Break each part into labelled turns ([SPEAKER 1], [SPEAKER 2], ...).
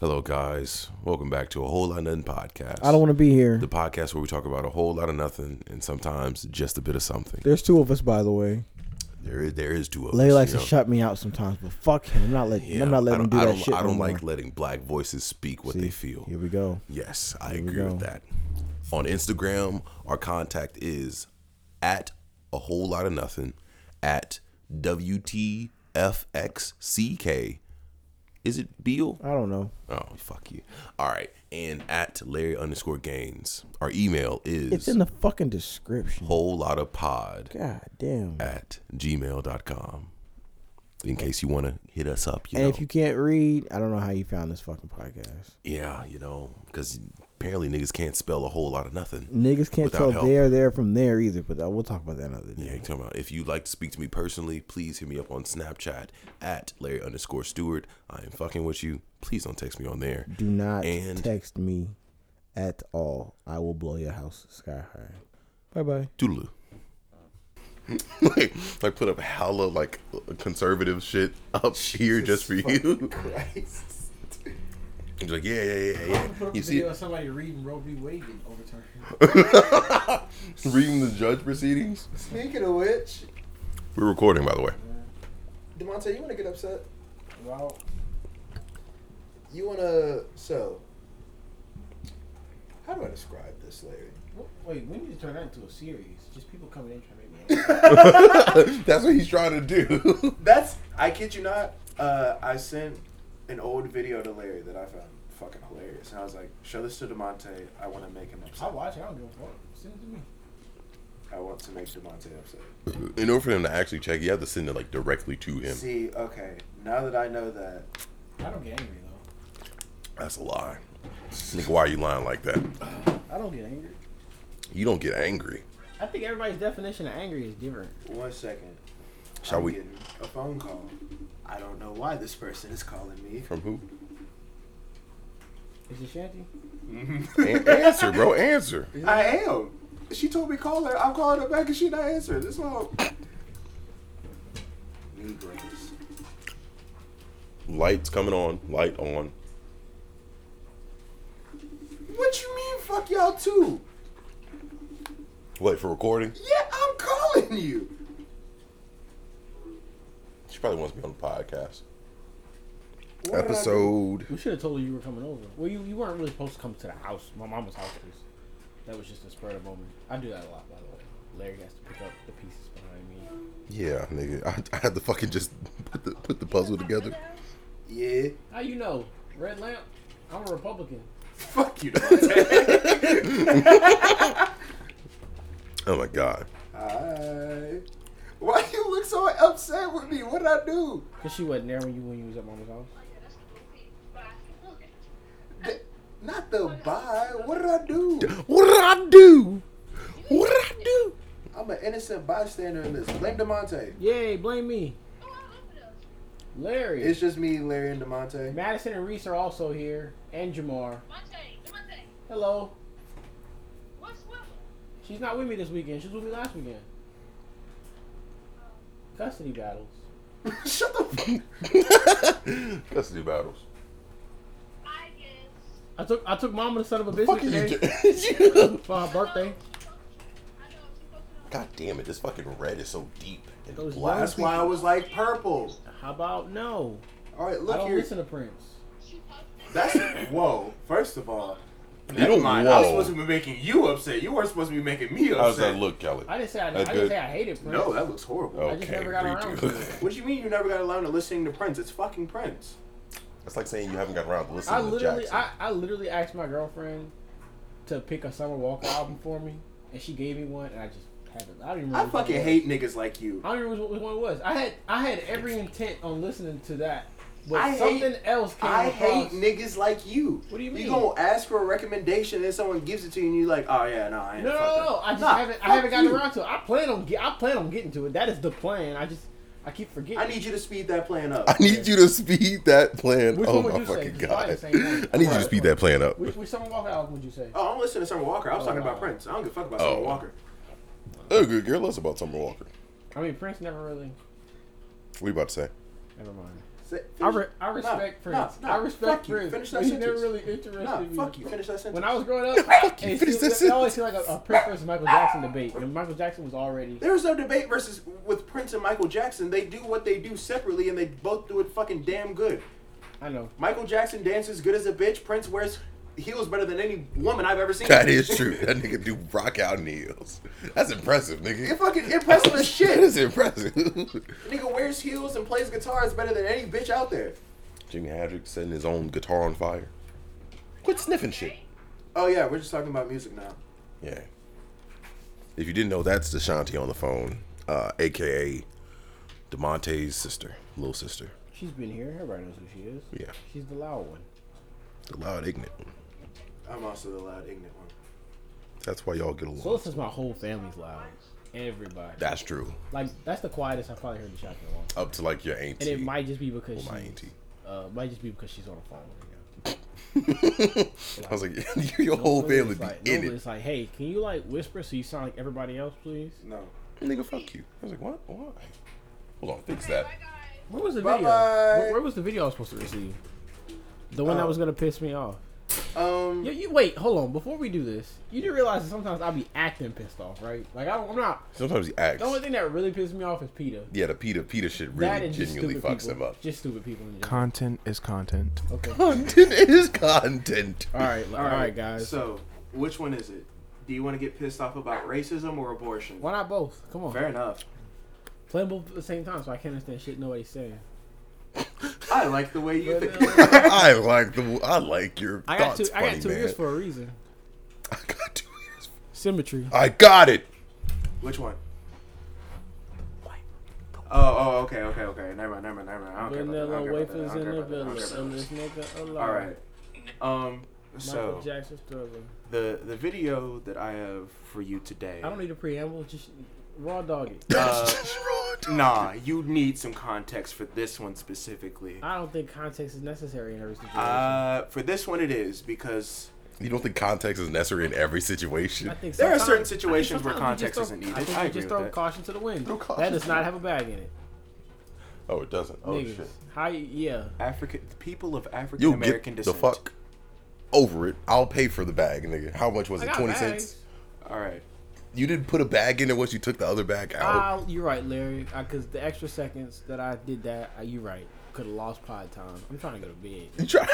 [SPEAKER 1] Hello, guys. Welcome back to a whole lot of nothing podcast.
[SPEAKER 2] I don't want to be here.
[SPEAKER 1] the podcast where we talk about a whole lot of nothing and sometimes just a bit of something.
[SPEAKER 2] There's two of us, by the way.
[SPEAKER 1] There is there is two of
[SPEAKER 2] Larry
[SPEAKER 1] us.
[SPEAKER 2] likes
[SPEAKER 1] you
[SPEAKER 2] to
[SPEAKER 1] know.
[SPEAKER 2] shut me out sometimes, but fuck him. I'm not letting.
[SPEAKER 1] Yeah,
[SPEAKER 2] I'm not letting him do
[SPEAKER 1] I
[SPEAKER 2] that
[SPEAKER 1] don't,
[SPEAKER 2] shit.
[SPEAKER 1] I
[SPEAKER 2] no
[SPEAKER 1] don't
[SPEAKER 2] more.
[SPEAKER 1] like letting black voices speak what they feel.
[SPEAKER 2] Here we go.
[SPEAKER 1] Yes, I
[SPEAKER 2] we
[SPEAKER 1] agree with
[SPEAKER 2] go.
[SPEAKER 1] that. On Instagram, our contact is at a whole lot of nothing at WTFXCK. Is it Beal?
[SPEAKER 2] I don't know.
[SPEAKER 1] Oh, fuck you. All right. And at Larry underscore gains. Our email
[SPEAKER 2] It's
[SPEAKER 1] is
[SPEAKER 2] in the fucking description.
[SPEAKER 1] whole lot of pod
[SPEAKER 2] God damn.
[SPEAKER 1] at gmail.com. In case you want to hit us up, you
[SPEAKER 2] And
[SPEAKER 1] know.
[SPEAKER 2] if you can't read, I don't know how you found this fucking podcast.
[SPEAKER 1] yeah, you know, because apparently niggas can't spell a whole lot of nothing.
[SPEAKER 2] Niggas can't
[SPEAKER 1] Without
[SPEAKER 2] tell
[SPEAKER 1] help.
[SPEAKER 2] there, there from there either. But uh, we'll talk about that another day.
[SPEAKER 1] Yeah, you talking about if you'd like to speak to me personally, please hit me up on Snapchat at Larry underscore Stewart. I am fucking with you. Please don't text me on there.
[SPEAKER 2] Do not
[SPEAKER 1] And-
[SPEAKER 2] text me at all. I will blow your house sky high. Bye bye.
[SPEAKER 1] Doodaloo. like, like put up hella like conservative shit up here just for you. He's like, yeah, yeah, yeah, yeah. You see, it?
[SPEAKER 3] somebody reading Roe v. Wade getting overturned.
[SPEAKER 1] reading the judge proceedings.
[SPEAKER 3] Speaking of which,
[SPEAKER 1] We're recording, by the way.
[SPEAKER 3] Demonte, you want to get upset? Well, you want to. So, how do I describe this, Larry?
[SPEAKER 4] Wait, we need to turn that into a series. Just people coming in trying to make me.
[SPEAKER 1] That's what he's trying to do.
[SPEAKER 3] That's. I kid you not. Uh, I sent an old video to Larry that I found fucking hilarious, and I was like, "Show this to Demonte. I want to make him
[SPEAKER 4] I
[SPEAKER 3] upset.
[SPEAKER 4] watch. it, I don't give a fuck. Send it to me.
[SPEAKER 3] I want to make Demonte upset."
[SPEAKER 1] In order for them to actually check, you have to send it like directly to him.
[SPEAKER 3] See, okay, now that I know that,
[SPEAKER 4] I don't get angry though.
[SPEAKER 1] That's a lie. Nigga, why are you lying like that?
[SPEAKER 4] I don't get angry.
[SPEAKER 1] You don't get angry.
[SPEAKER 4] I think everybody's definition of angry is different.
[SPEAKER 3] One second.
[SPEAKER 1] Shall
[SPEAKER 3] I'm
[SPEAKER 1] we-
[SPEAKER 3] Getting a phone call. I don't know why this person is calling me.
[SPEAKER 1] From who?
[SPEAKER 4] Is it Shanty?
[SPEAKER 1] An- answer, bro. Answer.
[SPEAKER 3] I am. She told me call her. I'm calling her back and she not answering. This all. Negroes.
[SPEAKER 1] Lights coming on. Light on.
[SPEAKER 3] What you mean? Fuck y'all too.
[SPEAKER 1] Wait for recording.
[SPEAKER 3] Yeah, I'm calling you.
[SPEAKER 1] She probably wants me on the podcast.
[SPEAKER 3] What did I do?
[SPEAKER 4] We should have told you you were coming over. Well, you, you weren't really supposed to come to the house. My mama's house was. That was just a spur of the moment. I do that a lot, by the way. Larry has to pick up the pieces behind me.
[SPEAKER 1] Yeah, nigga. I, I had to fucking just put the, put the puzzle together.
[SPEAKER 3] Yeah.
[SPEAKER 4] How you know? Red lamp. I'm a Republican.
[SPEAKER 3] Fuck you. Dante.
[SPEAKER 1] Oh my god.
[SPEAKER 3] Hi. Why you look so upset with me? What did I do?
[SPEAKER 4] Cause she wasn't there when you when you was at mama's house.
[SPEAKER 3] Th- Not the bye. What did I do?
[SPEAKER 1] What did I do? What did I do?
[SPEAKER 3] I'm an innocent bystander in this. Blame Demonte.
[SPEAKER 4] Yay! Blame me, Larry.
[SPEAKER 3] It's just me, Larry, and Demonte.
[SPEAKER 4] Madison and Reese are also here, and Jamar. Hello. She's not with me this weekend. She was with me last weekend. Custody battles.
[SPEAKER 3] Shut the fuck.
[SPEAKER 1] Custody battles.
[SPEAKER 4] I took I took mama the son of a bitch
[SPEAKER 1] Fuck you.
[SPEAKER 4] today
[SPEAKER 1] Jay.
[SPEAKER 4] for her birthday.
[SPEAKER 1] god damn it. This fucking red is so deep and
[SPEAKER 4] Those
[SPEAKER 1] black.
[SPEAKER 3] That's why I was like purple.
[SPEAKER 4] How about no?
[SPEAKER 3] All right,
[SPEAKER 4] I
[SPEAKER 3] look
[SPEAKER 4] don't
[SPEAKER 3] here.
[SPEAKER 4] listen to Prince.
[SPEAKER 3] That's whoa. First of all,
[SPEAKER 1] You don't
[SPEAKER 3] mind. I was supposed to
[SPEAKER 1] whoa.
[SPEAKER 3] be making you upset. You weren't supposed to be making me
[SPEAKER 1] How's
[SPEAKER 3] upset.
[SPEAKER 1] that look, Kelly?
[SPEAKER 4] I didn't say I, I
[SPEAKER 1] That's
[SPEAKER 4] didn't
[SPEAKER 1] good.
[SPEAKER 4] say I hated Prince.
[SPEAKER 3] No, that looks horrible.
[SPEAKER 4] I just never got around to
[SPEAKER 1] redo.
[SPEAKER 4] it.
[SPEAKER 3] What do you mean you never got around to listening to Prince? It's fucking Prince.
[SPEAKER 1] That's like saying you haven't got around to listening
[SPEAKER 4] I
[SPEAKER 1] to
[SPEAKER 4] literally
[SPEAKER 1] Jackson.
[SPEAKER 4] I, I literally asked my girlfriend to pick a Summer Walker album for me, and she gave me one, and I just haven't. I don't even.
[SPEAKER 3] I
[SPEAKER 4] remember which one it
[SPEAKER 3] fucking
[SPEAKER 4] was.
[SPEAKER 3] hate niggas like you.
[SPEAKER 4] Mm-hmm. I don't remember which- which one it was. I had I had every intent on listening to that, but
[SPEAKER 3] I hate-
[SPEAKER 4] something else came
[SPEAKER 3] I
[SPEAKER 4] across.
[SPEAKER 3] hate niggas like you.
[SPEAKER 4] What do you mean?
[SPEAKER 3] You gonna ask for a recommendation and someone gives it to you and you're like, oh yeah, no, I ain't
[SPEAKER 4] no, no,
[SPEAKER 3] fucking-
[SPEAKER 4] no, no. I just
[SPEAKER 3] Nah,
[SPEAKER 4] haven't. I
[SPEAKER 3] fuck
[SPEAKER 4] haven't gotten
[SPEAKER 3] you.
[SPEAKER 4] around to it. I plan on get. I plan on getting to it. That is the plan. I just. I keep forgetting.
[SPEAKER 3] I need you to speed that plan up.
[SPEAKER 1] I need you to speed that plan.
[SPEAKER 4] Which
[SPEAKER 1] oh
[SPEAKER 4] one would
[SPEAKER 1] my
[SPEAKER 4] you say?
[SPEAKER 1] fucking
[SPEAKER 4] It's probably
[SPEAKER 1] god!
[SPEAKER 4] the same one.
[SPEAKER 1] I need you to
[SPEAKER 4] Alright.
[SPEAKER 1] speed that plan up.
[SPEAKER 4] Which, which Summer Walker album would you say?
[SPEAKER 3] Oh, I'm listening to Summer Walker. I was
[SPEAKER 4] Oh,
[SPEAKER 3] talking about
[SPEAKER 4] wow.
[SPEAKER 3] Prince. I don't give a fuck about
[SPEAKER 1] Oh.
[SPEAKER 3] Summer Walker.
[SPEAKER 1] Oh, good girl. Let's about Summer Walker.
[SPEAKER 4] I mean, Prince never really.
[SPEAKER 1] What you about to say?
[SPEAKER 4] Never mind.
[SPEAKER 3] Say Fi-
[SPEAKER 4] I,
[SPEAKER 3] finish-
[SPEAKER 4] re- I respect friends. I respect
[SPEAKER 3] fuck you.
[SPEAKER 4] friends.
[SPEAKER 3] Finish
[SPEAKER 4] but
[SPEAKER 3] that
[SPEAKER 4] he never
[SPEAKER 3] sentence.
[SPEAKER 4] really interested
[SPEAKER 3] Nah,
[SPEAKER 4] me.
[SPEAKER 3] fuck you. Finish that sentence.
[SPEAKER 4] When I was growing up, fuck
[SPEAKER 1] you. Finish that
[SPEAKER 4] I always feel like a, a Prince versus Michael Jackson debate. And Michael Jackson was already.
[SPEAKER 3] There was no debate versus with Prince and Michael Jackson. They do what they do separately, and they both do it fucking damn good.
[SPEAKER 4] I know.
[SPEAKER 3] Michael Jackson dances good as a bitch. Prince wears heels better than any woman I've ever seen.
[SPEAKER 1] That is true. That nigga do rock out in the heels. That's impressive,
[SPEAKER 3] It
[SPEAKER 1] nigga.
[SPEAKER 3] fucking impressive as
[SPEAKER 1] That
[SPEAKER 3] shit.
[SPEAKER 1] is impressive.
[SPEAKER 3] Nigga wears heels and plays guitar is better than any bitch out there.
[SPEAKER 1] Jimi Hendrix setting his own guitar on fire. Quit sniffing shit.
[SPEAKER 3] Oh yeah, we're just talking about music now.
[SPEAKER 1] Yeah. If you didn't know, that's Deshanti on the phone, uh, aka Demonte's sister, little sister.
[SPEAKER 4] She's been here. Everybody knows who she is.
[SPEAKER 1] Yeah,
[SPEAKER 4] She's the loud one.
[SPEAKER 1] the loud ignorant one.
[SPEAKER 3] I'm also the loud ignorant one.
[SPEAKER 1] That's why y'all get along.
[SPEAKER 4] So this is my whole family's loud. Everybody.
[SPEAKER 1] that's true.
[SPEAKER 4] like that's the quietest I've probably heard the shotgun in a long time.
[SPEAKER 1] Up to like your auntie.
[SPEAKER 4] And it might just be because
[SPEAKER 1] Well, oh, my
[SPEAKER 4] she's-
[SPEAKER 1] auntie.
[SPEAKER 4] Uh, might just be because she's on the phone. Right now.
[SPEAKER 1] I was like, your whole
[SPEAKER 4] Normally
[SPEAKER 1] family
[SPEAKER 4] it's
[SPEAKER 1] be
[SPEAKER 4] like,
[SPEAKER 1] in
[SPEAKER 4] normally
[SPEAKER 1] it.
[SPEAKER 4] It's like, hey, can you like whisper so you sound like everybody else, please?
[SPEAKER 3] No.
[SPEAKER 1] Nigga, fuck you. I was like, what? Why? Hold on, fix that.
[SPEAKER 4] Where was the
[SPEAKER 3] Bye-bye.
[SPEAKER 4] video? Where, where was the video I was supposed to receive? The one that
[SPEAKER 3] Oh.
[SPEAKER 4] was gonna piss me off.
[SPEAKER 3] Um.
[SPEAKER 4] Yeah, you wait, hold on. Before we do this, you do realize that sometimes I be acting pissed off, right? Like I don't, I'm not.
[SPEAKER 1] Sometimes he acts.
[SPEAKER 4] The only thing that really pisses me off is Peter.
[SPEAKER 1] Yeah, the Peter Peter shit
[SPEAKER 4] that
[SPEAKER 1] really
[SPEAKER 4] and just
[SPEAKER 1] genuinely
[SPEAKER 4] stupid
[SPEAKER 1] fucks
[SPEAKER 4] people.
[SPEAKER 1] him up.
[SPEAKER 4] Just stupid people. In general.
[SPEAKER 5] Content is content.
[SPEAKER 4] Okay. all
[SPEAKER 1] Content is content.
[SPEAKER 4] right, like, all right,
[SPEAKER 3] Alright,
[SPEAKER 4] guys.
[SPEAKER 3] So, which one is it? Do you want to get pissed off about racism or abortion?
[SPEAKER 4] Why not both? Come on.
[SPEAKER 3] Fair enough.
[SPEAKER 4] Play them both at the same time, so I can't understand shit nobody's saying.
[SPEAKER 3] I like the way you
[SPEAKER 4] But,
[SPEAKER 3] think.
[SPEAKER 4] uh,
[SPEAKER 1] I like the I like your
[SPEAKER 4] I got
[SPEAKER 1] thoughts,
[SPEAKER 4] two. I
[SPEAKER 1] funny
[SPEAKER 4] got two
[SPEAKER 1] man.
[SPEAKER 4] ears for a reason.
[SPEAKER 1] I got two ears.
[SPEAKER 4] Symmetry.
[SPEAKER 1] I got it.
[SPEAKER 3] Which one? Oh, oh, okay, okay, okay. Never mind, never mind, never mind. I don't care
[SPEAKER 4] Vanilla
[SPEAKER 3] about that. I don't
[SPEAKER 4] wafers
[SPEAKER 3] care
[SPEAKER 4] in the
[SPEAKER 3] about that. I don't
[SPEAKER 4] village,
[SPEAKER 3] care about that. I don't care about
[SPEAKER 4] and this nigga
[SPEAKER 3] that.
[SPEAKER 4] alive.
[SPEAKER 3] All right. Um.
[SPEAKER 4] Michael
[SPEAKER 3] So
[SPEAKER 4] Jackson's Thriller.
[SPEAKER 3] the the video that I have for you today.
[SPEAKER 4] I don't need a preamble. Just raw dog it.
[SPEAKER 3] Uh,
[SPEAKER 1] Destroyed.
[SPEAKER 3] nah, you need some context for this one specifically.
[SPEAKER 4] I don't think context is necessary in every situation.
[SPEAKER 3] Uh, for this one it is because
[SPEAKER 1] You don't think context is necessary in every situation?
[SPEAKER 4] I think
[SPEAKER 3] there are
[SPEAKER 4] sometimes-
[SPEAKER 3] certain
[SPEAKER 4] I think
[SPEAKER 3] situations where
[SPEAKER 4] sometimes you
[SPEAKER 3] context
[SPEAKER 4] just throw-
[SPEAKER 3] isn't needed.
[SPEAKER 4] I, think
[SPEAKER 3] I
[SPEAKER 4] you
[SPEAKER 3] agree
[SPEAKER 4] just
[SPEAKER 3] with
[SPEAKER 4] throw
[SPEAKER 3] that.
[SPEAKER 4] caution to the wind.
[SPEAKER 1] Throw caution
[SPEAKER 4] That does
[SPEAKER 1] to
[SPEAKER 4] not
[SPEAKER 1] the
[SPEAKER 4] have a bag in it.
[SPEAKER 1] Oh, it doesn't. Oh
[SPEAKER 4] Niggas,
[SPEAKER 1] shit.
[SPEAKER 4] how you, yeah.
[SPEAKER 3] African people of African
[SPEAKER 1] You
[SPEAKER 3] American
[SPEAKER 1] get
[SPEAKER 3] descent.
[SPEAKER 1] the fuck over it. I'll pay for the bag, nigga. How much was
[SPEAKER 4] I
[SPEAKER 1] it?
[SPEAKER 4] got
[SPEAKER 1] Twenty
[SPEAKER 4] bags.
[SPEAKER 1] cents.
[SPEAKER 3] All right.
[SPEAKER 1] You didn't put a bag in it once you took the other bag out.
[SPEAKER 4] Uh, you're right, Larry. Because the extra seconds that I did that, uh, you're right. Could have lost pod time. I'm trying to go to bed.
[SPEAKER 1] You try.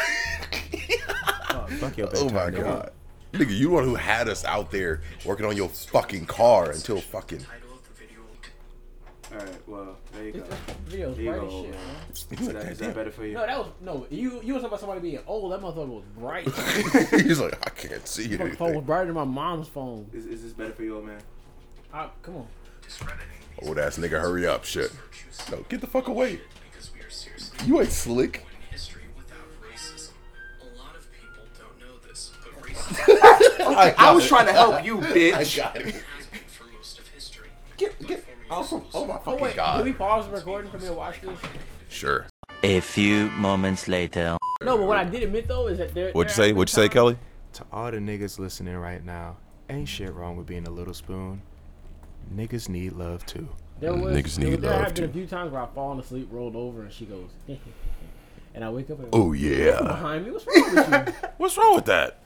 [SPEAKER 4] Fuck your
[SPEAKER 1] oh my god. Nigga, you the one who had us out there working on your fucking car until fucking
[SPEAKER 3] All right. Well, there you go.
[SPEAKER 4] This this video's
[SPEAKER 3] There you
[SPEAKER 4] bright as
[SPEAKER 3] go,
[SPEAKER 4] shit,
[SPEAKER 3] man.
[SPEAKER 4] man.
[SPEAKER 1] He's like,
[SPEAKER 3] Is that, is
[SPEAKER 1] "Goddamn."
[SPEAKER 3] that better for you?
[SPEAKER 4] No, that was no. You you was talking about somebody being old. That motherfucker was bright.
[SPEAKER 1] He's like, I can't see
[SPEAKER 4] My phone was
[SPEAKER 1] anything.
[SPEAKER 4] brighter than my mom's phone.
[SPEAKER 3] Is, is this better for you, old man?
[SPEAKER 4] I, come on.
[SPEAKER 1] Old ass nigga, hurry up, shit. No, get the fuck away. You ain't slick.
[SPEAKER 6] history without racism. A lot of people don't know this, but racism
[SPEAKER 1] I,
[SPEAKER 3] I was trying to help you,
[SPEAKER 1] I
[SPEAKER 3] bitch.
[SPEAKER 1] got it.
[SPEAKER 6] has been for most of history.
[SPEAKER 1] Get, get. Oh, oh my
[SPEAKER 4] Oh
[SPEAKER 1] fucking
[SPEAKER 4] wait,
[SPEAKER 1] god.
[SPEAKER 4] can we pause the recording for me to watch this?
[SPEAKER 1] Sure.
[SPEAKER 7] A few moments later.
[SPEAKER 4] No, but what I did admit though is that there.
[SPEAKER 1] What'd you
[SPEAKER 4] there
[SPEAKER 1] say?
[SPEAKER 4] are
[SPEAKER 1] What'd you say,
[SPEAKER 4] times-
[SPEAKER 1] Kelly?
[SPEAKER 5] To all the niggas listening right now, ain't shit wrong with being a little spoon. Niggas need love too.
[SPEAKER 4] There was
[SPEAKER 1] Niggas
[SPEAKER 4] there,
[SPEAKER 1] need
[SPEAKER 4] there
[SPEAKER 1] love,
[SPEAKER 4] have been a
[SPEAKER 1] too.
[SPEAKER 4] few times where I've fallen asleep, rolled over, and she goes, and I wake up and
[SPEAKER 1] Oh yeah.
[SPEAKER 4] behind me. What's wrong with you?
[SPEAKER 1] What's wrong with that?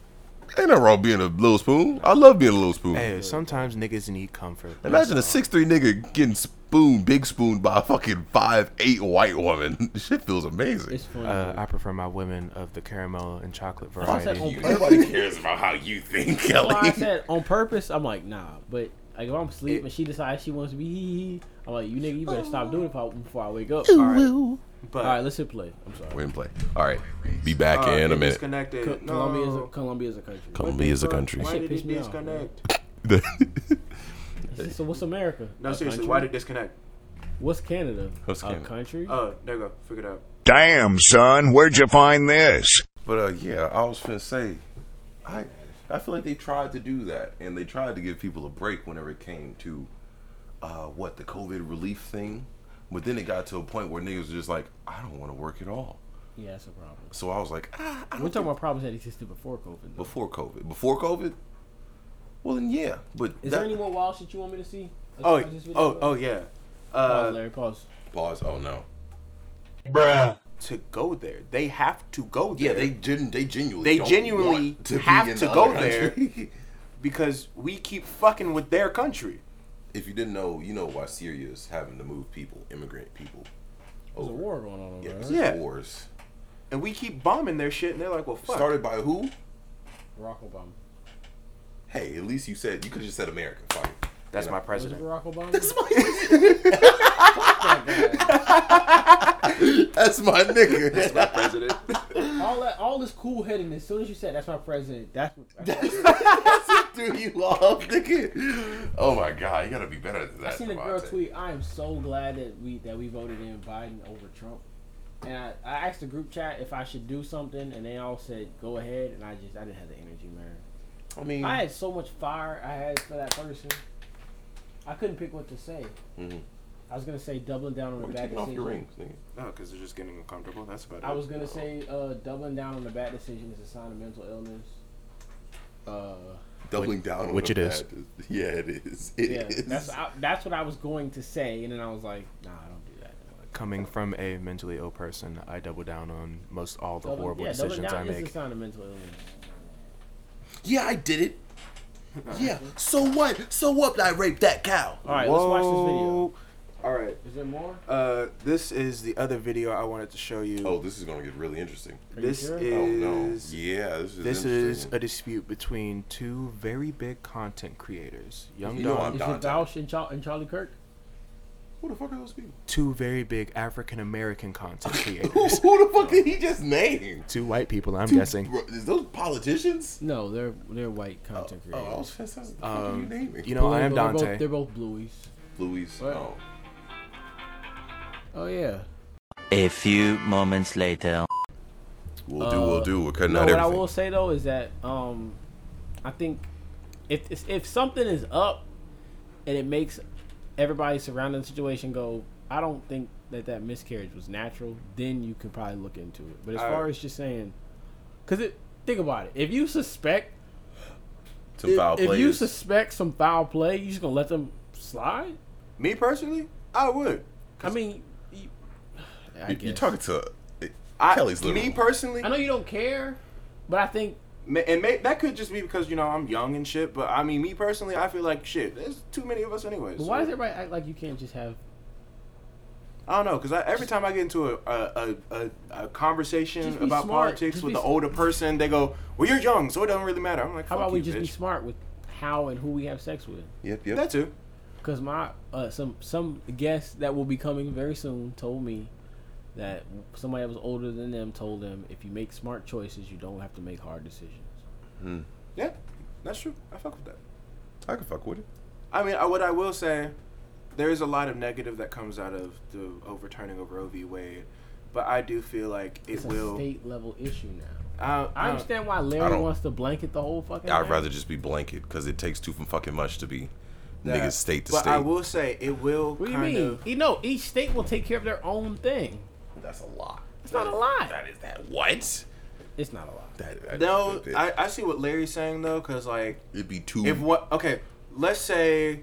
[SPEAKER 1] Ain't nothing wrong being a little spoon. I love being a little spoon.
[SPEAKER 5] Hey, sometimes niggas need comfort.
[SPEAKER 1] Imagine a six three nigga getting spooned, big spooned by a fucking five eight white woman. Shit feels amazing.
[SPEAKER 4] It's funny.
[SPEAKER 5] Uh, I prefer my women of the caramel and chocolate
[SPEAKER 4] I said
[SPEAKER 5] variety.
[SPEAKER 4] on purpose.
[SPEAKER 1] Nobody cares about how you think,
[SPEAKER 4] Well, I
[SPEAKER 1] Kelly.
[SPEAKER 4] said on purpose. I'm like nah, but like if I'm asleep
[SPEAKER 3] Eh.
[SPEAKER 4] and she decides she wants to be, hee hee, I'm like you nigga, you better stop doing it before I- before I wake up. All right,
[SPEAKER 3] But
[SPEAKER 4] all right, let's hit play. I'm sorry.
[SPEAKER 1] We're in play. All right, be back
[SPEAKER 3] uh,
[SPEAKER 1] in a
[SPEAKER 3] it
[SPEAKER 1] minute.
[SPEAKER 3] Disconnected.
[SPEAKER 4] Co-
[SPEAKER 3] no.
[SPEAKER 4] Colombia is a Colombia is a country.
[SPEAKER 1] Colombia is a country.
[SPEAKER 3] Why
[SPEAKER 4] Shit
[SPEAKER 3] did
[SPEAKER 4] pissed
[SPEAKER 3] it
[SPEAKER 4] me off,
[SPEAKER 3] disconnect?
[SPEAKER 4] So what's America?
[SPEAKER 3] No,
[SPEAKER 4] A
[SPEAKER 3] seriously.
[SPEAKER 4] country?
[SPEAKER 3] Why did it disconnect?
[SPEAKER 4] What's Canada?
[SPEAKER 1] What's
[SPEAKER 4] a
[SPEAKER 1] Canada?
[SPEAKER 4] country?
[SPEAKER 3] Oh, there you go. Figure it out.
[SPEAKER 8] Damn, son, where'd you find this?
[SPEAKER 1] But uh, yeah, I was finna say, I I feel like they tried to do that, and they tried to give people a break whenever it came to uh, what the COVID relief thing. But then it got to a point where niggas were just like, I don't want to work at all.
[SPEAKER 4] yeah, that's a problem.
[SPEAKER 1] So I was like, ah, I
[SPEAKER 4] We're
[SPEAKER 1] don't
[SPEAKER 4] talking
[SPEAKER 1] think-
[SPEAKER 4] about problems that existed before COVID. Though.
[SPEAKER 1] before COVID. Before COVID. Well, then yeah, but that-
[SPEAKER 4] Is there any more wild shit you want me to see? Let's
[SPEAKER 3] Oh,
[SPEAKER 4] watch this video.
[SPEAKER 3] oh, oh yeah.
[SPEAKER 4] Pause,
[SPEAKER 3] Uh,
[SPEAKER 4] Larry, pause.
[SPEAKER 1] pause. Oh no.
[SPEAKER 3] to go there. They have to go there.
[SPEAKER 1] Yeah, they didn't. They genuinely.
[SPEAKER 3] They
[SPEAKER 1] don't
[SPEAKER 3] genuinely
[SPEAKER 1] want to be
[SPEAKER 3] have
[SPEAKER 1] in
[SPEAKER 3] to
[SPEAKER 1] the
[SPEAKER 3] go
[SPEAKER 1] other country.
[SPEAKER 3] because we keep fucking with their country.
[SPEAKER 1] if you didn't know, you know why Syria is having to move people, immigrant people.
[SPEAKER 4] There's a war going on over
[SPEAKER 1] Yeah,
[SPEAKER 4] there.
[SPEAKER 1] it's
[SPEAKER 4] right?
[SPEAKER 3] oh. Yeah.
[SPEAKER 1] wars
[SPEAKER 3] And we keep bombing their shit and they're like, "Well, fuck."
[SPEAKER 1] started by who?
[SPEAKER 4] Barack Obama.
[SPEAKER 1] Hey, at least you said you could have just said America. Fuck it.
[SPEAKER 3] That's
[SPEAKER 1] You
[SPEAKER 3] my
[SPEAKER 1] know.
[SPEAKER 4] Was it
[SPEAKER 3] president.
[SPEAKER 4] Barack Obama? That's my
[SPEAKER 1] That's my nigga.
[SPEAKER 3] My president.
[SPEAKER 4] All that, all this cool heading. As soon as you said that's my president, that's
[SPEAKER 1] Do you love nigga? Oh my god, you gotta be better than that.
[SPEAKER 4] I seen a girl
[SPEAKER 1] Devontae.
[SPEAKER 4] tweet, I am so glad that we that we voted in Biden over Trump. And I, I asked the group chat if I should do something and they all said go ahead and I just I didn't have the energy, man.
[SPEAKER 1] I mean,
[SPEAKER 4] I had so much fire I had for that person. I couldn't pick what to say.
[SPEAKER 1] Mhm.
[SPEAKER 4] I was gonna say doubling down on
[SPEAKER 1] we're
[SPEAKER 4] the bad
[SPEAKER 1] taking off
[SPEAKER 4] decision.
[SPEAKER 1] your rings, nigga.
[SPEAKER 3] No, because they're just getting uncomfortable. That's about it.
[SPEAKER 4] I was gonna say uh, doubling down on the bad decision is a sign of mental illness. Uh,
[SPEAKER 1] Doubling down, on
[SPEAKER 9] which
[SPEAKER 1] the
[SPEAKER 9] it is.
[SPEAKER 1] bad- Yeah, it is. It
[SPEAKER 4] yeah,
[SPEAKER 1] is.
[SPEAKER 4] that's I, that's what I was going to say, and then I was like, Nah, I don't do that.
[SPEAKER 9] Coming from a mentally ill person, I double down on most all the
[SPEAKER 4] Doubling-
[SPEAKER 9] horrible
[SPEAKER 4] yeah, doubling
[SPEAKER 9] decisions I
[SPEAKER 4] down is a
[SPEAKER 9] make.
[SPEAKER 4] sign of mental illness.
[SPEAKER 1] yeah, I did it. Yeah. So what? So what? I raped that cow.
[SPEAKER 4] All right, let's watch this video.
[SPEAKER 3] All right.
[SPEAKER 4] Is there more?
[SPEAKER 3] Uh, this is the other video I wanted to show you.
[SPEAKER 1] Oh, this is gonna get really interesting.
[SPEAKER 3] this
[SPEAKER 4] sure?
[SPEAKER 1] Oh
[SPEAKER 3] is
[SPEAKER 1] no. Yeah, this is.
[SPEAKER 9] This is
[SPEAKER 1] interesting.
[SPEAKER 9] a dispute between two very big content creators, Young
[SPEAKER 1] You know
[SPEAKER 9] Dog
[SPEAKER 1] I'm
[SPEAKER 4] Is
[SPEAKER 1] Dante.
[SPEAKER 4] it Bausch and, Char- and Charlie Kirk?
[SPEAKER 1] Who the fuck are those people?
[SPEAKER 9] two very big African American content creators.
[SPEAKER 1] Who the fuck did he just name?
[SPEAKER 9] two white people, I'm
[SPEAKER 1] Two
[SPEAKER 9] guessing.
[SPEAKER 1] bro- is those politicians?
[SPEAKER 4] No, they're they're white content
[SPEAKER 1] Oh, I
[SPEAKER 4] creators.
[SPEAKER 1] was just what the fuck are you
[SPEAKER 9] Um,
[SPEAKER 1] naming?
[SPEAKER 9] you know, I am
[SPEAKER 4] they're both-
[SPEAKER 9] Dante.
[SPEAKER 4] They're both, blueies.
[SPEAKER 1] Louis.
[SPEAKER 4] What?
[SPEAKER 1] Oh.
[SPEAKER 4] Oh yeah.
[SPEAKER 7] A few moments later.
[SPEAKER 1] We'll do. We'll do. We're cutting
[SPEAKER 4] No,
[SPEAKER 1] out
[SPEAKER 4] what I
[SPEAKER 1] everything.
[SPEAKER 4] will say though is that um, I think if it's- if something is up and it makes everybody surrounding the situation go, I don't think that that miscarriage was natural. Then you could probably look into it. But as
[SPEAKER 3] I-
[SPEAKER 4] far as just saying, because it think about it, if you suspect
[SPEAKER 1] Some foul
[SPEAKER 4] if, if you
[SPEAKER 1] plays.
[SPEAKER 4] suspect some foul play, you just gonna let them slide?
[SPEAKER 3] Me personally, I would.
[SPEAKER 4] I mean, you, I
[SPEAKER 1] You- You're
[SPEAKER 4] guess.
[SPEAKER 1] talking to uh,
[SPEAKER 3] I,
[SPEAKER 1] Kelly's little.
[SPEAKER 3] me personally,
[SPEAKER 4] I know you don't care, but I think
[SPEAKER 3] Ma- and may, that could just be because you know I'm young and shit. But I mean, me personally, I feel like shit. There's too many of us anyways.
[SPEAKER 4] but why does everybody act like you can't just have?
[SPEAKER 3] I don't know, cause I, every time I get into a a, a, a, a
[SPEAKER 4] Just
[SPEAKER 3] conversation
[SPEAKER 4] be
[SPEAKER 3] about
[SPEAKER 4] smart.
[SPEAKER 3] politics
[SPEAKER 4] Just
[SPEAKER 3] with
[SPEAKER 4] be
[SPEAKER 3] the
[SPEAKER 4] s-
[SPEAKER 3] older person, they go, "Well, you're young, so it doesn't really matter." I'm like,
[SPEAKER 4] How about we just be
[SPEAKER 3] bitch.
[SPEAKER 4] smart with how and who we have sex with?
[SPEAKER 1] Yep. Yep.
[SPEAKER 3] That too.
[SPEAKER 4] Because my uh, some some guest that will be coming very soon told me that somebody that was older than them told them if you make smart choices, you don't have to make hard decisions.
[SPEAKER 3] Yeah, that's true. I fuck with that.
[SPEAKER 1] I can fuck with it.
[SPEAKER 3] I mean, I, what I will say, there is a lot of negative that comes out of the overturning of Roe v. Wade, but I do feel like it
[SPEAKER 4] It's a
[SPEAKER 3] will.
[SPEAKER 4] state level issue now.
[SPEAKER 3] I,
[SPEAKER 4] I understand why
[SPEAKER 1] I
[SPEAKER 4] Larry
[SPEAKER 1] don't-
[SPEAKER 4] wants to blanket the whole fucking.
[SPEAKER 1] I'd
[SPEAKER 4] thing.
[SPEAKER 1] rather just be blanket because it takes too from fucking much to be niggas state to
[SPEAKER 3] but
[SPEAKER 1] state.
[SPEAKER 3] I will say it will
[SPEAKER 4] What do you
[SPEAKER 3] kind
[SPEAKER 4] mean?
[SPEAKER 3] of.
[SPEAKER 4] You know, each state will take care of their own thing.
[SPEAKER 1] That's a lot.
[SPEAKER 4] It's not a lot.
[SPEAKER 1] That is that what?
[SPEAKER 4] It's not a lot.
[SPEAKER 1] That, that
[SPEAKER 3] No,
[SPEAKER 1] that-
[SPEAKER 3] I, I see what Larry's saying though, because like
[SPEAKER 1] it'd be too.
[SPEAKER 3] if what okay, let's say,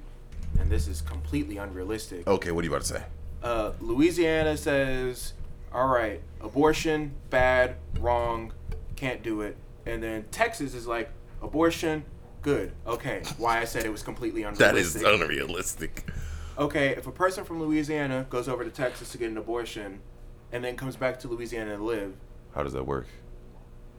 [SPEAKER 3] and this is completely unrealistic.
[SPEAKER 1] okay, what are you about to say?
[SPEAKER 3] Uh, Louisiana says, all right, abortion bad, wrong, can't do it, and then Texas is like, abortion good, okay. Why I said it was completely
[SPEAKER 1] That is
[SPEAKER 3] unrealistic.
[SPEAKER 1] unrealistic.
[SPEAKER 3] okay, if a person from Louisiana goes over to Texas to get an abortion, and then comes back to Louisiana to live,
[SPEAKER 1] How does that work?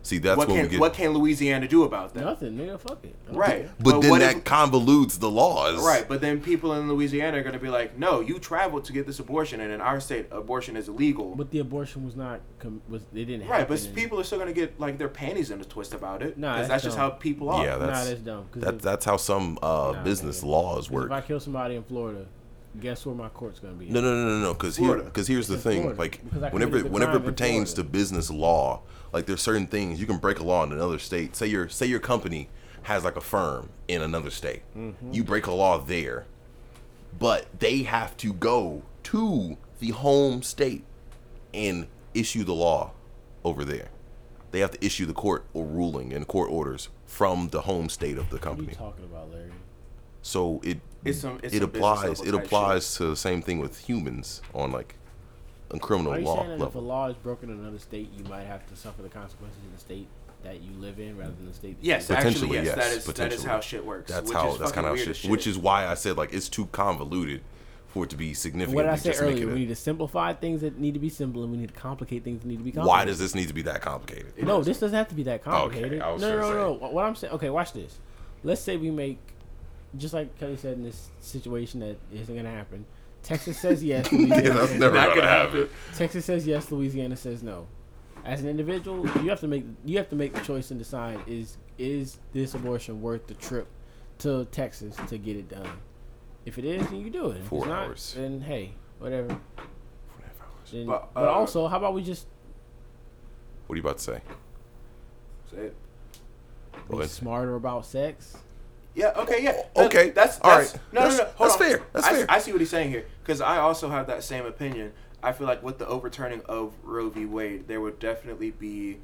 [SPEAKER 1] See, that's
[SPEAKER 3] what
[SPEAKER 1] when
[SPEAKER 3] can
[SPEAKER 1] we get.
[SPEAKER 3] what can Louisiana do about that?
[SPEAKER 4] Nothing, nigga. Fuck it.
[SPEAKER 3] Right.
[SPEAKER 1] but, then
[SPEAKER 3] what
[SPEAKER 1] that
[SPEAKER 3] if-
[SPEAKER 1] convolutes the laws.
[SPEAKER 3] Right, but then people in Louisiana are going to be like, "No, you traveled to get this abortion, and in our state, abortion is illegal."
[SPEAKER 4] But the abortion was not. Com- was they didn't.
[SPEAKER 3] right,
[SPEAKER 4] happen
[SPEAKER 3] but
[SPEAKER 4] in-
[SPEAKER 3] people are still going to get like their panties in a twist about it.
[SPEAKER 4] Nah,
[SPEAKER 3] 'cause
[SPEAKER 4] that's
[SPEAKER 3] that's just
[SPEAKER 4] dumb.
[SPEAKER 3] how people are.
[SPEAKER 1] Yeah,
[SPEAKER 4] nah,
[SPEAKER 1] that's
[SPEAKER 4] that's dumb. 'cause
[SPEAKER 1] that,
[SPEAKER 4] if-
[SPEAKER 1] that's how some uh,
[SPEAKER 4] Nah,
[SPEAKER 1] business
[SPEAKER 4] nigga.
[SPEAKER 1] laws
[SPEAKER 4] If I
[SPEAKER 1] work.
[SPEAKER 4] kill somebody in Florida, guess where my court's gonna be?
[SPEAKER 1] No, no, no, no, no. Because here,
[SPEAKER 3] Florida.
[SPEAKER 1] because here's the thing.
[SPEAKER 4] Florida.
[SPEAKER 1] Like,
[SPEAKER 4] Because I
[SPEAKER 1] whenever,
[SPEAKER 4] committed the
[SPEAKER 1] whenever it
[SPEAKER 4] crime in
[SPEAKER 1] pertains to
[SPEAKER 4] Florida.
[SPEAKER 1] business law, like there's certain things you can break a law in another state. Say your, say your company has like a firm in another state. You break a law there, but they have to go to the home state and issue the law over there. They have to issue the court or ruling and court orders from the home state of the
[SPEAKER 4] What are
[SPEAKER 1] company.
[SPEAKER 4] you talking about, Larry?
[SPEAKER 1] So it
[SPEAKER 3] It's some- it's
[SPEAKER 1] it
[SPEAKER 3] some business
[SPEAKER 1] applies
[SPEAKER 3] level
[SPEAKER 1] it
[SPEAKER 3] type
[SPEAKER 1] applies to the same thing with humans on like in criminal
[SPEAKER 4] Are you
[SPEAKER 1] law
[SPEAKER 4] saying that if a
[SPEAKER 1] level.
[SPEAKER 4] law is broken in another state, you might have to suffer the consequences in the state that you live in rather than the state? that
[SPEAKER 3] Yes,
[SPEAKER 4] you-
[SPEAKER 1] Potentially,
[SPEAKER 3] actually, yes,
[SPEAKER 1] yes,
[SPEAKER 3] that is that is
[SPEAKER 1] potentially.
[SPEAKER 3] how shit works.
[SPEAKER 1] That's
[SPEAKER 3] which
[SPEAKER 1] how.
[SPEAKER 3] Is
[SPEAKER 1] That's
[SPEAKER 3] kind of
[SPEAKER 1] how shit, Which is why I said like it's too convoluted for it to be significant.
[SPEAKER 4] What I
[SPEAKER 1] to
[SPEAKER 4] said
[SPEAKER 1] just make
[SPEAKER 4] earlier,
[SPEAKER 1] it a-
[SPEAKER 4] we need to simplify things that need to be simple, and we need to complicate things that need to be complicated.
[SPEAKER 1] why does this need to be that complicated?
[SPEAKER 4] No, this doesn't have to be that complicated.
[SPEAKER 1] I was
[SPEAKER 4] no,
[SPEAKER 1] gonna
[SPEAKER 4] no, no,
[SPEAKER 1] say.
[SPEAKER 4] no. What I'm saying, okay, watch this. Let's say we make, just like Kelly said in this situation that isn't gonna happen. Texas says yes.
[SPEAKER 1] Yeah,
[SPEAKER 4] Louisiana
[SPEAKER 1] that's
[SPEAKER 4] says-
[SPEAKER 1] never
[SPEAKER 3] That
[SPEAKER 1] gonna
[SPEAKER 3] could
[SPEAKER 1] happen.
[SPEAKER 4] Texas says yes. Louisiana says no. As an individual, you have to make you have to make the choice and decide is is this abortion worth the trip to Texas to get it done. If it is, then you do it. If
[SPEAKER 1] Four
[SPEAKER 4] it's not,
[SPEAKER 1] hours.
[SPEAKER 4] Then hey, whatever. Then- but,
[SPEAKER 3] But, uh,
[SPEAKER 4] also, how about we just
[SPEAKER 1] What are you about to say?
[SPEAKER 4] be
[SPEAKER 1] Well,
[SPEAKER 4] smarter about sex?
[SPEAKER 3] Yeah. Okay. Yeah.
[SPEAKER 1] O- okay,
[SPEAKER 3] That's, that's
[SPEAKER 1] all
[SPEAKER 3] that's-
[SPEAKER 1] right.
[SPEAKER 3] No,
[SPEAKER 1] That's-
[SPEAKER 3] no, no. Hold
[SPEAKER 1] that's
[SPEAKER 3] on.
[SPEAKER 1] fair, that's
[SPEAKER 3] I, s-
[SPEAKER 1] fair.
[SPEAKER 3] I see what he's saying here because I also have that same opinion. I feel like with the overturning of Roe v. Wade, there would definitely be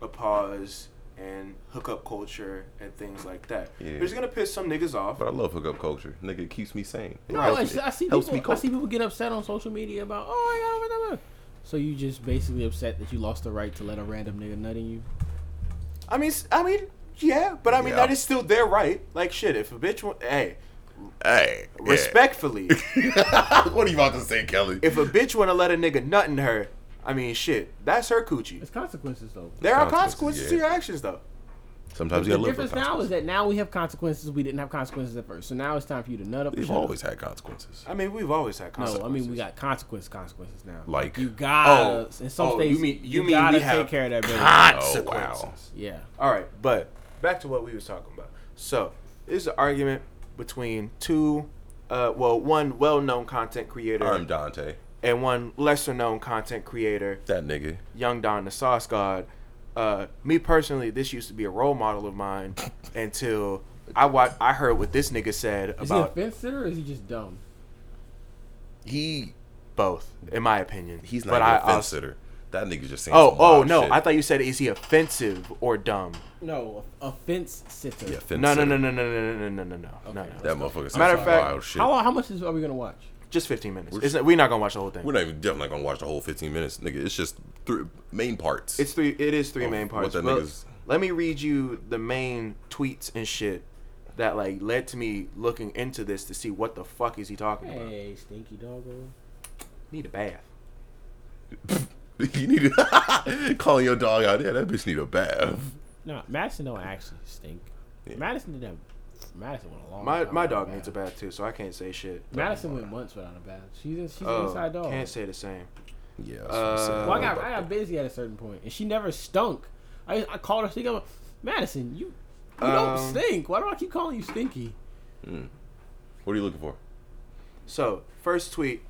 [SPEAKER 3] a pause in hookup culture and things like that.
[SPEAKER 1] Yeah.
[SPEAKER 3] It's gonna piss some niggas off.
[SPEAKER 1] But I love hookup culture. Nigga, it keeps me sane. It
[SPEAKER 4] No,
[SPEAKER 1] helps
[SPEAKER 4] it's,
[SPEAKER 1] me-
[SPEAKER 4] I see
[SPEAKER 1] helps me
[SPEAKER 4] people. I
[SPEAKER 1] cope.
[SPEAKER 4] see people get upset on social media about oh my god, blah, blah, blah." so you just basically upset that you lost the right to let a random nigga nut in you.
[SPEAKER 3] I mean, s- I mean, yeah, but I mean
[SPEAKER 1] Yeah.
[SPEAKER 3] that is still their right. Like shit, if a bitch, wa- hey,
[SPEAKER 1] Hey, yeah.
[SPEAKER 3] respectfully,
[SPEAKER 1] what are you about to say, Kelly?
[SPEAKER 3] if a bitch want to let a nigga nut in her, I mean, shit, that's her coochie.
[SPEAKER 4] It's consequences though.
[SPEAKER 3] There are
[SPEAKER 1] Consequences,
[SPEAKER 3] consequences to
[SPEAKER 1] yeah.
[SPEAKER 3] your actions, though.
[SPEAKER 1] Sometimes you
[SPEAKER 4] The
[SPEAKER 1] gotta live with
[SPEAKER 4] difference now is
[SPEAKER 1] consequences.
[SPEAKER 4] that now we have consequences. We didn't have consequences at first, so now it's time for you to nut up. and
[SPEAKER 1] We've
[SPEAKER 4] shut up.
[SPEAKER 1] always had consequences.
[SPEAKER 3] I mean, we've always had consequences.
[SPEAKER 4] No, I mean we got consequence consequences now.
[SPEAKER 1] Like-
[SPEAKER 4] you gotta
[SPEAKER 3] Oh,
[SPEAKER 4] in some
[SPEAKER 3] oh,
[SPEAKER 4] states
[SPEAKER 3] you mean- you mean
[SPEAKER 4] gotta
[SPEAKER 3] we have
[SPEAKER 4] take care of that baby.
[SPEAKER 1] wow.
[SPEAKER 4] yeah,
[SPEAKER 3] All right, but back to what we was talking about. So this is an argument between two, uh, well, one well-known content creator
[SPEAKER 1] I'm Dante.
[SPEAKER 3] and one lesser-known content creator,
[SPEAKER 1] That nigga.
[SPEAKER 3] Young Don the Sauce God. Uh, me personally, this used to be a role model of mine until I wa- I heard what this nigga said
[SPEAKER 4] is he a
[SPEAKER 3] about
[SPEAKER 4] fence sitter or is he just dumb?
[SPEAKER 1] He
[SPEAKER 3] both, in my opinion.
[SPEAKER 1] he's not
[SPEAKER 3] But
[SPEAKER 1] even a
[SPEAKER 3] I
[SPEAKER 1] fence
[SPEAKER 3] also-
[SPEAKER 1] sitter. That nigga just saying.
[SPEAKER 3] Oh,
[SPEAKER 1] some
[SPEAKER 3] oh
[SPEAKER 1] wild
[SPEAKER 3] no!
[SPEAKER 1] shit.
[SPEAKER 3] I thought you said is he offensive or dumb?
[SPEAKER 4] No, a, a fence sitter.
[SPEAKER 1] yeah, fence
[SPEAKER 3] No, no,
[SPEAKER 1] sitter.
[SPEAKER 3] no, no, no, no, no, no, no, no, no, no.
[SPEAKER 1] That motherfucker. said
[SPEAKER 3] Matter
[SPEAKER 1] some
[SPEAKER 3] of fact-
[SPEAKER 1] wild shit.
[SPEAKER 4] How long, how much is, are we gonna watch?
[SPEAKER 3] Just 15 minutes. It's, we're not gonna watch the whole thing.
[SPEAKER 1] We're not even definitely not gonna watch the whole 15 minutes, nigga. It's just three main parts.
[SPEAKER 3] It's three. It is three
[SPEAKER 1] Of
[SPEAKER 3] main
[SPEAKER 1] Oh, what
[SPEAKER 3] parts.
[SPEAKER 1] that
[SPEAKER 3] but
[SPEAKER 1] nigga's-
[SPEAKER 3] Let me read you the main tweets and shit that like led to me looking into this to see what the fuck is he talking about.
[SPEAKER 4] Hey, stinky doggo.
[SPEAKER 3] Need a bath.
[SPEAKER 1] you need to call your dog out. Yeah, that bitch need a bath.
[SPEAKER 4] No, Madison don't actually stink.
[SPEAKER 1] Yeah.
[SPEAKER 4] Madison didn't. Have, Madison went a long.
[SPEAKER 3] My
[SPEAKER 4] time
[SPEAKER 3] my
[SPEAKER 4] without
[SPEAKER 3] dog needs a bath too, so I can't say shit.
[SPEAKER 4] Madison went months without a bath. She's a, she's an
[SPEAKER 3] Oh,
[SPEAKER 4] inside dog.
[SPEAKER 3] can't say the same.
[SPEAKER 1] Yeah. That's what I'm saying.
[SPEAKER 4] Uh, Well, I got I got busy at a certain point, and she never stunk. I I called her stinky. I'm like, Madison, you you don't
[SPEAKER 3] Um,
[SPEAKER 4] stink. Why do I keep calling you stinky?
[SPEAKER 1] What are you looking for?
[SPEAKER 3] So first tweet,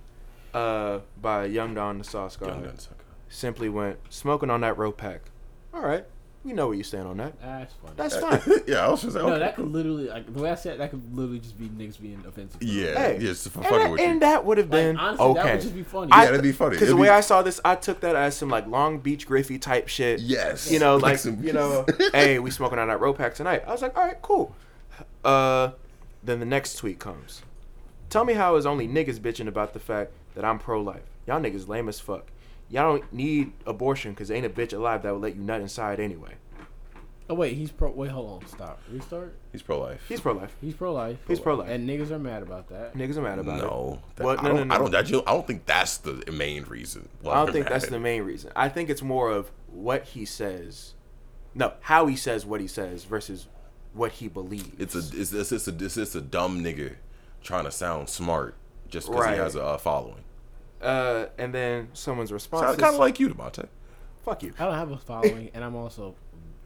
[SPEAKER 3] uh, by Young Don the Sauce
[SPEAKER 1] Young
[SPEAKER 3] God
[SPEAKER 1] Gun sucker.
[SPEAKER 3] simply went smoking on that rope pack. All right, we know where you stand on that.
[SPEAKER 4] That's funny.
[SPEAKER 1] Uh,
[SPEAKER 3] That's fine.
[SPEAKER 1] yeah, I was just like,
[SPEAKER 4] no,
[SPEAKER 1] okay.
[SPEAKER 4] that could literally like the way I said it, that could literally just be niggas being offensive.
[SPEAKER 1] yeah,
[SPEAKER 3] Hey,
[SPEAKER 1] just for
[SPEAKER 3] and,
[SPEAKER 1] fucking
[SPEAKER 3] that,
[SPEAKER 1] with you.
[SPEAKER 3] and that would have been
[SPEAKER 4] honestly,
[SPEAKER 3] okay.
[SPEAKER 4] that would just be funny.
[SPEAKER 1] yeah,
[SPEAKER 3] I-
[SPEAKER 1] that'd be funny.
[SPEAKER 3] Because the
[SPEAKER 1] It'd
[SPEAKER 3] way
[SPEAKER 1] be-
[SPEAKER 3] I saw this, I took that as some like Long Beach Griffey type shit.
[SPEAKER 1] Yes.
[SPEAKER 3] You know,
[SPEAKER 1] Like
[SPEAKER 3] like,
[SPEAKER 1] some-
[SPEAKER 3] you know, uh, hey, we smoking on that road pack tonight. I was like, all right, cool. Uh, then the next tweet comes. Tell me how is only niggas bitching about the fact that I'm pro life. Y'all niggas lame as fuck. Y'all don't need abortion because ain't a bitch alive that would let you nut inside anyway.
[SPEAKER 4] Oh wait, he's pro. Wait, hold on, stop. Restart.
[SPEAKER 1] he's pro life.
[SPEAKER 3] He's pro life.
[SPEAKER 4] He's pro life.
[SPEAKER 3] He's pro-life.
[SPEAKER 4] and niggas are mad about that.
[SPEAKER 3] Niggas are mad about it.
[SPEAKER 1] no, that-
[SPEAKER 3] What?
[SPEAKER 1] I
[SPEAKER 3] No,
[SPEAKER 1] don't,
[SPEAKER 3] no, no.
[SPEAKER 1] I don't. That, you, I don't think that's the main reason. why
[SPEAKER 3] I
[SPEAKER 1] we're
[SPEAKER 3] don't think that's
[SPEAKER 1] mad.
[SPEAKER 3] the main reason. I think it's more of what he says, no, how he says what he says versus what he believes.
[SPEAKER 1] It's a. It's, it's, it's a. It's, it's a dumb nigga trying to sound smart just because
[SPEAKER 3] Right.
[SPEAKER 1] he has a uh, following.
[SPEAKER 3] uh, and then someone's response
[SPEAKER 1] Sounds
[SPEAKER 3] is
[SPEAKER 1] kind of like you, Demonte.
[SPEAKER 3] "Fuck you."
[SPEAKER 4] I don't have a following, and I'm also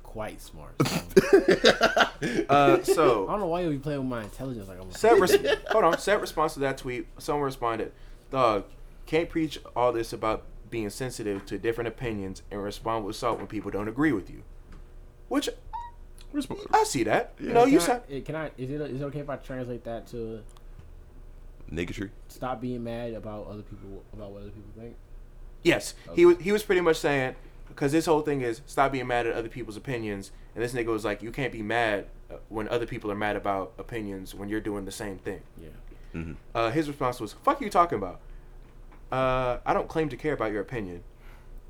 [SPEAKER 4] quite smart. So
[SPEAKER 3] Uh,
[SPEAKER 4] I
[SPEAKER 3] so
[SPEAKER 4] don't know why you be playing with my intelligence like I'm.
[SPEAKER 3] set res- hold on. Set response to that tweet. Someone responded, "Dog, can't preach all this about being sensitive to different opinions and respond with salt when people don't agree with you." Which I see that. No, you
[SPEAKER 4] can
[SPEAKER 3] said
[SPEAKER 4] I, eh, can I? Is it is it okay if I translate that to
[SPEAKER 1] Niggatry.
[SPEAKER 4] stop being mad about other people about what other people think?
[SPEAKER 3] Yes, he was. He was pretty much saying because this whole thing is stop being mad at other people's opinions, and this nigga was like, you can't be mad uh, when other people are mad about opinions when you're doing the same thing.
[SPEAKER 4] Yeah.
[SPEAKER 3] Uh, his response was, "Fuck you talking about." uh, I don't claim to care about your opinion.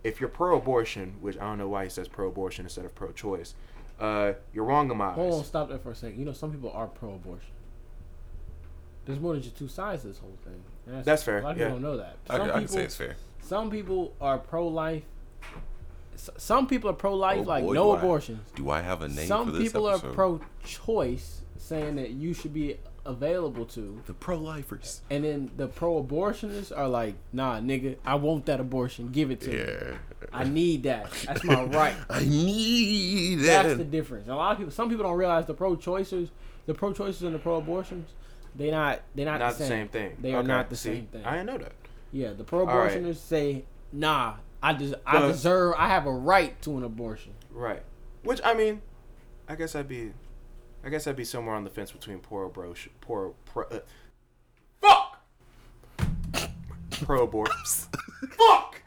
[SPEAKER 3] If you're pro-abortion, which I don't know why he says pro-abortion instead of pro-choice, uh, you're wrong in my
[SPEAKER 4] Hold on,
[SPEAKER 3] eyes.
[SPEAKER 4] stop there for a second. You know, some people are pro-abortion. There's more than just two sides to this whole thing. And
[SPEAKER 3] That's fair,
[SPEAKER 4] A lot of
[SPEAKER 3] yeah.
[SPEAKER 4] people don't know that.
[SPEAKER 1] I,
[SPEAKER 4] Some
[SPEAKER 1] I can
[SPEAKER 4] people,
[SPEAKER 1] say it's fair.
[SPEAKER 4] some people are pro-life. S- Some people are pro-life,
[SPEAKER 1] Oh,
[SPEAKER 4] like
[SPEAKER 1] boy,
[SPEAKER 4] no
[SPEAKER 1] do I-
[SPEAKER 4] abortions.
[SPEAKER 1] Do I have a name for
[SPEAKER 4] Some
[SPEAKER 1] this
[SPEAKER 4] people
[SPEAKER 1] episode?
[SPEAKER 4] are pro-choice, saying that you should be available to,
[SPEAKER 1] the pro-lifers.
[SPEAKER 4] and then the pro-abortionists are like, "Nah, nigga, I want that abortion. Give it to me.
[SPEAKER 1] Yeah.
[SPEAKER 4] I need that. That's my right."
[SPEAKER 1] I need
[SPEAKER 4] That's the
[SPEAKER 1] that.
[SPEAKER 4] difference. And a lot of people, some people don't realize the pro-choicers, the pro-choicers and the pro-abortions, they not they not,
[SPEAKER 3] Not the same thing.
[SPEAKER 4] They are
[SPEAKER 3] Okay,
[SPEAKER 4] not the
[SPEAKER 3] see?
[SPEAKER 4] same thing.
[SPEAKER 3] I didn't know that.
[SPEAKER 4] yeah, the pro-abortionists say, "Nah, I des- I
[SPEAKER 3] But-
[SPEAKER 4] deserve, I have a right to an abortion."
[SPEAKER 3] Right. Which I mean, I guess I'd be, I guess I'd be somewhere on the fence between pro bro, pro pro, uh, fuck, pro abortion, fuck,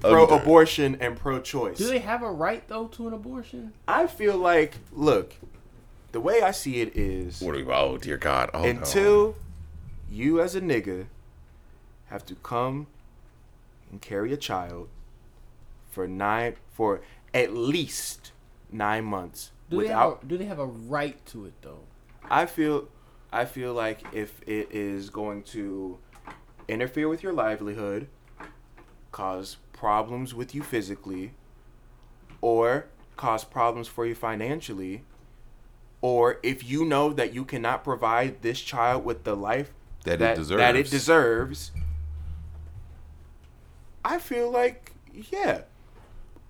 [SPEAKER 3] pro abortion and pro choice.
[SPEAKER 4] Do they have a right though to an abortion?
[SPEAKER 3] I feel like, look, the way I see it is,
[SPEAKER 1] What are you- Oh dear God! Oh, no.
[SPEAKER 3] until you as a nigga have to come and carry a child for nine for at least nine months
[SPEAKER 4] Do they
[SPEAKER 3] without
[SPEAKER 4] have a, do they have a right to it though?
[SPEAKER 3] I feel I feel like if it is going to interfere with your livelihood, cause problems with you physically, or cause problems for you financially, or if you know that you cannot provide this child with the life
[SPEAKER 1] That it
[SPEAKER 3] that it
[SPEAKER 1] deserves.
[SPEAKER 3] deserves, I feel like yeah.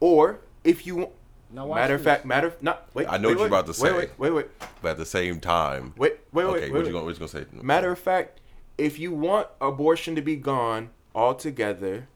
[SPEAKER 3] Or if you
[SPEAKER 4] Now, watch
[SPEAKER 3] matter of
[SPEAKER 4] this.
[SPEAKER 3] fact matter not wait
[SPEAKER 1] I know what
[SPEAKER 3] wait,
[SPEAKER 1] you're
[SPEAKER 3] wait,
[SPEAKER 1] about to
[SPEAKER 3] wait,
[SPEAKER 1] say.
[SPEAKER 3] wait wait wait
[SPEAKER 1] but at the same time,
[SPEAKER 3] Wait, wait, wait,
[SPEAKER 1] okay,
[SPEAKER 3] wait.
[SPEAKER 1] what
[SPEAKER 3] wait.
[SPEAKER 1] you gonna what you gonna say?
[SPEAKER 3] Matter of fact, if you want abortion to be gone altogether,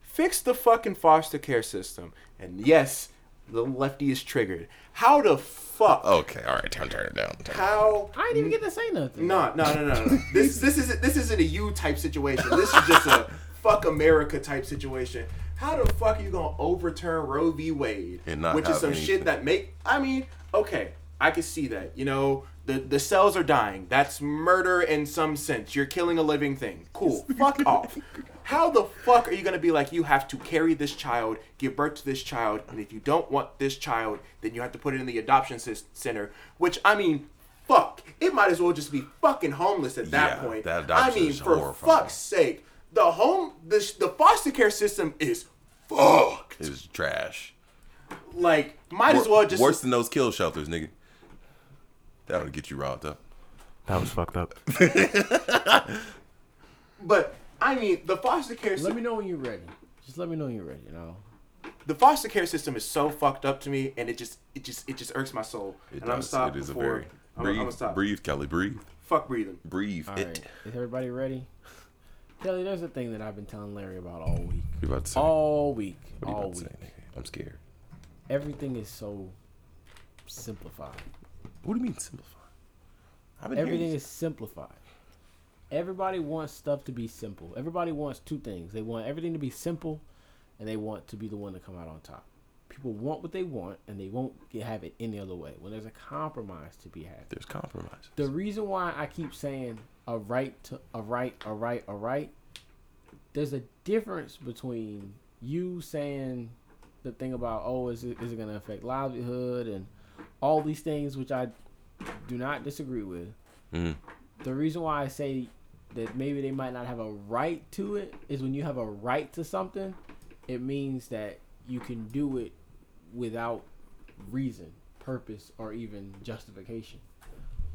[SPEAKER 3] fix the fucking foster care system. And yes, the lefty is triggered. How the fuck?
[SPEAKER 1] Okay, all right, turn turn it down. Turn.
[SPEAKER 3] How?
[SPEAKER 4] I didn't even get to say nothing.
[SPEAKER 3] No, no, no, no, no. this this isn't this isn't a you type situation. This is just a fuck America type situation. How the fuck are you gonna overturn Roe v. Wade,
[SPEAKER 1] And not
[SPEAKER 3] which is
[SPEAKER 1] have
[SPEAKER 3] some
[SPEAKER 1] anything.
[SPEAKER 3] shit that make? I mean, okay, I can see that. You know, the the cells are dying. That's murder in some sense. You're killing a living thing. Cool. fuck off. How the fuck are you gonna be like you have to carry this child, give birth to this child, and if you don't want this child, then you have to put it in the adoption sys- center? Which I mean, fuck. It might as well just be fucking homeless at that
[SPEAKER 1] Yeah,
[SPEAKER 3] point.
[SPEAKER 1] that
[SPEAKER 3] I
[SPEAKER 1] adoption
[SPEAKER 3] mean,
[SPEAKER 1] is
[SPEAKER 3] for
[SPEAKER 1] horrifying.
[SPEAKER 3] fuck's sake, the home, the, sh- the foster care system is fucked.
[SPEAKER 1] It's trash.
[SPEAKER 3] Like, might as well just
[SPEAKER 1] worse than those kill shelters, nigga. That'll get you robbed up.
[SPEAKER 9] That was fucked up.
[SPEAKER 3] But I mean, the foster care
[SPEAKER 4] Let me
[SPEAKER 3] system,
[SPEAKER 4] know when you're ready. Just let me know when you're ready. You know.
[SPEAKER 3] the foster care system is so fucked up to me, and it just it just it just irks my soul. and I'm stop
[SPEAKER 1] It is
[SPEAKER 3] before
[SPEAKER 1] a very
[SPEAKER 3] I'm,
[SPEAKER 1] breathe,
[SPEAKER 3] I'm gonna stop.
[SPEAKER 1] breathe, Kelly, breathe,
[SPEAKER 3] Fuck breathing.
[SPEAKER 1] breathe.
[SPEAKER 4] All
[SPEAKER 1] it.
[SPEAKER 4] right, is everybody ready? Kelly, there's a thing that I've been telling Larry about all week.
[SPEAKER 1] What you about to say?
[SPEAKER 4] All week.
[SPEAKER 1] What you
[SPEAKER 4] All
[SPEAKER 1] about to
[SPEAKER 4] week.
[SPEAKER 1] say, nigga? I'm scared.
[SPEAKER 4] everything is so simplified.
[SPEAKER 1] What do you mean simplify? I've been hearing
[SPEAKER 4] Everything
[SPEAKER 1] you-
[SPEAKER 4] is simplified. Everybody wants stuff to be simple. Everybody wants two things. They want everything to be simple, and they want to be the one to come out on top. People want what they want, and they won't get- have it any other way. When there's a compromise to be had,
[SPEAKER 1] there's compromise.
[SPEAKER 4] the reason why I keep saying a right to a right, a right, a right, there's a difference between you saying the thing about oh is it is it gonna affect livelihood and all these things which I do not disagree with. The reason why I say that maybe they might not have a right to it is when you have a right to something, it means that you can do it without reason, purpose, or even justification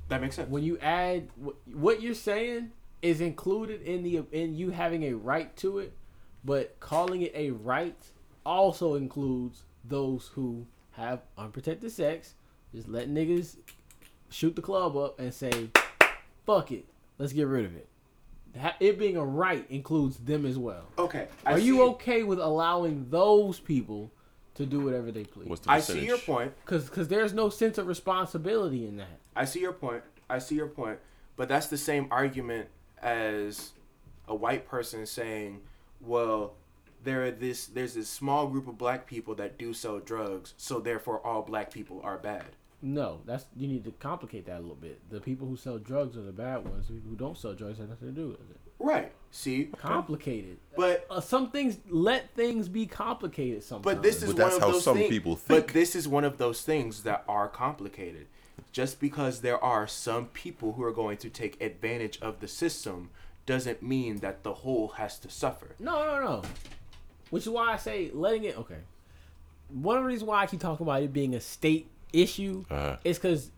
[SPEAKER 3] That makes sense.
[SPEAKER 4] when you add wh- what you're saying is included in the in you having a right to it, but calling it a right also includes those who have unprotected sex. Just let niggas shoot the club up and say, "Fuck it, let's get rid of it." Ha- It being a right includes them as well.
[SPEAKER 3] Okay.
[SPEAKER 4] Are
[SPEAKER 3] see-
[SPEAKER 4] you okay with allowing those people to do whatever they please?
[SPEAKER 1] What's the
[SPEAKER 3] I see your
[SPEAKER 1] percentage?
[SPEAKER 3] point.
[SPEAKER 4] Because there's no sense of responsibility in that.
[SPEAKER 3] I see your point. I see your point. But that's the same argument as a white person saying, "Well, there are this there's this small group of black people that do sell drugs, so therefore all black people are bad."
[SPEAKER 4] No, that's you need to complicate that a little bit. The people who sell drugs are the bad ones. The people who don't sell drugs have nothing to do with it.
[SPEAKER 3] Right. See,
[SPEAKER 4] Complicated.
[SPEAKER 3] but
[SPEAKER 4] Uh, some things let things be complicated. Sometimes.
[SPEAKER 3] But this is
[SPEAKER 1] But
[SPEAKER 3] one
[SPEAKER 1] that's
[SPEAKER 3] of
[SPEAKER 1] how
[SPEAKER 3] those
[SPEAKER 1] some
[SPEAKER 3] things-
[SPEAKER 1] people
[SPEAKER 3] But
[SPEAKER 1] think.
[SPEAKER 3] this is one of those things that are complicated. Just because there are some people who are going to take advantage of the system doesn't mean that the whole has to suffer.
[SPEAKER 4] No, no, no. Which is why I say letting it. Okay. One of the reasons why I keep talking about it being a state issue
[SPEAKER 1] Uh-huh.
[SPEAKER 4] is because,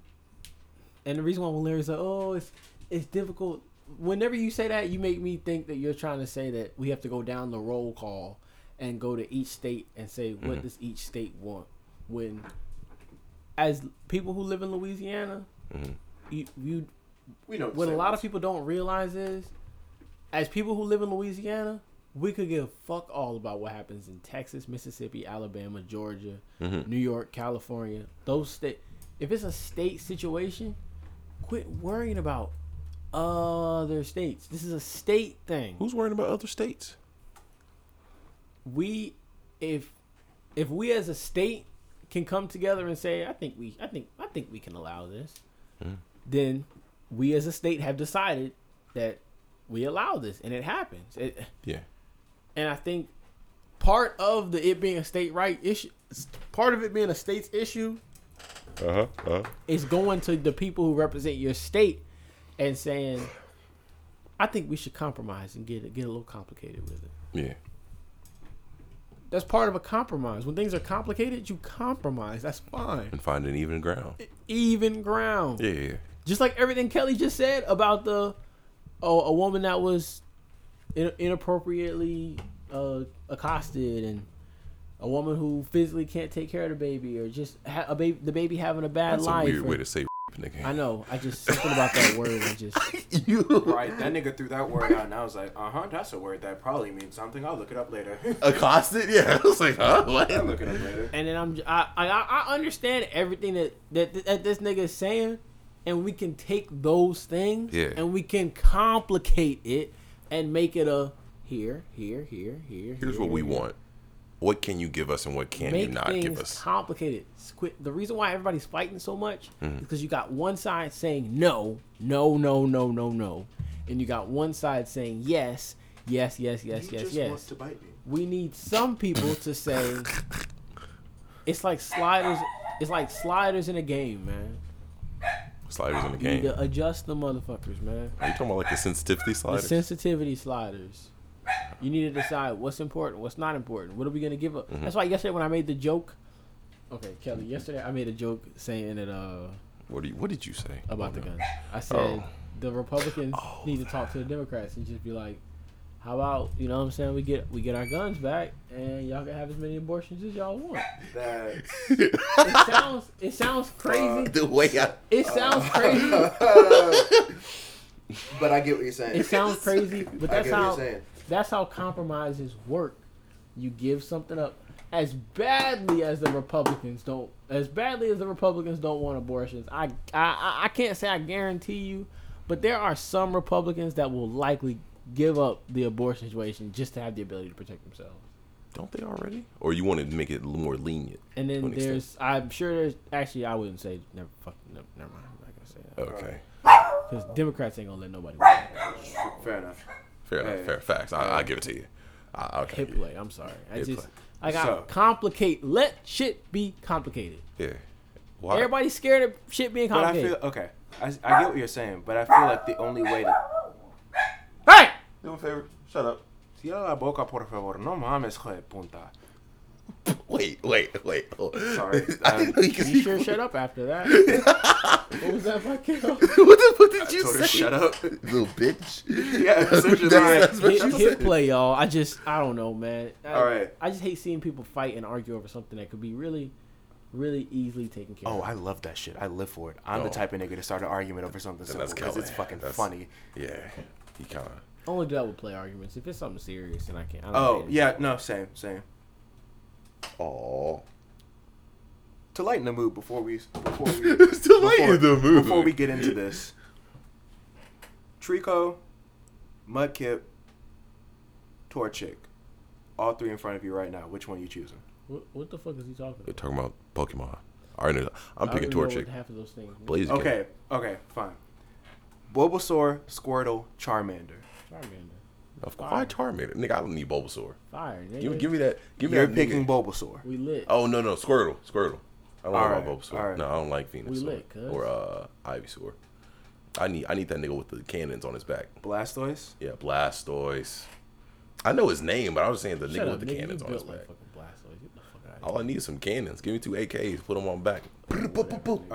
[SPEAKER 4] and the reason why when Larry's like, "Oh, it's it's difficult." Whenever you say that, you make me think that you're trying to say that we have to go down the roll call and go to each state and say what does each state want. When, as people who live in Louisiana, you, you
[SPEAKER 3] We know
[SPEAKER 4] what a lot of people don't realize is, as people who live in Louisiana, we could give a fuck all about what happens in Texas, Mississippi, Alabama, Georgia, New York, California. Those state, if it's a state situation, quit worrying about other states. This is a state thing.
[SPEAKER 1] Who's worrying about other states?
[SPEAKER 4] We, if, if we as a state can come together and say, I think we, I think, I think we can allow this, then we as a state have decided that we allow this, and it happens. It,
[SPEAKER 1] Yeah.
[SPEAKER 4] and I think part of the it being a state right issue, part of it being a state's issue,
[SPEAKER 1] Uh huh. Uh-huh.
[SPEAKER 4] is going to the people who represent your state and saying, "I think we should compromise and get it, get a little complicated with it."
[SPEAKER 1] Yeah.
[SPEAKER 4] That's part of a compromise. When things are complicated, you compromise. That's fine.
[SPEAKER 1] And find an even ground.
[SPEAKER 4] Even ground.
[SPEAKER 1] Yeah. yeah.
[SPEAKER 4] just like everything Kelly just said about the oh, a woman that was in, inappropriately uh, accosted and a woman who physically can't take care of the baby or just ha- a baby the baby having a bad
[SPEAKER 1] That's a
[SPEAKER 4] life.
[SPEAKER 1] weird
[SPEAKER 4] or-
[SPEAKER 1] way to say nigga.
[SPEAKER 4] I know. I just something about that word. I just
[SPEAKER 3] Right, that nigga threw that word out, and I was like, uh huh, that's a word that probably means something. I'll look it up later.
[SPEAKER 1] Accosted? Yeah. I was like, huh? What?
[SPEAKER 3] I'll look it up later.
[SPEAKER 4] and then I'm j- I I, I understand everything that, that that this nigga is saying, and we can take those things
[SPEAKER 1] Yeah.
[SPEAKER 4] and we can complicate it and make it a here here here here.
[SPEAKER 1] Here's
[SPEAKER 4] here,
[SPEAKER 1] what we
[SPEAKER 4] here.
[SPEAKER 1] want. What can you give us and what can
[SPEAKER 4] make
[SPEAKER 1] you not
[SPEAKER 4] things
[SPEAKER 1] give us?
[SPEAKER 4] complicated. It's Quit. The reason why everybody's fighting so much
[SPEAKER 1] Mm-hmm.
[SPEAKER 4] is because you got one side saying no, no, no, no, no, no, and you got one side saying yes, yes, yes, yes,
[SPEAKER 3] he
[SPEAKER 4] yes,
[SPEAKER 3] just
[SPEAKER 4] yes.
[SPEAKER 3] wants to bite me.
[SPEAKER 4] We need some people to say it's like sliders. It's like sliders in a game, man.
[SPEAKER 1] Sliders in the
[SPEAKER 4] You need
[SPEAKER 1] game.
[SPEAKER 4] to adjust the motherfuckers, man.
[SPEAKER 1] Are you talking about like the sensitivity
[SPEAKER 4] The
[SPEAKER 1] sliders?
[SPEAKER 4] sensitivity sliders. You need to decide what's important, what's not important. What are we gonna give up?
[SPEAKER 1] Mm-hmm.
[SPEAKER 4] That's why yesterday when I made the joke, okay, Kelly. Yesterday I made a joke saying that uh
[SPEAKER 1] what, do you, what did you say? Oh,
[SPEAKER 4] about the guns. I said the Republicans need to talk to the Democrats and just be like, how about you know what I'm saying we get we get our guns back and y'all can have as many abortions as y'all want.
[SPEAKER 3] That
[SPEAKER 4] It sounds it sounds
[SPEAKER 3] Uh,
[SPEAKER 4] crazy.
[SPEAKER 1] The way I.
[SPEAKER 4] It sounds crazy.
[SPEAKER 3] but I get what you're saying.
[SPEAKER 4] It sounds crazy, but
[SPEAKER 3] I
[SPEAKER 4] that's
[SPEAKER 3] get what you're
[SPEAKER 4] how
[SPEAKER 3] saying.
[SPEAKER 4] that's how compromises work. You give something up. As badly as the Republicans don't, as badly as the Republicans don't want abortions, I, I- I, I can't say I guarantee you, but there are some Republicans that will likely give up the abortion situation just to have the ability to protect themselves.
[SPEAKER 1] Don't they already? Or you want to make it more lenient?
[SPEAKER 4] And
[SPEAKER 1] to
[SPEAKER 4] then
[SPEAKER 1] an extent?
[SPEAKER 4] there's, I'm sure there's, actually, I wouldn't say never, fuck, never, never mind, I'm not gonna say that
[SPEAKER 1] Okay.
[SPEAKER 4] because Democrats ain't gonna let nobody win.
[SPEAKER 3] Fair enough.
[SPEAKER 1] Fair enough.
[SPEAKER 3] Hey.
[SPEAKER 1] Fair facts. I, I give it to you. I, okay.
[SPEAKER 4] Hit play. I'm sorry. I
[SPEAKER 1] Hit
[SPEAKER 4] just
[SPEAKER 1] play.
[SPEAKER 4] I got
[SPEAKER 3] So-
[SPEAKER 4] complicate. Let shit be complicated.
[SPEAKER 1] Yeah. Why?
[SPEAKER 4] Everybody's scared of shit being
[SPEAKER 3] But I
[SPEAKER 4] complicated.
[SPEAKER 3] feel, okay, I, I get what you're saying, but I feel like the only way to
[SPEAKER 4] Hey,
[SPEAKER 1] Do a favor. Shut up.
[SPEAKER 3] Cierra la boca, por favor. No mames, hijo de punta.
[SPEAKER 1] Wait, wait, wait. hold-
[SPEAKER 3] Sorry.
[SPEAKER 1] I didn't know you could
[SPEAKER 4] you
[SPEAKER 1] speak.
[SPEAKER 4] sure shut up after that. what was that fucking?
[SPEAKER 1] What the fuck did you
[SPEAKER 3] Told
[SPEAKER 1] say?
[SPEAKER 3] her shut up.
[SPEAKER 1] Little bitch.
[SPEAKER 3] yeah, essentially.
[SPEAKER 1] That's-
[SPEAKER 3] right.
[SPEAKER 1] that's-
[SPEAKER 4] Hit, hit play, y'all. I just I don't know, man. I,
[SPEAKER 3] All right.
[SPEAKER 4] I just hate seeing people fight and argue over something that could be really, really easily taken care
[SPEAKER 3] Oh,
[SPEAKER 4] of.
[SPEAKER 3] I love that shit. I live for it. I'm the
[SPEAKER 1] Oh.
[SPEAKER 3] type of nigga to start an argument over something simple
[SPEAKER 1] that's
[SPEAKER 3] because it's
[SPEAKER 1] Kelly.
[SPEAKER 3] fucking
[SPEAKER 1] That's-
[SPEAKER 3] funny.
[SPEAKER 1] Yeah. He kind of.
[SPEAKER 4] I only do that with play arguments. If it's something serious, and I can't. I don't
[SPEAKER 3] Oh,
[SPEAKER 4] know.
[SPEAKER 3] yeah, no, same, same.
[SPEAKER 1] Oh.
[SPEAKER 3] To lighten the mood before we before we
[SPEAKER 1] It's too late
[SPEAKER 3] before,
[SPEAKER 1] in the movie.
[SPEAKER 3] before we get into this. Trico, Mudkip, Torchic. All three in front of you right now. Which one you choosing?
[SPEAKER 4] What, what the fuck is he talking
[SPEAKER 1] They're
[SPEAKER 4] about?
[SPEAKER 1] talking about Pokemon. All right, no, I'm
[SPEAKER 4] I
[SPEAKER 1] picking
[SPEAKER 4] don't know what
[SPEAKER 1] Torchic.
[SPEAKER 4] Half of those things. mean.
[SPEAKER 1] Blaziken.
[SPEAKER 3] Okay, okay, fine. Bulbasaur, Squirtle, Charmander.
[SPEAKER 4] Charmander.
[SPEAKER 1] Of course, why Charmander? Nigga, I don't need Bulbasaur.
[SPEAKER 4] Fire. Nigga.
[SPEAKER 1] Give, give me that. Give me
[SPEAKER 3] You're
[SPEAKER 1] that.
[SPEAKER 3] picking
[SPEAKER 1] nigga.
[SPEAKER 3] Bulbasaur.
[SPEAKER 4] we lit.
[SPEAKER 1] Oh no no Squirtle Squirtle. I don't like
[SPEAKER 3] Alright,
[SPEAKER 1] my Bulbasaur.
[SPEAKER 3] alright.
[SPEAKER 1] No, I don't like Venus
[SPEAKER 4] lit, cuz.
[SPEAKER 1] or uh, Ivysaur. I need I need that nigga with the cannons on his back.
[SPEAKER 3] Blastoise.
[SPEAKER 1] Yeah, Blastoise. I know his name, but I was saying the
[SPEAKER 4] Shut
[SPEAKER 1] nigga
[SPEAKER 4] up,
[SPEAKER 1] with the
[SPEAKER 4] nigga.
[SPEAKER 1] cannons
[SPEAKER 4] you
[SPEAKER 1] on his
[SPEAKER 4] built
[SPEAKER 1] back.
[SPEAKER 4] like fucking Blastoise. Get the fuck out of here.
[SPEAKER 1] All I need is some cannons. Give me two AKs. Put them on back.
[SPEAKER 3] All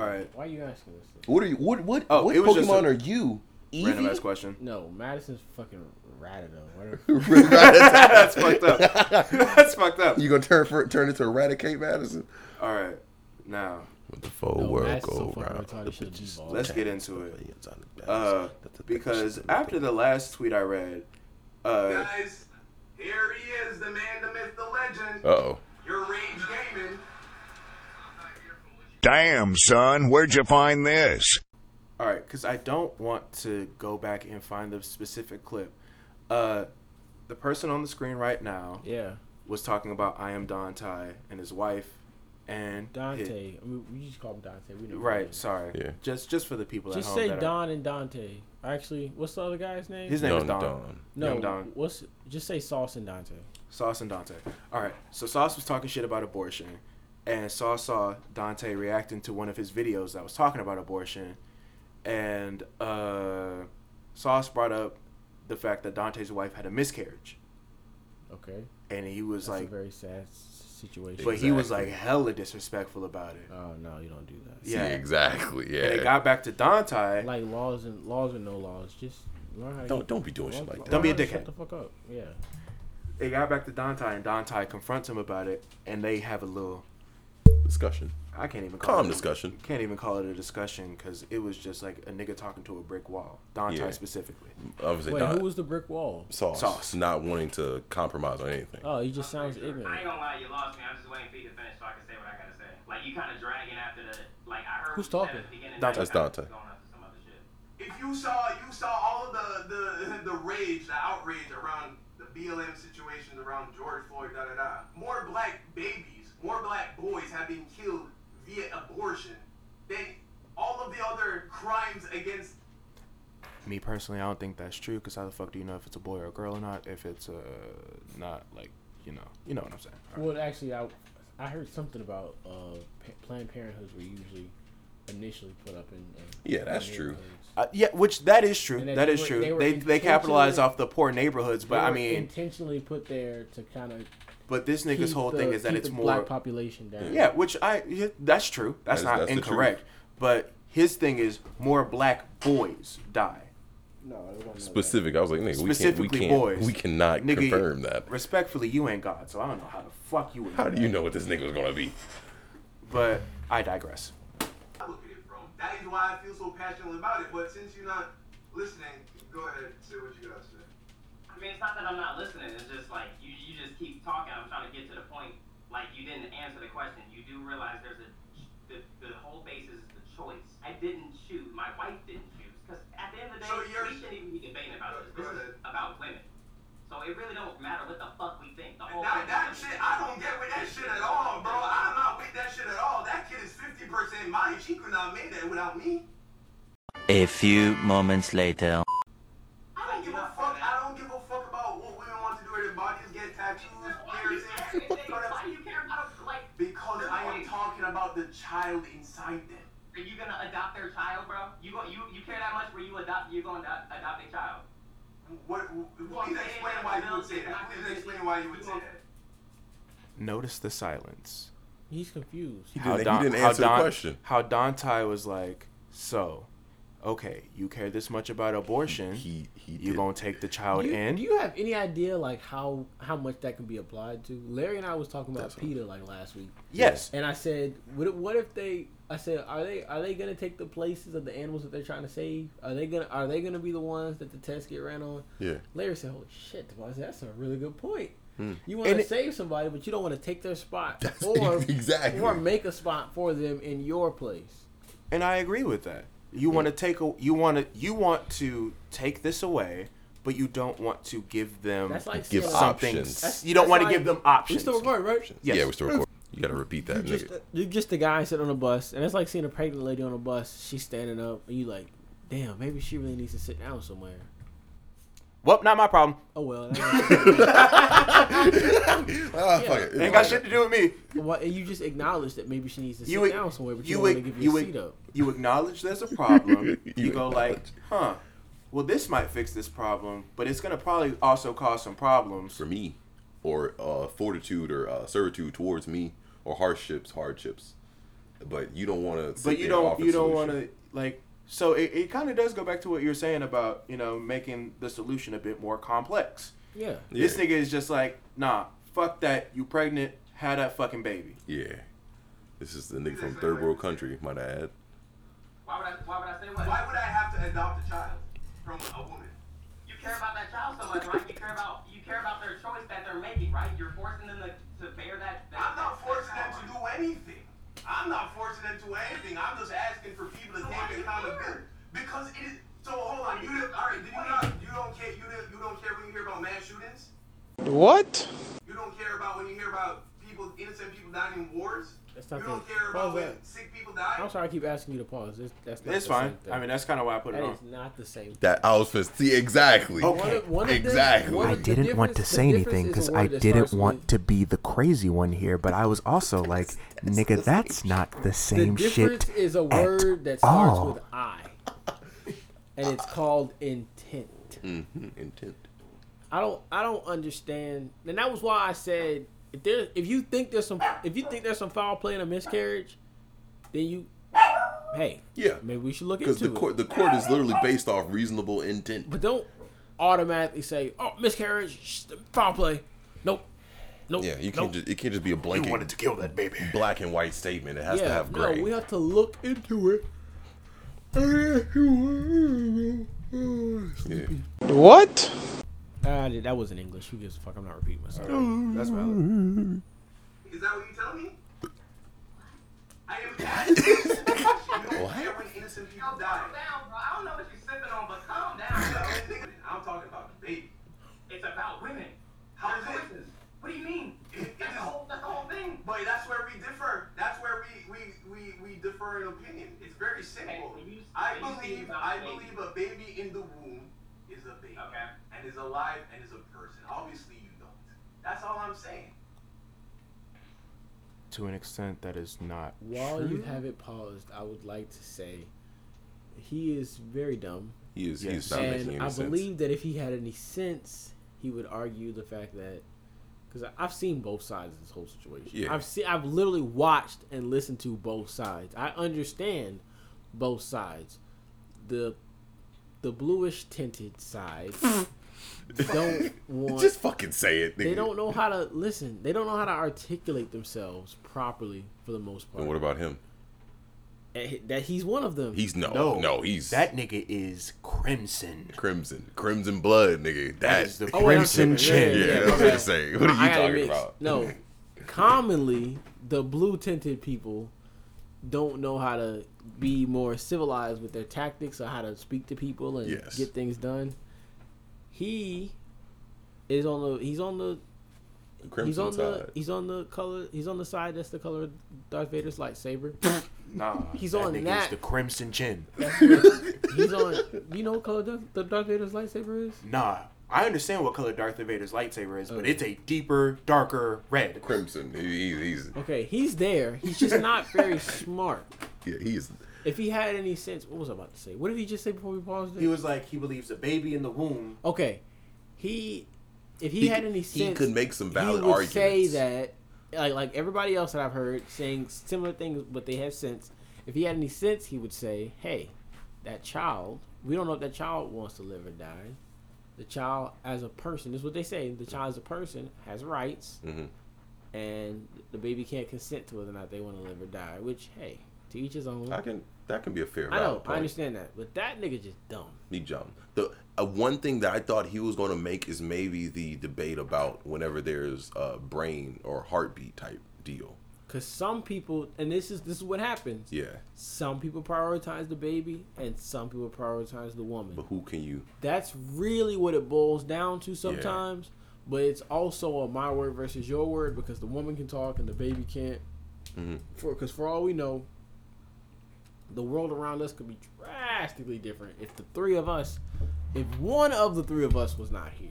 [SPEAKER 3] right.
[SPEAKER 4] Why you asking us? this?
[SPEAKER 1] What are you? What what?
[SPEAKER 3] Oh,
[SPEAKER 1] what
[SPEAKER 3] it was just
[SPEAKER 1] Pokemon
[SPEAKER 3] a-
[SPEAKER 1] are you?
[SPEAKER 3] Random ass
[SPEAKER 1] Eevee.
[SPEAKER 3] question.
[SPEAKER 4] No, Madison's fucking ratted up. Whatever.
[SPEAKER 3] That's fucked up. That's fucked up.
[SPEAKER 1] You gonna turn for, turn into Eradicate Madison?
[SPEAKER 3] All right. Now
[SPEAKER 1] With the full
[SPEAKER 4] No,
[SPEAKER 1] world
[SPEAKER 4] Madison's
[SPEAKER 1] go
[SPEAKER 4] so fucking
[SPEAKER 1] round.
[SPEAKER 4] retarded,
[SPEAKER 1] The
[SPEAKER 4] should've
[SPEAKER 1] bitches
[SPEAKER 4] devolved.
[SPEAKER 3] let's
[SPEAKER 1] tap
[SPEAKER 3] get into it.
[SPEAKER 1] millions on the
[SPEAKER 3] Uh,
[SPEAKER 1] Madison. That's the thing
[SPEAKER 3] because
[SPEAKER 1] she-
[SPEAKER 3] after the last tweet I read, uh,
[SPEAKER 10] Guys, here he is, the man, the myth, the legend.
[SPEAKER 1] Uh-oh.
[SPEAKER 10] Your Rage Gaming.
[SPEAKER 6] Damn, son, where'd you find this?
[SPEAKER 3] all right, because I don't want to go back and find the specific clip. Uh, the person on the screen right now
[SPEAKER 4] yeah,
[SPEAKER 3] was talking about I am Dante and his wife and
[SPEAKER 4] Dante.
[SPEAKER 3] his-
[SPEAKER 4] I mean, we just call him Dante. We know. his name.
[SPEAKER 3] right, sorry.
[SPEAKER 1] Yeah.
[SPEAKER 3] Just just for the people at
[SPEAKER 4] Just
[SPEAKER 3] home.
[SPEAKER 4] say
[SPEAKER 3] that are-
[SPEAKER 4] Don and Dante. Actually, what's the other guy's name?
[SPEAKER 3] his name is
[SPEAKER 1] Young
[SPEAKER 3] Don.
[SPEAKER 1] Don.
[SPEAKER 4] no,
[SPEAKER 3] Young Don.
[SPEAKER 4] what's just say Sauce and Dante.
[SPEAKER 3] Sauce and Dante. All right. So Sauce was talking shit about abortion, and Sauce saw Dante reacting to one of his videos that was talking about abortion, and uh, Sauce brought up the fact that Dante's wife had a miscarriage,
[SPEAKER 4] Okay,
[SPEAKER 3] and he was
[SPEAKER 4] it's a
[SPEAKER 3] like,
[SPEAKER 4] very sad s- situation.
[SPEAKER 3] but he was like
[SPEAKER 1] Exactly.
[SPEAKER 3] hella disrespectful about it.
[SPEAKER 4] oh no, you don't do that.
[SPEAKER 1] Yeah,
[SPEAKER 3] Yeah.
[SPEAKER 1] exactly. Yeah.
[SPEAKER 3] And it got back to Dante.
[SPEAKER 4] Like laws and laws and no laws. Just learn how to
[SPEAKER 1] Don't
[SPEAKER 4] get-
[SPEAKER 1] don't be doing shit
[SPEAKER 4] learn-
[SPEAKER 1] like that.
[SPEAKER 3] Don't be a
[SPEAKER 4] learn how to Shut
[SPEAKER 3] dickhead.
[SPEAKER 4] the fuck up. Yeah.
[SPEAKER 3] It got back to Dante, and Dante confronts him about it, and they have a little.
[SPEAKER 1] discussion.
[SPEAKER 3] I can't even call
[SPEAKER 1] Calm
[SPEAKER 3] it a-
[SPEAKER 1] discussion.
[SPEAKER 3] Can't even call it a discussion because it was just like a nigga talking to a brick wall. Dante
[SPEAKER 1] Yeah.
[SPEAKER 3] specifically.
[SPEAKER 1] I was
[SPEAKER 4] Wait,
[SPEAKER 1] not
[SPEAKER 4] who was the brick wall?
[SPEAKER 1] sauce,
[SPEAKER 3] Sauce.
[SPEAKER 1] not wanting to compromise on anything.
[SPEAKER 4] Oh, he just sounds ignorant.
[SPEAKER 10] gonna lie, you lost me. I'm just waiting for you to finish so I can say what I gotta say. Like you kind of dragging after the, like I heard.
[SPEAKER 4] Who's what you said at talking? the
[SPEAKER 1] That's Dante.
[SPEAKER 10] If you saw, you saw all of the the the rage, the outrage around the BLM situations around George Floyd, da da da. More black babies, more black boys have been killed via abortion than all of the other crimes against
[SPEAKER 3] Me personally, I don't think that's true. Cause how the fuck do you know if it's a boy or a girl or not? If it's uh not like you know, you know what I'm saying. All right.
[SPEAKER 4] Well, actually, I I heard something about uh, Pa- Planned Parenthoods were usually initially put up in. uh, in
[SPEAKER 1] Yeah, that's
[SPEAKER 4] in
[SPEAKER 1] true.
[SPEAKER 4] neighborhoods.
[SPEAKER 3] Uh, yeah, which that is true.
[SPEAKER 4] And that
[SPEAKER 3] that
[SPEAKER 4] they
[SPEAKER 3] is
[SPEAKER 4] were-
[SPEAKER 3] true.
[SPEAKER 4] they
[SPEAKER 3] They
[SPEAKER 4] were
[SPEAKER 3] they,
[SPEAKER 4] intentionally-
[SPEAKER 3] capitalize off the poor neighborhoods, but
[SPEAKER 4] They
[SPEAKER 3] I
[SPEAKER 4] were
[SPEAKER 3] mean,
[SPEAKER 4] intentionally put there to kind of.
[SPEAKER 3] but this nigga's whole thing is that it's
[SPEAKER 4] the
[SPEAKER 3] more.
[SPEAKER 4] black population down.
[SPEAKER 3] yeah, which I yeah, that's true. That's
[SPEAKER 1] That's-
[SPEAKER 3] not
[SPEAKER 1] that's the
[SPEAKER 3] incorrect.
[SPEAKER 1] truth.
[SPEAKER 3] But his thing is more black boys die.
[SPEAKER 4] No, it wasn't
[SPEAKER 1] Specific. I was like, nigga, we can't, we
[SPEAKER 3] Specifically
[SPEAKER 1] can't,
[SPEAKER 3] boys.
[SPEAKER 1] we cannot
[SPEAKER 3] Nigga,
[SPEAKER 1] confirm that.
[SPEAKER 3] Respectfully, you ain't God, so I don't know how the fuck you would.
[SPEAKER 1] How do you know what this nigga was gonna be?
[SPEAKER 3] But I digress.
[SPEAKER 10] I look at it from. That is why I feel so passionately about it. But since you're not listening, go ahead and say what you gotta say.
[SPEAKER 11] I mean, it's not that I'm not listening. It's just like you, you just keep talking. I'm trying to get to the point. Like you didn't answer the question. You do realize there's a the, the whole basis is the choice. I didn't choose. My wife didn't choose. Because at the end of the day,
[SPEAKER 10] So you're-
[SPEAKER 11] we shouldn't even be debating about this.
[SPEAKER 10] Go
[SPEAKER 11] This is
[SPEAKER 10] ahead.
[SPEAKER 11] about women. So it really don't matter what the fuck we think. The whole thing
[SPEAKER 10] That, that
[SPEAKER 11] is-
[SPEAKER 10] shit, I don't get with that shit at all, bro. I'm not with that shit at all. That kid is 50% mine. She could not have made that without me.
[SPEAKER 7] A few moments later.
[SPEAKER 10] I don't give a fuck. I don't give a fuck about what women want to do with their bodies, get tattoos,
[SPEAKER 11] Why do you care?
[SPEAKER 10] piercings.
[SPEAKER 11] Why do you care about like?
[SPEAKER 10] Because I am
[SPEAKER 11] talking.
[SPEAKER 10] talking about the child inside them.
[SPEAKER 11] Are you gonna adopt their child, bro? You go, you you care that much where you adopt you gonna adopt, adopt a child?
[SPEAKER 10] What, please explain why you would say that. Please explain why you would say that.
[SPEAKER 3] Notice the silence.
[SPEAKER 4] He's confused.
[SPEAKER 1] He didn't, he didn't answer the question.
[SPEAKER 3] How Dante was like, so, okay, you care this much about abortion.
[SPEAKER 1] He he
[SPEAKER 3] you
[SPEAKER 1] did.
[SPEAKER 3] gonna take the child
[SPEAKER 4] You-
[SPEAKER 3] in?
[SPEAKER 4] do you have any idea like how how much that can be applied to? Larry and I was talking about
[SPEAKER 1] That's what-
[SPEAKER 4] PETA like last week.
[SPEAKER 3] yes.
[SPEAKER 4] And I said, what, if- what if they? I said, are they are they gonna take the places of the animals that they're trying to save? Are they gonna are they gonna be the ones that the tests get ran on?
[SPEAKER 1] Yeah.
[SPEAKER 4] Larry said, holy shit, Tobias, that's a really good point.
[SPEAKER 3] Hmm.
[SPEAKER 4] You want to
[SPEAKER 3] it-
[SPEAKER 4] save somebody, but you don't want to take their spot
[SPEAKER 1] That's
[SPEAKER 4] or
[SPEAKER 1] exactly.
[SPEAKER 4] or make a spot for them in your place.
[SPEAKER 3] And I agree with that. You want to take a, you want to you want to take this away, but you don't want to give them
[SPEAKER 4] That's like
[SPEAKER 1] Give
[SPEAKER 4] saying,
[SPEAKER 1] options.
[SPEAKER 3] something.
[SPEAKER 1] That's-
[SPEAKER 3] you don't
[SPEAKER 4] that's
[SPEAKER 3] want
[SPEAKER 4] like-
[SPEAKER 3] to give them
[SPEAKER 4] We
[SPEAKER 3] options.
[SPEAKER 4] still recording, right?
[SPEAKER 3] Yes.
[SPEAKER 1] Yeah, we still recording. You gotta repeat that,
[SPEAKER 4] Just,
[SPEAKER 1] nigga.
[SPEAKER 4] you're just the guy sitting on a bus, and it's like seeing a pregnant lady on a bus. She's standing up, and you like, Damn, maybe she really needs to sit down somewhere.
[SPEAKER 3] Well, not my problem.
[SPEAKER 4] Oh well.
[SPEAKER 3] Ah, fuck it. Ain't got shit to do with me.
[SPEAKER 4] Well, you just acknowledge that maybe she needs to sit
[SPEAKER 3] You ag-
[SPEAKER 4] down somewhere, but you,
[SPEAKER 3] you
[SPEAKER 4] want to
[SPEAKER 3] ag-
[SPEAKER 4] give your
[SPEAKER 3] you
[SPEAKER 4] seat
[SPEAKER 3] ag-
[SPEAKER 4] up.
[SPEAKER 3] You acknowledge there's a problem. you,
[SPEAKER 4] You
[SPEAKER 3] go like, huh? Well, this might fix this problem, but it's gonna probably also cause some problems
[SPEAKER 1] for me, or uh, fortitude or uh, servitude towards me, or hardships, hardships. But you don't want to.
[SPEAKER 3] but you don't you don't want to like so it, it kind of does go back to what you were saying about you know making the solution a bit more complex
[SPEAKER 4] Yeah.
[SPEAKER 3] this
[SPEAKER 1] Yeah.
[SPEAKER 3] nigga is just like nah fuck that you pregnant had that fucking baby
[SPEAKER 1] Yeah, this is the nigga from third world country, might I add.
[SPEAKER 11] Why would I? Why would I say what? Why would I have to adopt a child from a woman? You care about that child so much, right? You care about you care about their choice that they're making, right? You're forcing them to, to bear that. that I'm not forcing them to do anything.
[SPEAKER 10] I'm not forcing them to do anything. I'm just asking for people to take accountability. Because it is. So hold on. You did, all right. Did you not? You don't care. You did, You don't care when you hear about mass shootings.
[SPEAKER 12] What?
[SPEAKER 10] You don't care about when you hear about people, innocent people dying in wars.
[SPEAKER 4] That's not
[SPEAKER 10] you don't
[SPEAKER 4] the-
[SPEAKER 10] care
[SPEAKER 4] pause
[SPEAKER 10] about when
[SPEAKER 4] that.
[SPEAKER 10] sick people die.
[SPEAKER 4] I'm sorry, I keep asking you to pause. It's, that's not
[SPEAKER 3] It's
[SPEAKER 4] the
[SPEAKER 3] fine.
[SPEAKER 4] Same thing.
[SPEAKER 3] I mean, that's kinda why I put it on.
[SPEAKER 4] That is not the same.
[SPEAKER 1] That I was supposed to see exactly.
[SPEAKER 4] One of- one of the-
[SPEAKER 1] exactly.
[SPEAKER 4] one
[SPEAKER 9] I
[SPEAKER 4] of the
[SPEAKER 9] didn't want to
[SPEAKER 4] difference- the
[SPEAKER 9] say
[SPEAKER 4] difference
[SPEAKER 9] anything
[SPEAKER 4] is a
[SPEAKER 9] because
[SPEAKER 4] word
[SPEAKER 9] I
[SPEAKER 4] that
[SPEAKER 9] didn't
[SPEAKER 4] starts
[SPEAKER 9] want to be the crazy one here, but I was also like, nigga, that's not the
[SPEAKER 4] The
[SPEAKER 9] same
[SPEAKER 4] difference
[SPEAKER 9] shit.
[SPEAKER 4] is a
[SPEAKER 9] at
[SPEAKER 4] word that starts
[SPEAKER 9] all.
[SPEAKER 4] with I, and it's called intent.
[SPEAKER 1] Mm-hmm. Intent.
[SPEAKER 4] I don't I don't understand, and that was why I said if there if you think there's some if you think there's some foul play in a miscarriage, then you hey
[SPEAKER 1] yeah
[SPEAKER 4] maybe we should look into
[SPEAKER 1] Because the
[SPEAKER 4] it.
[SPEAKER 1] court, the court is literally based off reasonable intent.
[SPEAKER 4] But don't automatically say oh miscarriage sh- foul play. Nope. Nope.
[SPEAKER 1] Yeah, you can't.
[SPEAKER 4] nope.
[SPEAKER 1] Just, it can't just be a blanket.
[SPEAKER 4] wanted
[SPEAKER 1] to kill that baby. Black and white statement. It has to have gray.
[SPEAKER 4] No, we have to look into it.
[SPEAKER 1] Yeah.
[SPEAKER 4] What? Ah, dude, that wasn't English. Who gives a fuck? I'm not repeating myself.
[SPEAKER 3] That's
[SPEAKER 4] Mm-hmm. valid.
[SPEAKER 10] Is that what you tell me? I am asking. you don't care when innocent people die.
[SPEAKER 11] Calm down, bro. I don't know what you're sipping on, but calm down. bro.
[SPEAKER 10] I'm talking about the baby.
[SPEAKER 11] It's about women.
[SPEAKER 10] How is it?
[SPEAKER 11] What do you mean?
[SPEAKER 10] That's the whole,
[SPEAKER 11] that's the whole thing.
[SPEAKER 10] But that's where we differ. That's where we we we, we differ in opinion. It's very simple. I
[SPEAKER 11] when you speak
[SPEAKER 10] believe
[SPEAKER 11] about
[SPEAKER 10] I
[SPEAKER 11] baby-
[SPEAKER 10] believe a baby in the womb is a baby and is alive and is a person. Obviously, you don't. That's all I'm saying.
[SPEAKER 9] To an extent that is not
[SPEAKER 4] While you
[SPEAKER 9] true.
[SPEAKER 4] have it paused, I would like to say he is very dumb.
[SPEAKER 1] He is- he is Yes. not making
[SPEAKER 4] And
[SPEAKER 1] any
[SPEAKER 4] I
[SPEAKER 1] sense.
[SPEAKER 4] believe that if he had any sense, he would argue the fact that because I've seen both sides of this whole situation.
[SPEAKER 1] Yeah.
[SPEAKER 4] I've seen, I've literally watched and listened to both sides. I understand both sides. The the bluish tinted side don't want
[SPEAKER 1] Just fucking say it.
[SPEAKER 4] They
[SPEAKER 1] nigga.
[SPEAKER 4] don't know how to listen. They don't know how to articulate themselves properly for the most part.
[SPEAKER 1] And what about him?
[SPEAKER 4] And that he's one of them.
[SPEAKER 1] He's no,
[SPEAKER 4] No.
[SPEAKER 1] no, he's
[SPEAKER 9] that nigga is crimson,
[SPEAKER 1] crimson, crimson blood, nigga. That is
[SPEAKER 9] the
[SPEAKER 4] Oh, wait, I'm
[SPEAKER 9] crimson
[SPEAKER 4] tripping.
[SPEAKER 9] chin.
[SPEAKER 1] Yeah,
[SPEAKER 4] my
[SPEAKER 1] that's what I'm
[SPEAKER 4] bad.
[SPEAKER 1] saying. What are you
[SPEAKER 4] No, I got it
[SPEAKER 1] talking
[SPEAKER 4] mixed.
[SPEAKER 1] about?
[SPEAKER 4] No, commonly the blue tinted people don't know how to be more civilized with their tactics or how to speak to people and
[SPEAKER 1] Yes.
[SPEAKER 4] get things done. He is on the. He's on the.
[SPEAKER 1] The crimson
[SPEAKER 4] he's on
[SPEAKER 1] side.
[SPEAKER 4] the. He's on the color. He's on the side that's the color of Darth Vader's lightsaber.
[SPEAKER 3] nah
[SPEAKER 4] He's
[SPEAKER 9] that
[SPEAKER 4] on
[SPEAKER 9] nigga
[SPEAKER 4] that.
[SPEAKER 9] is the crimson chin.
[SPEAKER 4] He's on. You know what color Darth- the Darth Vader's lightsaber is?
[SPEAKER 3] nah I understand what color Darth Vader's lightsaber is, but
[SPEAKER 4] Okay.
[SPEAKER 3] it's a deeper, darker red.
[SPEAKER 1] Crimson. He, he, he's
[SPEAKER 4] Okay, he's there. He's just not very smart.
[SPEAKER 1] yeah, he's
[SPEAKER 4] If he had any sense, what was I about to say? What did he just say before we paused? It?
[SPEAKER 3] He was like, he believes a baby in the womb.
[SPEAKER 4] okay, he if he,
[SPEAKER 1] He
[SPEAKER 4] had
[SPEAKER 1] could-
[SPEAKER 4] any
[SPEAKER 1] he
[SPEAKER 4] sense,
[SPEAKER 1] could make some valid
[SPEAKER 4] he would Say
[SPEAKER 1] arguments.
[SPEAKER 4] that, like like everybody else that I've heard saying similar things, but they have sense. If he had any sense, he would say, "Hey, that child. We don't know if that child wants to live or die. The child, as a person, this is what they say. The child, as a person, has rights."
[SPEAKER 1] Mhm.
[SPEAKER 4] And the baby can't consent to whether or not they want to live or die. Which, hey, to each his own.
[SPEAKER 1] I can that can be a fair.
[SPEAKER 4] I know,
[SPEAKER 1] valid
[SPEAKER 4] I
[SPEAKER 1] point.
[SPEAKER 4] understand that, but that nigga just dumb.
[SPEAKER 1] He jumped. The uh, one thing that I thought he was going to make is maybe the debate about whenever there's a brain or heartbeat type deal.
[SPEAKER 4] Cause some people, and this is this is what happens.
[SPEAKER 1] Yeah.
[SPEAKER 4] Some people prioritize the baby, and some people prioritize the woman.
[SPEAKER 1] But who can you?
[SPEAKER 4] That's really what it boils down to sometimes. But it's also a my word versus your word because the woman can talk and the baby can't.
[SPEAKER 1] Mhm.
[SPEAKER 4] For because for all we know, the world around us could be trash. drastically different if the three of us, if one of the three of us was not here.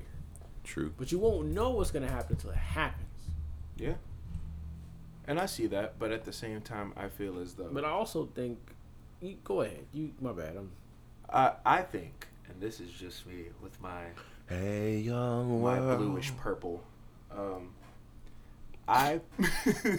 [SPEAKER 1] True.
[SPEAKER 4] But you won't know what's gonna happen until it happens.
[SPEAKER 3] Yeah. And I see that, but at the same time, I feel as though.
[SPEAKER 4] But I also think, you, go ahead. You, my bad. I'm
[SPEAKER 3] I, I think, and this is just me with my
[SPEAKER 1] hey young
[SPEAKER 3] my
[SPEAKER 1] world.
[SPEAKER 3] bluish purple. Um, I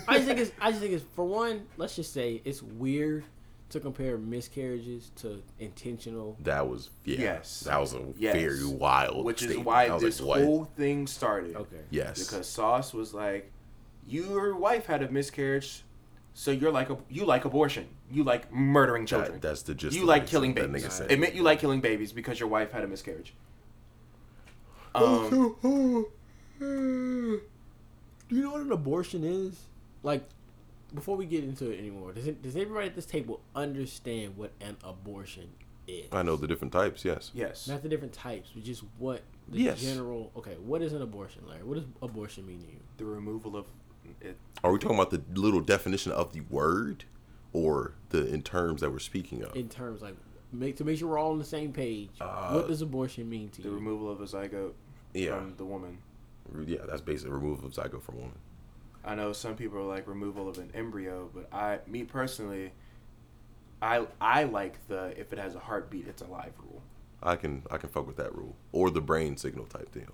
[SPEAKER 4] I just think it's. I just think it's. For one, let's just say it's weird to compare miscarriages to intentional.
[SPEAKER 1] That was yeah.
[SPEAKER 3] Yes.
[SPEAKER 1] That was a
[SPEAKER 3] Yes.
[SPEAKER 1] very wild.
[SPEAKER 3] which is
[SPEAKER 1] statement. I
[SPEAKER 3] why
[SPEAKER 1] was
[SPEAKER 3] this
[SPEAKER 1] like, what?
[SPEAKER 3] whole thing started.
[SPEAKER 4] Okay.
[SPEAKER 1] yes.
[SPEAKER 3] because Sauce was like, your wife had a miscarriage, so you're like a, you like abortion, you like murdering
[SPEAKER 1] That-
[SPEAKER 3] children,
[SPEAKER 1] that's the gist.
[SPEAKER 3] you
[SPEAKER 1] of
[SPEAKER 3] like
[SPEAKER 1] what he-
[SPEAKER 3] killing
[SPEAKER 1] that nigga
[SPEAKER 3] babies.
[SPEAKER 1] said.
[SPEAKER 3] Admit you like killing babies because your wife had a miscarriage.
[SPEAKER 1] Oh,
[SPEAKER 3] Um,
[SPEAKER 4] Do you know what an abortion is? Like, before we get into it anymore, does it, does everybody at this table understand what an abortion is?
[SPEAKER 1] I know the different types. Yes.
[SPEAKER 3] yes,
[SPEAKER 4] Not the different types, but just what the
[SPEAKER 1] Yes.
[SPEAKER 4] general. Okay, what is an abortion, Larry? What does abortion mean to you?
[SPEAKER 3] the removal of it.
[SPEAKER 1] Are we talking about the little definition of the word, or the in terms that we're speaking of?
[SPEAKER 4] In terms like make to make sure we're all on the same page.
[SPEAKER 1] Uh,
[SPEAKER 4] what does abortion mean to
[SPEAKER 3] The
[SPEAKER 4] you?
[SPEAKER 3] removal of a zygote
[SPEAKER 1] Yeah.
[SPEAKER 3] from the woman.
[SPEAKER 1] yeah. That's basically removal of zygote from woman.
[SPEAKER 3] I know some people are like removal of an embryo, but I, me personally, I I like the if it has a heartbeat, it's alive rule.
[SPEAKER 1] I can I can fuck with that rule or the brain signal type deal.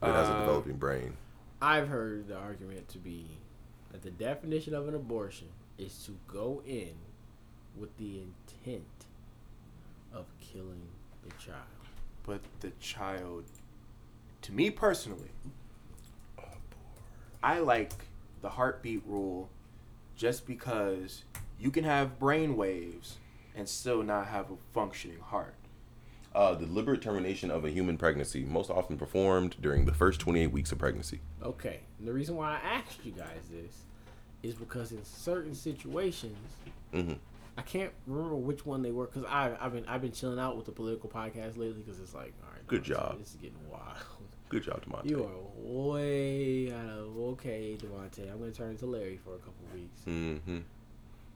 [SPEAKER 1] It has a
[SPEAKER 3] Uh,
[SPEAKER 1] developing brain.
[SPEAKER 4] I've heard the argument to be that the definition of an abortion is to go in with the intent of killing the child.
[SPEAKER 3] but the child to me personally i like the heartbeat rule just because you can have brain waves and still not have a functioning heart
[SPEAKER 1] Uh, deliberate termination of a human pregnancy, most often performed during the first 28 weeks of pregnancy.
[SPEAKER 4] Okay, and the reason why I asked you guys this is because in certain situations,
[SPEAKER 1] Mhm.
[SPEAKER 4] I can't remember which one they were because I've, I've been I've been chilling out with the political podcast lately because it's like, all right,
[SPEAKER 1] Good
[SPEAKER 4] no, this-
[SPEAKER 1] job.
[SPEAKER 4] This is getting wild.
[SPEAKER 1] Good job, Demonte.
[SPEAKER 4] You are way out of okay, Devontae. I'm gonna turn to Larry for a couple weeks.
[SPEAKER 1] Mm-hmm.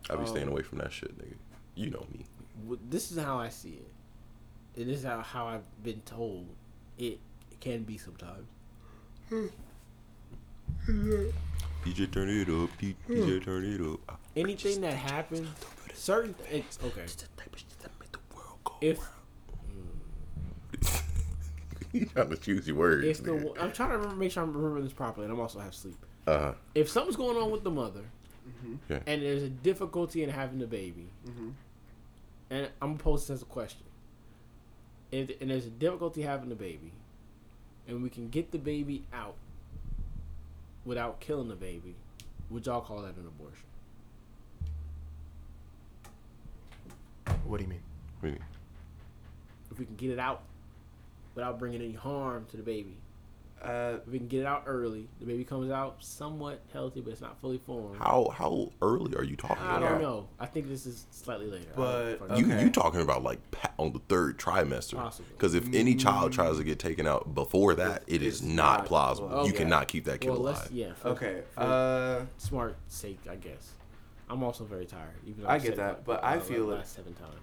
[SPEAKER 1] I'll be staying
[SPEAKER 4] Um,
[SPEAKER 1] away from that shit, nigga. You know me.
[SPEAKER 4] Wh- This is how I see it, and this is how, how I've been told it can be sometimes.
[SPEAKER 1] DJ, turn it up. DJ, turn it up. Ah,
[SPEAKER 4] Anything that happens, certain it's okay.
[SPEAKER 1] It's the type of shit that make the world go.
[SPEAKER 4] If
[SPEAKER 1] you trying to choose your words.
[SPEAKER 4] if the
[SPEAKER 1] nigga.
[SPEAKER 4] I'm trying to remember, make sure I'm remembering this properly, and I'm also have sleep.
[SPEAKER 1] uh,
[SPEAKER 4] If something's going on with the mother,
[SPEAKER 3] Mm-hmm.
[SPEAKER 1] Yeah.
[SPEAKER 4] and there's a difficulty in having the baby, and I'm gonna pose this as a question. If and there's a difficulty having the baby, and we can get the baby out without killing the baby, would y'all call that an abortion?
[SPEAKER 9] What do you mean?
[SPEAKER 1] what do you mean?
[SPEAKER 4] If we can get it out without bringing any harm to the baby,
[SPEAKER 3] uh,
[SPEAKER 4] if we can get it out early, the baby comes out somewhat healthy, but it's not fully formed.
[SPEAKER 1] How how early are you talking?
[SPEAKER 4] I
[SPEAKER 1] about?
[SPEAKER 4] don't know. I think this is slightly later. I
[SPEAKER 3] But,
[SPEAKER 4] don't
[SPEAKER 3] uh,
[SPEAKER 4] fucking-
[SPEAKER 1] You
[SPEAKER 3] Okay.
[SPEAKER 1] you talking about like pa- on the third trimester?
[SPEAKER 4] Possible.
[SPEAKER 1] Because if any child
[SPEAKER 4] Mm.
[SPEAKER 1] tries to get taken out before that, it is
[SPEAKER 3] It's
[SPEAKER 1] not,
[SPEAKER 3] not
[SPEAKER 1] plausible.
[SPEAKER 3] plausible.
[SPEAKER 1] You
[SPEAKER 4] Okay.
[SPEAKER 1] cannot keep that kid
[SPEAKER 4] well,
[SPEAKER 1] alive.
[SPEAKER 4] let's yeah. For,
[SPEAKER 3] okay
[SPEAKER 4] for
[SPEAKER 3] uh,
[SPEAKER 4] smart sake, I guess. I'm also very tired. Even though
[SPEAKER 3] I
[SPEAKER 4] I've
[SPEAKER 3] get
[SPEAKER 4] said
[SPEAKER 3] that,
[SPEAKER 4] it
[SPEAKER 3] but
[SPEAKER 4] like-
[SPEAKER 3] I
[SPEAKER 4] like
[SPEAKER 3] feel it.
[SPEAKER 4] last seven times.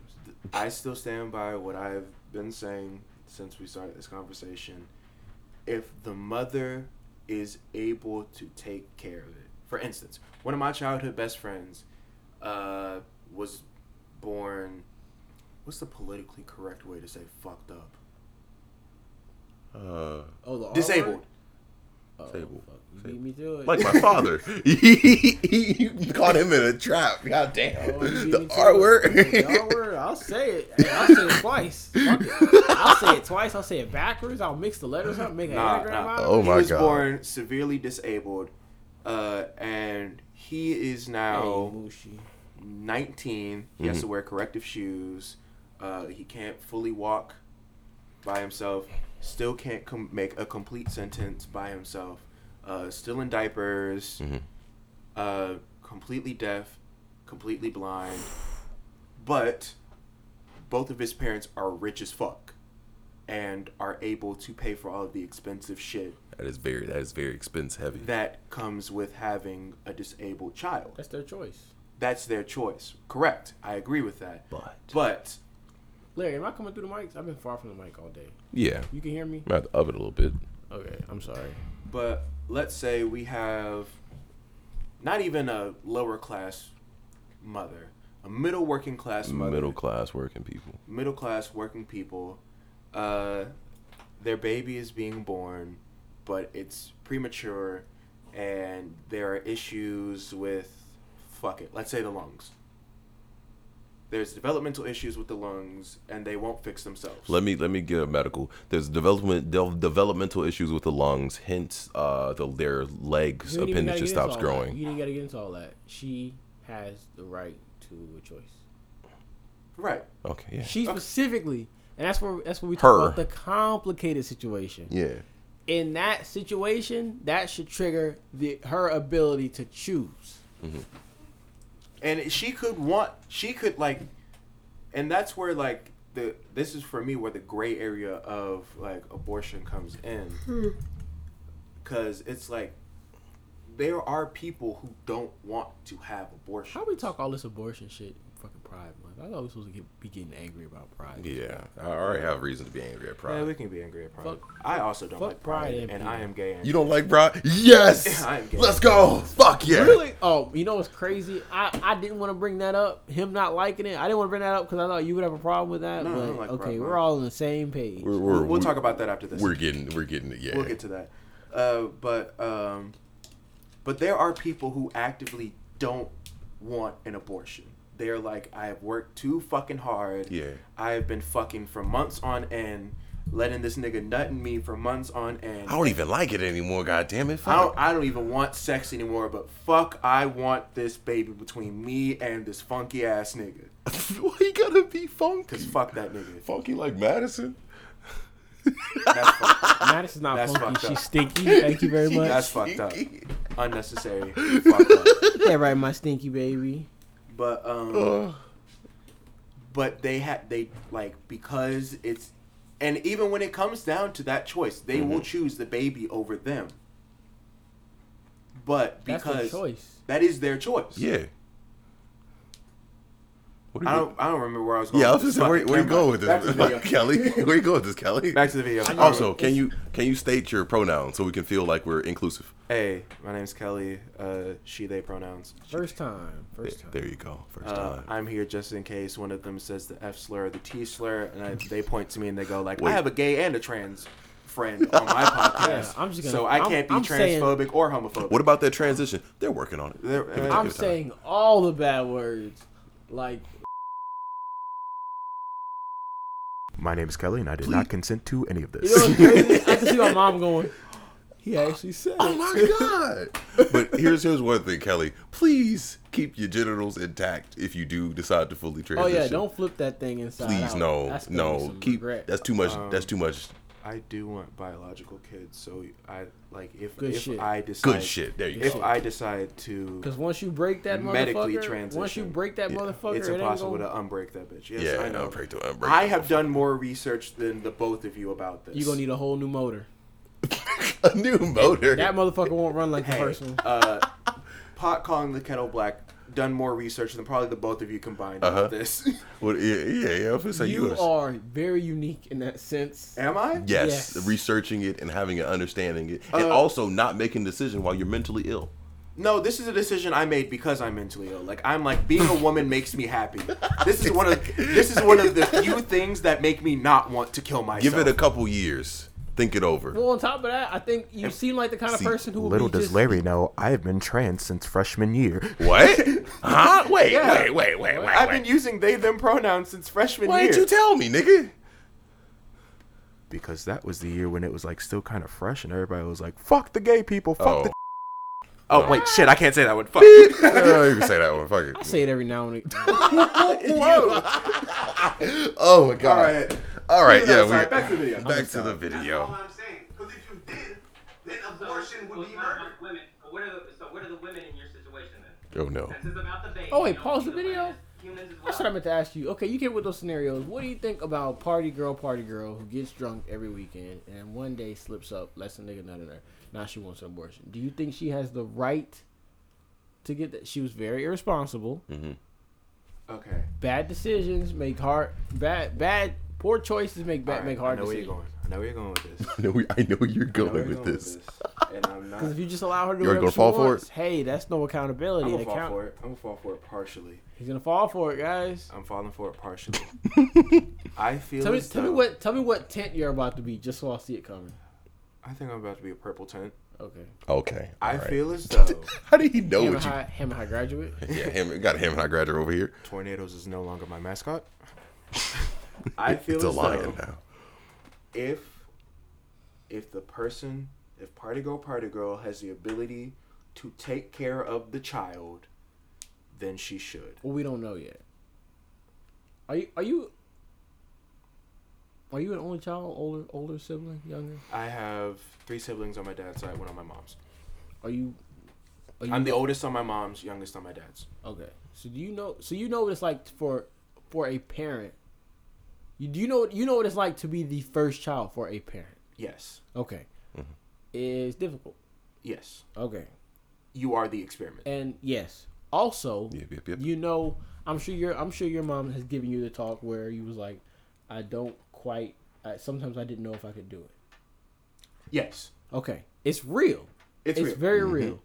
[SPEAKER 3] i still stand by what i've been saying since we started this conversation if the mother is able to take care of it for instance one of my childhood best friends uh, was born what's the politically correct way to say fucked up
[SPEAKER 1] Uh,
[SPEAKER 4] Oh, the R
[SPEAKER 3] disabled
[SPEAKER 4] word? Oh,
[SPEAKER 1] Disabled.
[SPEAKER 4] fuck. You beat me to it.
[SPEAKER 1] like my father, you caught him in a trap. God damn,
[SPEAKER 4] Oh, you beat me
[SPEAKER 1] the
[SPEAKER 4] to
[SPEAKER 1] R
[SPEAKER 4] it. The R
[SPEAKER 1] word.
[SPEAKER 4] word. I'll say it. Hey, I'll say it twice. Fuck it. I'll say it twice. I'll say it backwards. I'll mix the letters up, make an
[SPEAKER 3] Nah,
[SPEAKER 4] anagram
[SPEAKER 3] nah.
[SPEAKER 4] out. of
[SPEAKER 1] oh
[SPEAKER 3] he
[SPEAKER 1] my
[SPEAKER 3] was
[SPEAKER 1] god.
[SPEAKER 3] born severely disabled uh, and he is
[SPEAKER 4] it. Hey,
[SPEAKER 3] now
[SPEAKER 4] Mushi.
[SPEAKER 3] 19 he has to wear corrective shoes uh, he can't fully walk by himself still can't com- make a complete sentence by himself uh, still in diapers uh, completely deaf completely blind but both of his parents are rich as fuck and are able to pay for all of the expensive shit
[SPEAKER 1] That is very that is very expense heavy.
[SPEAKER 3] that comes with having a disabled child
[SPEAKER 4] That's their choice.
[SPEAKER 3] that's their choice. Correct. I agree with that.
[SPEAKER 1] But-
[SPEAKER 3] but
[SPEAKER 4] Larry, am I coming through the mics? I've been far from the mic all day.
[SPEAKER 1] Yeah.
[SPEAKER 4] You can hear me?
[SPEAKER 1] I have to up it a little bit.
[SPEAKER 4] Okay, I'm sorry.
[SPEAKER 3] But let's say we have not even a lower class mother, a middle working class mother,
[SPEAKER 1] Middle class working people.
[SPEAKER 3] middle class working people. Uh, their baby is being born, but it's premature, and there are issues with fuck it. Let's say the lungs. There's developmental issues with the lungs, and they won't fix themselves.
[SPEAKER 1] Let me let me get a medical. There's development de- developmental issues with the lungs, hence uh the, their legs
[SPEAKER 4] You didn't even
[SPEAKER 1] appendage
[SPEAKER 4] gotta get into
[SPEAKER 1] stops
[SPEAKER 4] all that.
[SPEAKER 1] growing.
[SPEAKER 4] You didn't gotta get into all that. She has the right to a choice.
[SPEAKER 3] Right.
[SPEAKER 1] Okay, yeah.
[SPEAKER 4] She specifically, and that's where that's where we
[SPEAKER 1] Her.
[SPEAKER 4] talk about the complicated situation.
[SPEAKER 1] Yeah.
[SPEAKER 4] In that situation, that should trigger the her ability to choose.
[SPEAKER 3] and she could want she could like and that's where like the this is for me where the gray area of like abortion comes in because it's like there are people who don't want to have abortion
[SPEAKER 4] How we talk all this abortion shit? Fucking Pride Month. I thought we supposed to get, be getting angry about Pride.
[SPEAKER 1] Yeah. I already have reason to be angry at
[SPEAKER 3] yeah,
[SPEAKER 1] Pride.
[SPEAKER 3] we can be angry at pride
[SPEAKER 4] Fuck-
[SPEAKER 3] i also don't
[SPEAKER 4] fuck
[SPEAKER 3] like pride,
[SPEAKER 4] pride and
[SPEAKER 3] and, i
[SPEAKER 4] people.
[SPEAKER 3] am gay and
[SPEAKER 1] you don't like Pride? Yes.
[SPEAKER 3] I am gay.
[SPEAKER 1] Let's go. Fuck yeah.
[SPEAKER 4] Really? Oh, you know what's crazy? I, I didn't want to bring that up. Him not liking it. I didn't want to bring that up because I thought you would have a problem with that.
[SPEAKER 3] No, I
[SPEAKER 4] but
[SPEAKER 3] don't like
[SPEAKER 4] okay,
[SPEAKER 3] Pride
[SPEAKER 4] we're
[SPEAKER 3] Month.
[SPEAKER 4] all on the same page.
[SPEAKER 1] We're,
[SPEAKER 3] we'll,
[SPEAKER 1] we're,
[SPEAKER 3] we'll talk about that after this
[SPEAKER 1] We're getting we're getting it. Yeah.
[SPEAKER 3] we'll get to that. Uh, but um, but there are people who actively don't want an abortion. They're like, I have worked too fucking hard.
[SPEAKER 1] Yeah.
[SPEAKER 3] I have been fucking for months on end, letting this nigga nutting me for months on end.
[SPEAKER 1] I don't even like it anymore. God damn it.
[SPEAKER 3] I
[SPEAKER 1] Fuck.
[SPEAKER 3] don't, I don't even want sex anymore, but fuck, I want this baby between me and this funky ass nigga.
[SPEAKER 1] Why you gotta be funky?
[SPEAKER 3] Cause fuck that nigga.
[SPEAKER 1] Funky like Madison.
[SPEAKER 3] That's fucked up.
[SPEAKER 4] Madison's not
[SPEAKER 3] That's
[SPEAKER 4] funky.
[SPEAKER 3] fucked
[SPEAKER 4] She's
[SPEAKER 3] up.
[SPEAKER 4] stinky. Thank you very much.
[SPEAKER 3] That's fucked up. Unnecessary. Fucked up.
[SPEAKER 4] Yeah, right, my stinky baby.
[SPEAKER 3] But um,
[SPEAKER 1] Ugh.
[SPEAKER 3] but they had they like because it's and even when it comes down to that choice they will
[SPEAKER 1] Mm-hmm.
[SPEAKER 3] choose the baby over them but
[SPEAKER 4] That's
[SPEAKER 3] because
[SPEAKER 4] her choice.
[SPEAKER 3] that is their choice
[SPEAKER 1] Yeah. What
[SPEAKER 3] i don't i don't remember where i was
[SPEAKER 4] Oh,
[SPEAKER 3] going
[SPEAKER 1] Yeah, I was
[SPEAKER 3] with
[SPEAKER 1] just
[SPEAKER 3] this.
[SPEAKER 1] saying, where,
[SPEAKER 3] Fuck it,
[SPEAKER 1] where you
[SPEAKER 3] never
[SPEAKER 1] going
[SPEAKER 3] mind.
[SPEAKER 1] with
[SPEAKER 3] back to the video
[SPEAKER 1] this, Kelly? Where you going with this, Kelly?
[SPEAKER 3] back to the video
[SPEAKER 1] Also, can you can you state your pronouns so we can feel like we're inclusive?
[SPEAKER 3] hey my name's kelly uh she they pronouns
[SPEAKER 4] First time. First time.
[SPEAKER 1] There you go. First
[SPEAKER 3] uh,
[SPEAKER 1] time.
[SPEAKER 3] I'm here just in case one of them says the F slur or the T slur, and I, they point to me and they go like,
[SPEAKER 1] Wait.
[SPEAKER 3] "I have a gay and a trans friend on my podcast,
[SPEAKER 4] Yeah, I'm just gonna-
[SPEAKER 3] so I
[SPEAKER 4] I'm-
[SPEAKER 3] can't be
[SPEAKER 4] I'm saying-
[SPEAKER 3] transpophobic or homophobic." uh,
[SPEAKER 1] what about that transition? They're working on it.
[SPEAKER 3] They're-
[SPEAKER 1] Give it-
[SPEAKER 4] I'm
[SPEAKER 1] give it time.
[SPEAKER 4] saying all the bad words. Like
[SPEAKER 9] My name is Kelly, and I did
[SPEAKER 1] Please.
[SPEAKER 9] not consent to any of
[SPEAKER 4] you
[SPEAKER 9] this.
[SPEAKER 4] know what's crazy? I can see my mom going. He actually said
[SPEAKER 1] Oh
[SPEAKER 4] it.
[SPEAKER 1] my god! but here's here's one thing, Kelly. Please keep your genitals intact if you do decide to fully
[SPEAKER 4] Oh
[SPEAKER 1] transition.
[SPEAKER 4] yeah, don't flip that thing inside.
[SPEAKER 1] Please
[SPEAKER 4] out.
[SPEAKER 1] no
[SPEAKER 4] That's gonna be
[SPEAKER 1] no
[SPEAKER 4] some
[SPEAKER 1] keep
[SPEAKER 4] regret. Um,
[SPEAKER 1] that's too much that's too much
[SPEAKER 3] I do want biological kids, so I like if
[SPEAKER 4] Good
[SPEAKER 3] if
[SPEAKER 4] shit.
[SPEAKER 3] I decide
[SPEAKER 1] good shit. There you
[SPEAKER 3] if
[SPEAKER 1] go.
[SPEAKER 3] I decide to,
[SPEAKER 4] Because once you break that
[SPEAKER 3] Medically
[SPEAKER 4] motherfucker, once you
[SPEAKER 3] transition.
[SPEAKER 4] break that motherfucker,
[SPEAKER 3] it's
[SPEAKER 4] it ain't
[SPEAKER 3] impossible
[SPEAKER 4] gonna,
[SPEAKER 3] to unbreak that bitch. Yes,
[SPEAKER 1] yeah,
[SPEAKER 3] I know.
[SPEAKER 1] break the unbreak.
[SPEAKER 3] I have done more research than the both of you about this.
[SPEAKER 4] You're gonna need a whole new motor.
[SPEAKER 1] a new motor.
[SPEAKER 4] That motherfucker won't run like the
[SPEAKER 3] hey,
[SPEAKER 4] first one.
[SPEAKER 3] uh, pot calling the kettle black. Done more research than probably the both of you combined
[SPEAKER 1] Uh-huh.
[SPEAKER 3] about this.
[SPEAKER 1] What- yeah, yeah, yeah. If it's like
[SPEAKER 4] you
[SPEAKER 1] you are-
[SPEAKER 4] are very unique in that sense.
[SPEAKER 3] Am I?
[SPEAKER 1] Yes,
[SPEAKER 4] Yes.
[SPEAKER 1] researching it and having an understanding it, and
[SPEAKER 3] Uh,
[SPEAKER 1] also not making a decision while you're mentally ill.
[SPEAKER 3] No, this is a decision I made because I'm mentally ill. Like I'm like being a woman makes me happy. This is one of this is one of the few things that make me not want to kill myself.
[SPEAKER 1] Give it a couple years, think it over.
[SPEAKER 4] Well, on top of that, I think you seem like the kind of
[SPEAKER 1] See,
[SPEAKER 4] person who would
[SPEAKER 9] Little
[SPEAKER 4] be
[SPEAKER 9] does
[SPEAKER 4] just,
[SPEAKER 9] Larry know, I have been trans since freshman year.
[SPEAKER 1] What? huh? Wait,
[SPEAKER 3] Yeah.
[SPEAKER 1] wait, wait, wait, wait.
[SPEAKER 3] I've
[SPEAKER 1] wait.
[SPEAKER 3] been using they them pronouns since freshman
[SPEAKER 1] Why
[SPEAKER 3] year.
[SPEAKER 1] didn't you tell me, nigga?
[SPEAKER 9] Because that was the year when it was like still kind of fresh, and everybody was like, fuck the gay people, fuck
[SPEAKER 1] Oh,
[SPEAKER 9] the. Oh, wait, shit, I can't say that one. Fuck.
[SPEAKER 1] oh, you can say that one. Fuck it.
[SPEAKER 4] I say it every now and again.
[SPEAKER 1] Oh my god. All right.
[SPEAKER 3] Alright.
[SPEAKER 1] yeah. We,
[SPEAKER 3] Sorry, back to the video.
[SPEAKER 1] Back to the
[SPEAKER 10] That's all
[SPEAKER 1] video.
[SPEAKER 10] I'm saying. Because if you did, then
[SPEAKER 11] So,
[SPEAKER 10] abortion
[SPEAKER 11] well,
[SPEAKER 10] would be
[SPEAKER 11] it's not
[SPEAKER 10] murder.
[SPEAKER 11] about Women. So what are the, so what are the women in your situation then?
[SPEAKER 1] Oh no.
[SPEAKER 11] Since it's about the baby.
[SPEAKER 4] Oh, wait,
[SPEAKER 11] you know,
[SPEAKER 4] pause the
[SPEAKER 11] women
[SPEAKER 4] video?
[SPEAKER 11] as Humans as well.
[SPEAKER 4] That's what I meant to ask you. Okay, you get with those scenarios. What do you think about party girl, party girl who gets drunk every weekend and one day slips up, lets a nigga nut in her. Now she wants an abortion. Do you think
[SPEAKER 1] Hmm.
[SPEAKER 4] she has the right to get that? She was very irresponsible.
[SPEAKER 3] Okay.
[SPEAKER 4] Bad decisions make hard bad bad poor choices make bad
[SPEAKER 3] All right,
[SPEAKER 4] make hard
[SPEAKER 3] I know where you're
[SPEAKER 4] decisions.
[SPEAKER 3] going. I know where you're going with this.
[SPEAKER 1] I know, we, I know where you're
[SPEAKER 3] I know
[SPEAKER 1] going,
[SPEAKER 3] where you're
[SPEAKER 1] with,
[SPEAKER 3] going
[SPEAKER 1] this.
[SPEAKER 3] And I'm not.
[SPEAKER 4] Because if you just allow her to do
[SPEAKER 1] You're
[SPEAKER 4] whatever
[SPEAKER 1] gonna
[SPEAKER 4] she
[SPEAKER 1] fall for
[SPEAKER 4] wants, hey, that's no accountability.
[SPEAKER 3] I'm gonna
[SPEAKER 4] That
[SPEAKER 3] fall
[SPEAKER 4] count-
[SPEAKER 3] for it. I'm gonna fall for it partially.
[SPEAKER 4] He's gonna fall for it, guys.
[SPEAKER 3] I'm falling for it partially. I feel.
[SPEAKER 4] Tell me,
[SPEAKER 3] as
[SPEAKER 4] tell me
[SPEAKER 3] though-
[SPEAKER 4] what, tell me what tent you're about to be, just so I'll see it coming.
[SPEAKER 3] I think I'm about to be a purple tent.
[SPEAKER 4] Okay.
[SPEAKER 1] Okay.
[SPEAKER 3] I
[SPEAKER 1] all right.
[SPEAKER 3] feel as though
[SPEAKER 1] How did he know
[SPEAKER 4] Hammer
[SPEAKER 1] what you?
[SPEAKER 4] high, hammer high graduate.
[SPEAKER 1] Yeah, him, got him and I graduate over here.
[SPEAKER 3] tornadoes is no longer my mascot. I feel
[SPEAKER 1] It's a
[SPEAKER 3] as though
[SPEAKER 1] lion now.
[SPEAKER 3] if if the person, if party girl, party girl has the ability to take care of the child, then she should.
[SPEAKER 4] Well, we don't know yet. Are you? Are you? Are you an only child, older, older sibling, younger?
[SPEAKER 3] I have three siblings on my dad's side, one on my mom's.
[SPEAKER 4] Are you? Are you
[SPEAKER 3] I'm the oldest on my mom's, youngest on my dad's.
[SPEAKER 4] okay. So do you know? So you know what it's like for for a parent. You do you know you know what it's like to be the first child for a parent.
[SPEAKER 3] Yes,
[SPEAKER 4] Okay,
[SPEAKER 1] Mm-hmm.
[SPEAKER 4] it's difficult.
[SPEAKER 3] yes.
[SPEAKER 4] Okay,
[SPEAKER 3] You are the experiment.
[SPEAKER 4] and yes, also
[SPEAKER 1] Yep, yep, yep.
[SPEAKER 4] you know i'm sure your i'm sure your mom has given you the talk where you was like i don't quite I, sometimes i didn't know if i could do it
[SPEAKER 3] Yes,
[SPEAKER 4] okay it's real
[SPEAKER 3] it's,
[SPEAKER 4] it's,
[SPEAKER 3] real.
[SPEAKER 4] very real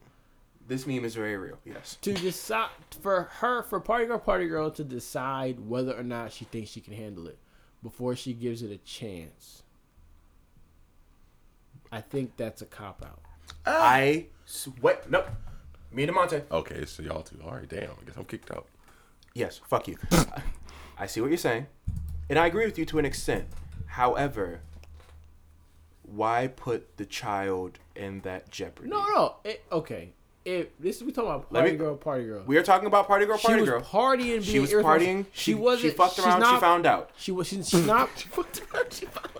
[SPEAKER 3] this meme is very real. Yes,
[SPEAKER 4] to decide for her for party girl party girl to decide whether or not she thinks she can handle it before she gives it a chance i think that's a cop out Ah.
[SPEAKER 3] I sweat. Nope. Me and Monte.
[SPEAKER 1] Okay, so y'all two. All right, damn. I guess I'm kicked out.
[SPEAKER 3] Yes, fuck you. I see what you're saying. And I agree with you to an extent. However, why put the child in that jeopardy?
[SPEAKER 4] no no it, okay if this we talking about
[SPEAKER 3] Let
[SPEAKER 4] party
[SPEAKER 3] me-
[SPEAKER 4] girl party girl
[SPEAKER 3] We are talking about party girl,
[SPEAKER 4] she
[SPEAKER 3] party
[SPEAKER 4] was
[SPEAKER 3] girl.
[SPEAKER 4] partying being
[SPEAKER 3] she was
[SPEAKER 4] irresponsible.
[SPEAKER 3] partying. She,
[SPEAKER 4] she wasn't
[SPEAKER 3] She fucked
[SPEAKER 4] she's
[SPEAKER 3] around.
[SPEAKER 4] not-
[SPEAKER 3] she found out.
[SPEAKER 4] She was. She's, she's not.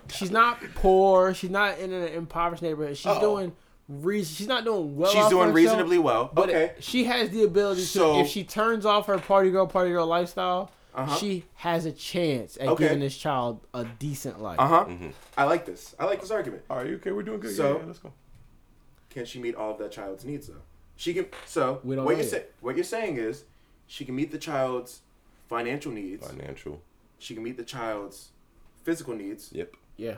[SPEAKER 4] She's not poor. She's not in an impoverished neighborhood. She's doing. Reason. She's not doing well.
[SPEAKER 3] She's
[SPEAKER 4] off
[SPEAKER 3] doing
[SPEAKER 4] herself,
[SPEAKER 3] reasonably well.
[SPEAKER 4] But
[SPEAKER 3] Okay.
[SPEAKER 4] She has the ability to.
[SPEAKER 3] So- Uh-huh.
[SPEAKER 4] if she turns off her party girl, party girl lifestyle, she has a chance at
[SPEAKER 3] Okay.
[SPEAKER 4] giving this child a decent life.
[SPEAKER 3] Uh huh. I like this. I like this argument.
[SPEAKER 1] All right, okay, we're doing good.
[SPEAKER 3] So-
[SPEAKER 1] yeah, let's go.
[SPEAKER 3] Can she meet all of that child's needs though? She can. So
[SPEAKER 4] We don't
[SPEAKER 3] what
[SPEAKER 4] know
[SPEAKER 3] you're
[SPEAKER 4] yet.
[SPEAKER 3] saying? What you're saying is, she can meet the child's financial needs.
[SPEAKER 1] Financial.
[SPEAKER 3] She can meet the child's physical needs.
[SPEAKER 1] Yep.
[SPEAKER 4] Yeah.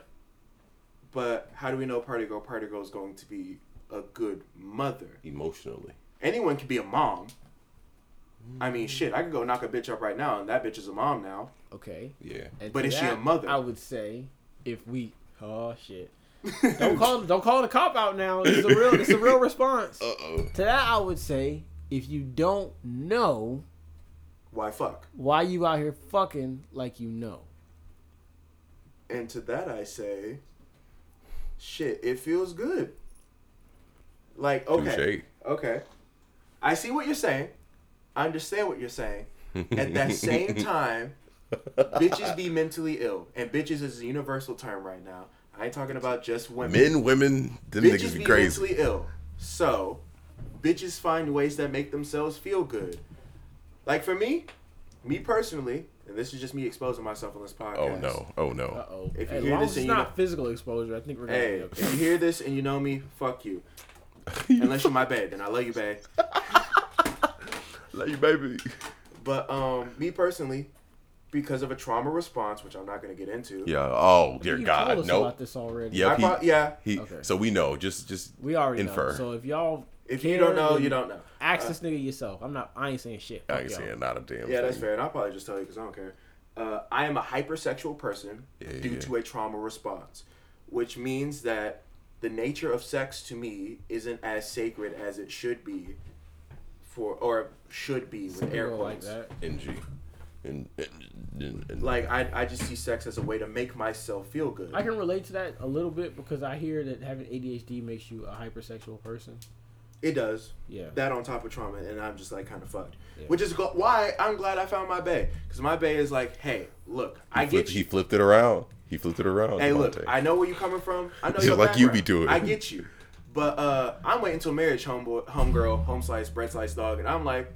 [SPEAKER 3] But how do we know Party Girl? Party Girl is going to be a good mother.
[SPEAKER 1] Emotionally.
[SPEAKER 3] Anyone can be a mom. I
[SPEAKER 4] Mm.
[SPEAKER 3] mean, shit, I could go knock a bitch up right now, and that bitch is a mom now.
[SPEAKER 4] Okay.
[SPEAKER 1] Yeah.
[SPEAKER 4] And
[SPEAKER 3] But
[SPEAKER 4] to
[SPEAKER 3] is she a
[SPEAKER 4] that,
[SPEAKER 3] mother?
[SPEAKER 4] I would say if we. Oh shit. don't call. Don't call it a cop out now. It's a real. It's a real response.
[SPEAKER 3] Uh.
[SPEAKER 1] oh.
[SPEAKER 4] To that, I would say if you don't know
[SPEAKER 3] Why fuck?
[SPEAKER 4] why you out here fucking like you know.
[SPEAKER 3] And to that I say, shit, it feels good. Like, okay.
[SPEAKER 1] Touche.
[SPEAKER 3] Okay. I see what you're saying. I understand what you're saying. At that same time, bitches be mentally ill. And bitches is a universal term right now. I ain't talking about just women.
[SPEAKER 1] Men, women, them
[SPEAKER 3] bitches
[SPEAKER 1] niggas
[SPEAKER 3] be
[SPEAKER 1] be crazy.
[SPEAKER 3] mentally ill. So, bitches find ways that make themselves feel good. Like for me, me personally, and this is just me exposing myself on this podcast.
[SPEAKER 1] Oh no. Oh no.
[SPEAKER 4] oh.
[SPEAKER 3] If you
[SPEAKER 4] As
[SPEAKER 3] hear
[SPEAKER 4] long
[SPEAKER 3] this
[SPEAKER 4] as it's
[SPEAKER 3] and you
[SPEAKER 4] not
[SPEAKER 3] know-
[SPEAKER 4] physical exposure, I think we're gonna
[SPEAKER 3] Hey,
[SPEAKER 4] be
[SPEAKER 3] if
[SPEAKER 4] okay.
[SPEAKER 3] you hear this and you know me, fuck you. Unless you're my babe, then I love you, babe.
[SPEAKER 1] Love you, baby.
[SPEAKER 3] But um, me personally, because of a trauma response, which I'm not gonna get into.
[SPEAKER 1] Yeah. Oh
[SPEAKER 4] You
[SPEAKER 1] dear
[SPEAKER 4] told
[SPEAKER 1] God.
[SPEAKER 4] us
[SPEAKER 1] Nope.
[SPEAKER 4] about this already.
[SPEAKER 3] I
[SPEAKER 1] Yep. He,
[SPEAKER 3] prob- yeah.
[SPEAKER 1] he,
[SPEAKER 4] Okay.
[SPEAKER 1] So we know. Just just
[SPEAKER 4] We already
[SPEAKER 1] infer.
[SPEAKER 4] know. So if y'all
[SPEAKER 3] If you
[SPEAKER 4] care,
[SPEAKER 3] don't know,
[SPEAKER 4] then
[SPEAKER 3] you don't Uh, know.
[SPEAKER 4] Ask this nigga yourself. I'm not. I ain't saying shit.
[SPEAKER 1] I
[SPEAKER 4] Fuck
[SPEAKER 1] ain't
[SPEAKER 4] y'all.
[SPEAKER 1] saying not a damn.
[SPEAKER 3] Yeah, that's
[SPEAKER 1] thing.
[SPEAKER 3] fair, and I'll probably just tell you because I don't care. Uh, I am a hypersexual person
[SPEAKER 1] Yeah,
[SPEAKER 3] due
[SPEAKER 1] yeah.
[SPEAKER 3] to a trauma response, which means that the nature of sex to me isn't as sacred as it should be, for or should be with air
[SPEAKER 4] Girl like
[SPEAKER 3] quotes.
[SPEAKER 4] that.
[SPEAKER 1] NG. And, and, and, and-
[SPEAKER 3] Like I, I just see sex as a way to make myself feel good.
[SPEAKER 4] I can relate to that a little bit because I hear that having ADHD makes you a hypersexual person.
[SPEAKER 3] It does.
[SPEAKER 4] Yeah.
[SPEAKER 3] That on top of trauma, and I'm just like kind of fucked. Which is go- why I'm glad I found my bay, because my bay is like, hey, look, I
[SPEAKER 1] flipped-
[SPEAKER 3] get
[SPEAKER 1] he
[SPEAKER 3] you.
[SPEAKER 1] flipped it around. He flipped it around.
[SPEAKER 3] Hey, look,
[SPEAKER 1] Devontae.
[SPEAKER 3] I know where you're coming from. I know
[SPEAKER 1] Just
[SPEAKER 3] your
[SPEAKER 1] like you be
[SPEAKER 3] background.
[SPEAKER 1] doing.
[SPEAKER 3] I get you, but uh, I'm waiting till marriage, homeboy, homegirl, home slice, bread slice, dog, and I'm like,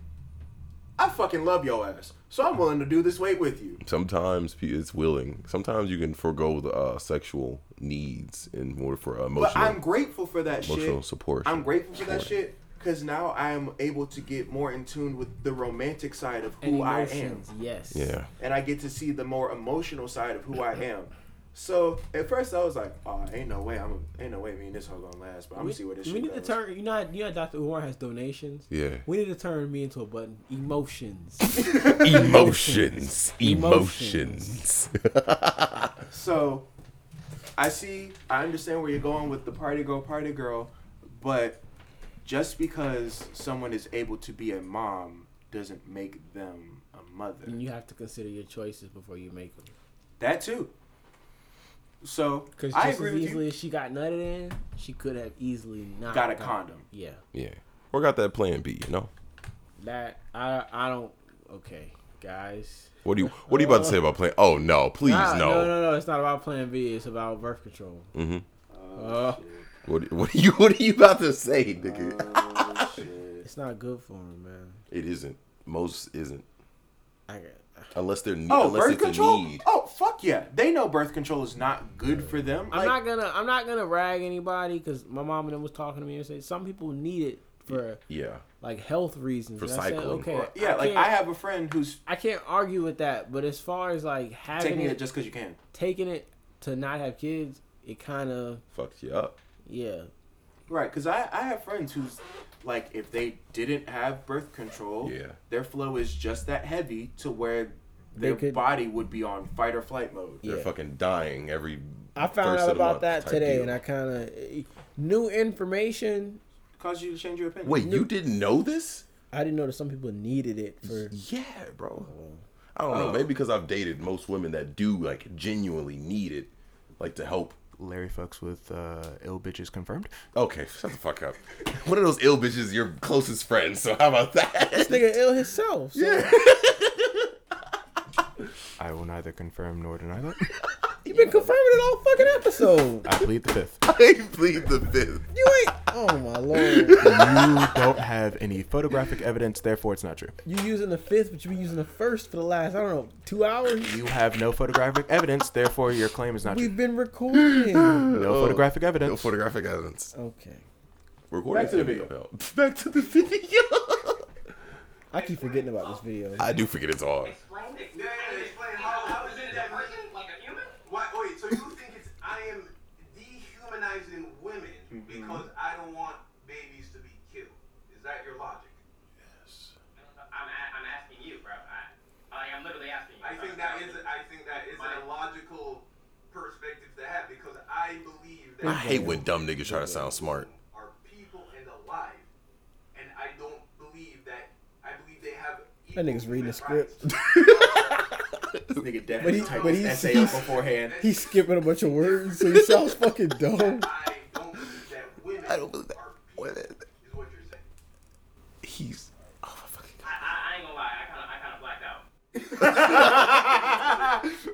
[SPEAKER 3] I fucking love your ass, so I'm willing to do this weight with you.
[SPEAKER 1] Sometimes pe- it's willing. Sometimes you can forego the uh, sexual needs in order for emotional.
[SPEAKER 3] But I'm grateful for that
[SPEAKER 1] Emotional
[SPEAKER 3] shit.
[SPEAKER 1] support.
[SPEAKER 3] I'm grateful for that
[SPEAKER 1] Supporting.
[SPEAKER 3] shit because now I am able to get more in tune with the romantic side of
[SPEAKER 4] And
[SPEAKER 3] who I am.
[SPEAKER 4] emotions, yes.
[SPEAKER 1] Yeah.
[SPEAKER 3] And I get to see the more emotional side of who I am. So at first I was like, "Oh, ain't no way, I'm ain't no way me and this hoe gonna last." But I'm gonna see where this
[SPEAKER 4] we
[SPEAKER 3] shit
[SPEAKER 4] need to
[SPEAKER 3] goes.
[SPEAKER 4] turn. You know, how- you know, how Doctor Umar has donations.
[SPEAKER 1] Yeah.
[SPEAKER 4] We need to turn me into a button. Emotions.
[SPEAKER 1] Emotions.
[SPEAKER 4] Emotions.
[SPEAKER 1] Emotions.
[SPEAKER 3] so I see, I understand where you're going with the party girl, party girl, but just because someone is able to be a mom doesn't make them a mother.
[SPEAKER 4] And you have to consider your choices before you make them.
[SPEAKER 3] That too. So
[SPEAKER 4] Because
[SPEAKER 3] I
[SPEAKER 4] just
[SPEAKER 3] agree
[SPEAKER 4] as
[SPEAKER 3] with
[SPEAKER 4] easily
[SPEAKER 3] you.
[SPEAKER 4] as she got nutted in, she could have easily not
[SPEAKER 3] Got a condom.
[SPEAKER 4] Yeah,
[SPEAKER 1] Yeah. Or got that plan B, you know?
[SPEAKER 4] that I I don't. Okay, guys.
[SPEAKER 1] What do you what are you about to say about plan Oh no, please
[SPEAKER 4] Nah, no,
[SPEAKER 1] no.
[SPEAKER 4] no, no. It's not about Plan B. It's about birth control.
[SPEAKER 1] Mhm.
[SPEAKER 3] Oh,
[SPEAKER 4] Uh,
[SPEAKER 1] What what are you what are you about to say, nigga?
[SPEAKER 4] it's not good for him, man.
[SPEAKER 1] It isn't. Most isn't.
[SPEAKER 4] I got.
[SPEAKER 1] Unless they're ne-
[SPEAKER 3] Oh,
[SPEAKER 1] unless
[SPEAKER 3] birth
[SPEAKER 1] it's a
[SPEAKER 3] control.
[SPEAKER 1] need.
[SPEAKER 3] Oh, fuck yeah. They know birth control is not good for them.
[SPEAKER 4] I'm
[SPEAKER 3] Like,
[SPEAKER 4] not gonna. I'm not gonna rag anybody because my mom and them was talking to me and said some people need it for
[SPEAKER 1] Yeah.
[SPEAKER 4] like health reasons.
[SPEAKER 1] For
[SPEAKER 4] And I said,
[SPEAKER 1] cycling.
[SPEAKER 4] okay,
[SPEAKER 3] yeah, like
[SPEAKER 4] can't-
[SPEAKER 3] I have a friend who's
[SPEAKER 4] I can't argue with that, but as far as like having
[SPEAKER 3] taking
[SPEAKER 4] it,
[SPEAKER 3] it just because you can.
[SPEAKER 4] taking it to not have kids, it kind of
[SPEAKER 1] Fucked you up.
[SPEAKER 4] yeah.
[SPEAKER 3] Right, because I, I have friends who's like if they didn't have birth control,
[SPEAKER 1] Yeah.
[SPEAKER 3] their flow is just that heavy to where their
[SPEAKER 4] could-
[SPEAKER 3] body would be on fight or flight mode.
[SPEAKER 1] They're
[SPEAKER 4] Yeah.
[SPEAKER 1] fucking dying every
[SPEAKER 4] I found
[SPEAKER 1] first
[SPEAKER 4] out
[SPEAKER 1] of the
[SPEAKER 4] about
[SPEAKER 1] month
[SPEAKER 4] that
[SPEAKER 1] type
[SPEAKER 4] today,
[SPEAKER 1] deal.
[SPEAKER 4] and I kind of new information.
[SPEAKER 3] Cause you to change your opinion.
[SPEAKER 1] Wait, you didn't know this?
[SPEAKER 4] I didn't know that some people needed it for.
[SPEAKER 1] Yeah, bro. I
[SPEAKER 4] Oh.
[SPEAKER 1] don't know. Maybe because I've dated most women that do like genuinely need it, like to help.
[SPEAKER 9] Larry fucks with uh, ill bitches confirmed.
[SPEAKER 1] Okay, shut the fuck up. One of those ill bitches, is your closest friend. So how about that?
[SPEAKER 4] Nigga ill himself. So yeah,
[SPEAKER 9] I will neither confirm nor deny that.
[SPEAKER 4] you've been confirming it all fucking episode.
[SPEAKER 9] I plead the fifth.
[SPEAKER 1] I plead the fifth.
[SPEAKER 4] You ain't. Oh my lord.
[SPEAKER 9] You don't have any photographic evidence, therefore it's not true.
[SPEAKER 4] You using the fifth, but you been using the first for the last I don't know two hours.
[SPEAKER 9] You have no photographic evidence, therefore your claim is not true.
[SPEAKER 4] We've been recording.
[SPEAKER 9] No photographic evidence.
[SPEAKER 1] Oh. No photographic evidence.
[SPEAKER 4] Okay.
[SPEAKER 1] We're recording
[SPEAKER 3] Back to the
[SPEAKER 1] video. Back to the video.
[SPEAKER 4] I keep forgetting about this video.
[SPEAKER 1] I do forget it's on.
[SPEAKER 11] Explain it.
[SPEAKER 10] Yeah, yeah, explain how- how is it that
[SPEAKER 11] person, like a human?
[SPEAKER 10] Why, wait, so you think it's I am dehumanizing women
[SPEAKER 4] Mm-hmm.
[SPEAKER 10] because I don't want babies to be killed? Is that your logic?
[SPEAKER 11] I'm, a- I'm asking you, bro. I, like, I'm literally asking you.
[SPEAKER 10] I think that is a, I think that is an illogical perspective to have because I believe that
[SPEAKER 1] I hate when dumb niggas try to sound smart.
[SPEAKER 10] are people and alive, and I don't believe that. I believe they have.
[SPEAKER 4] That nigga's
[SPEAKER 10] equal
[SPEAKER 4] reading the
[SPEAKER 10] human
[SPEAKER 4] script.
[SPEAKER 10] rights.
[SPEAKER 3] This nigga definitely
[SPEAKER 4] he-
[SPEAKER 3] typed
[SPEAKER 4] but
[SPEAKER 3] his
[SPEAKER 4] he's-
[SPEAKER 3] essay
[SPEAKER 4] he's-
[SPEAKER 3] up beforehand.
[SPEAKER 4] He's skipping a bunch of words, so he sounds fucking dumb.
[SPEAKER 10] I don't believe that women.
[SPEAKER 1] I don't believe that.
[SPEAKER 10] Are people,
[SPEAKER 1] What
[SPEAKER 10] is
[SPEAKER 1] is-
[SPEAKER 10] what you're saying.
[SPEAKER 1] He's. Oh my fucking
[SPEAKER 11] I, I, I ain't gonna lie. I kind of I kind of blacked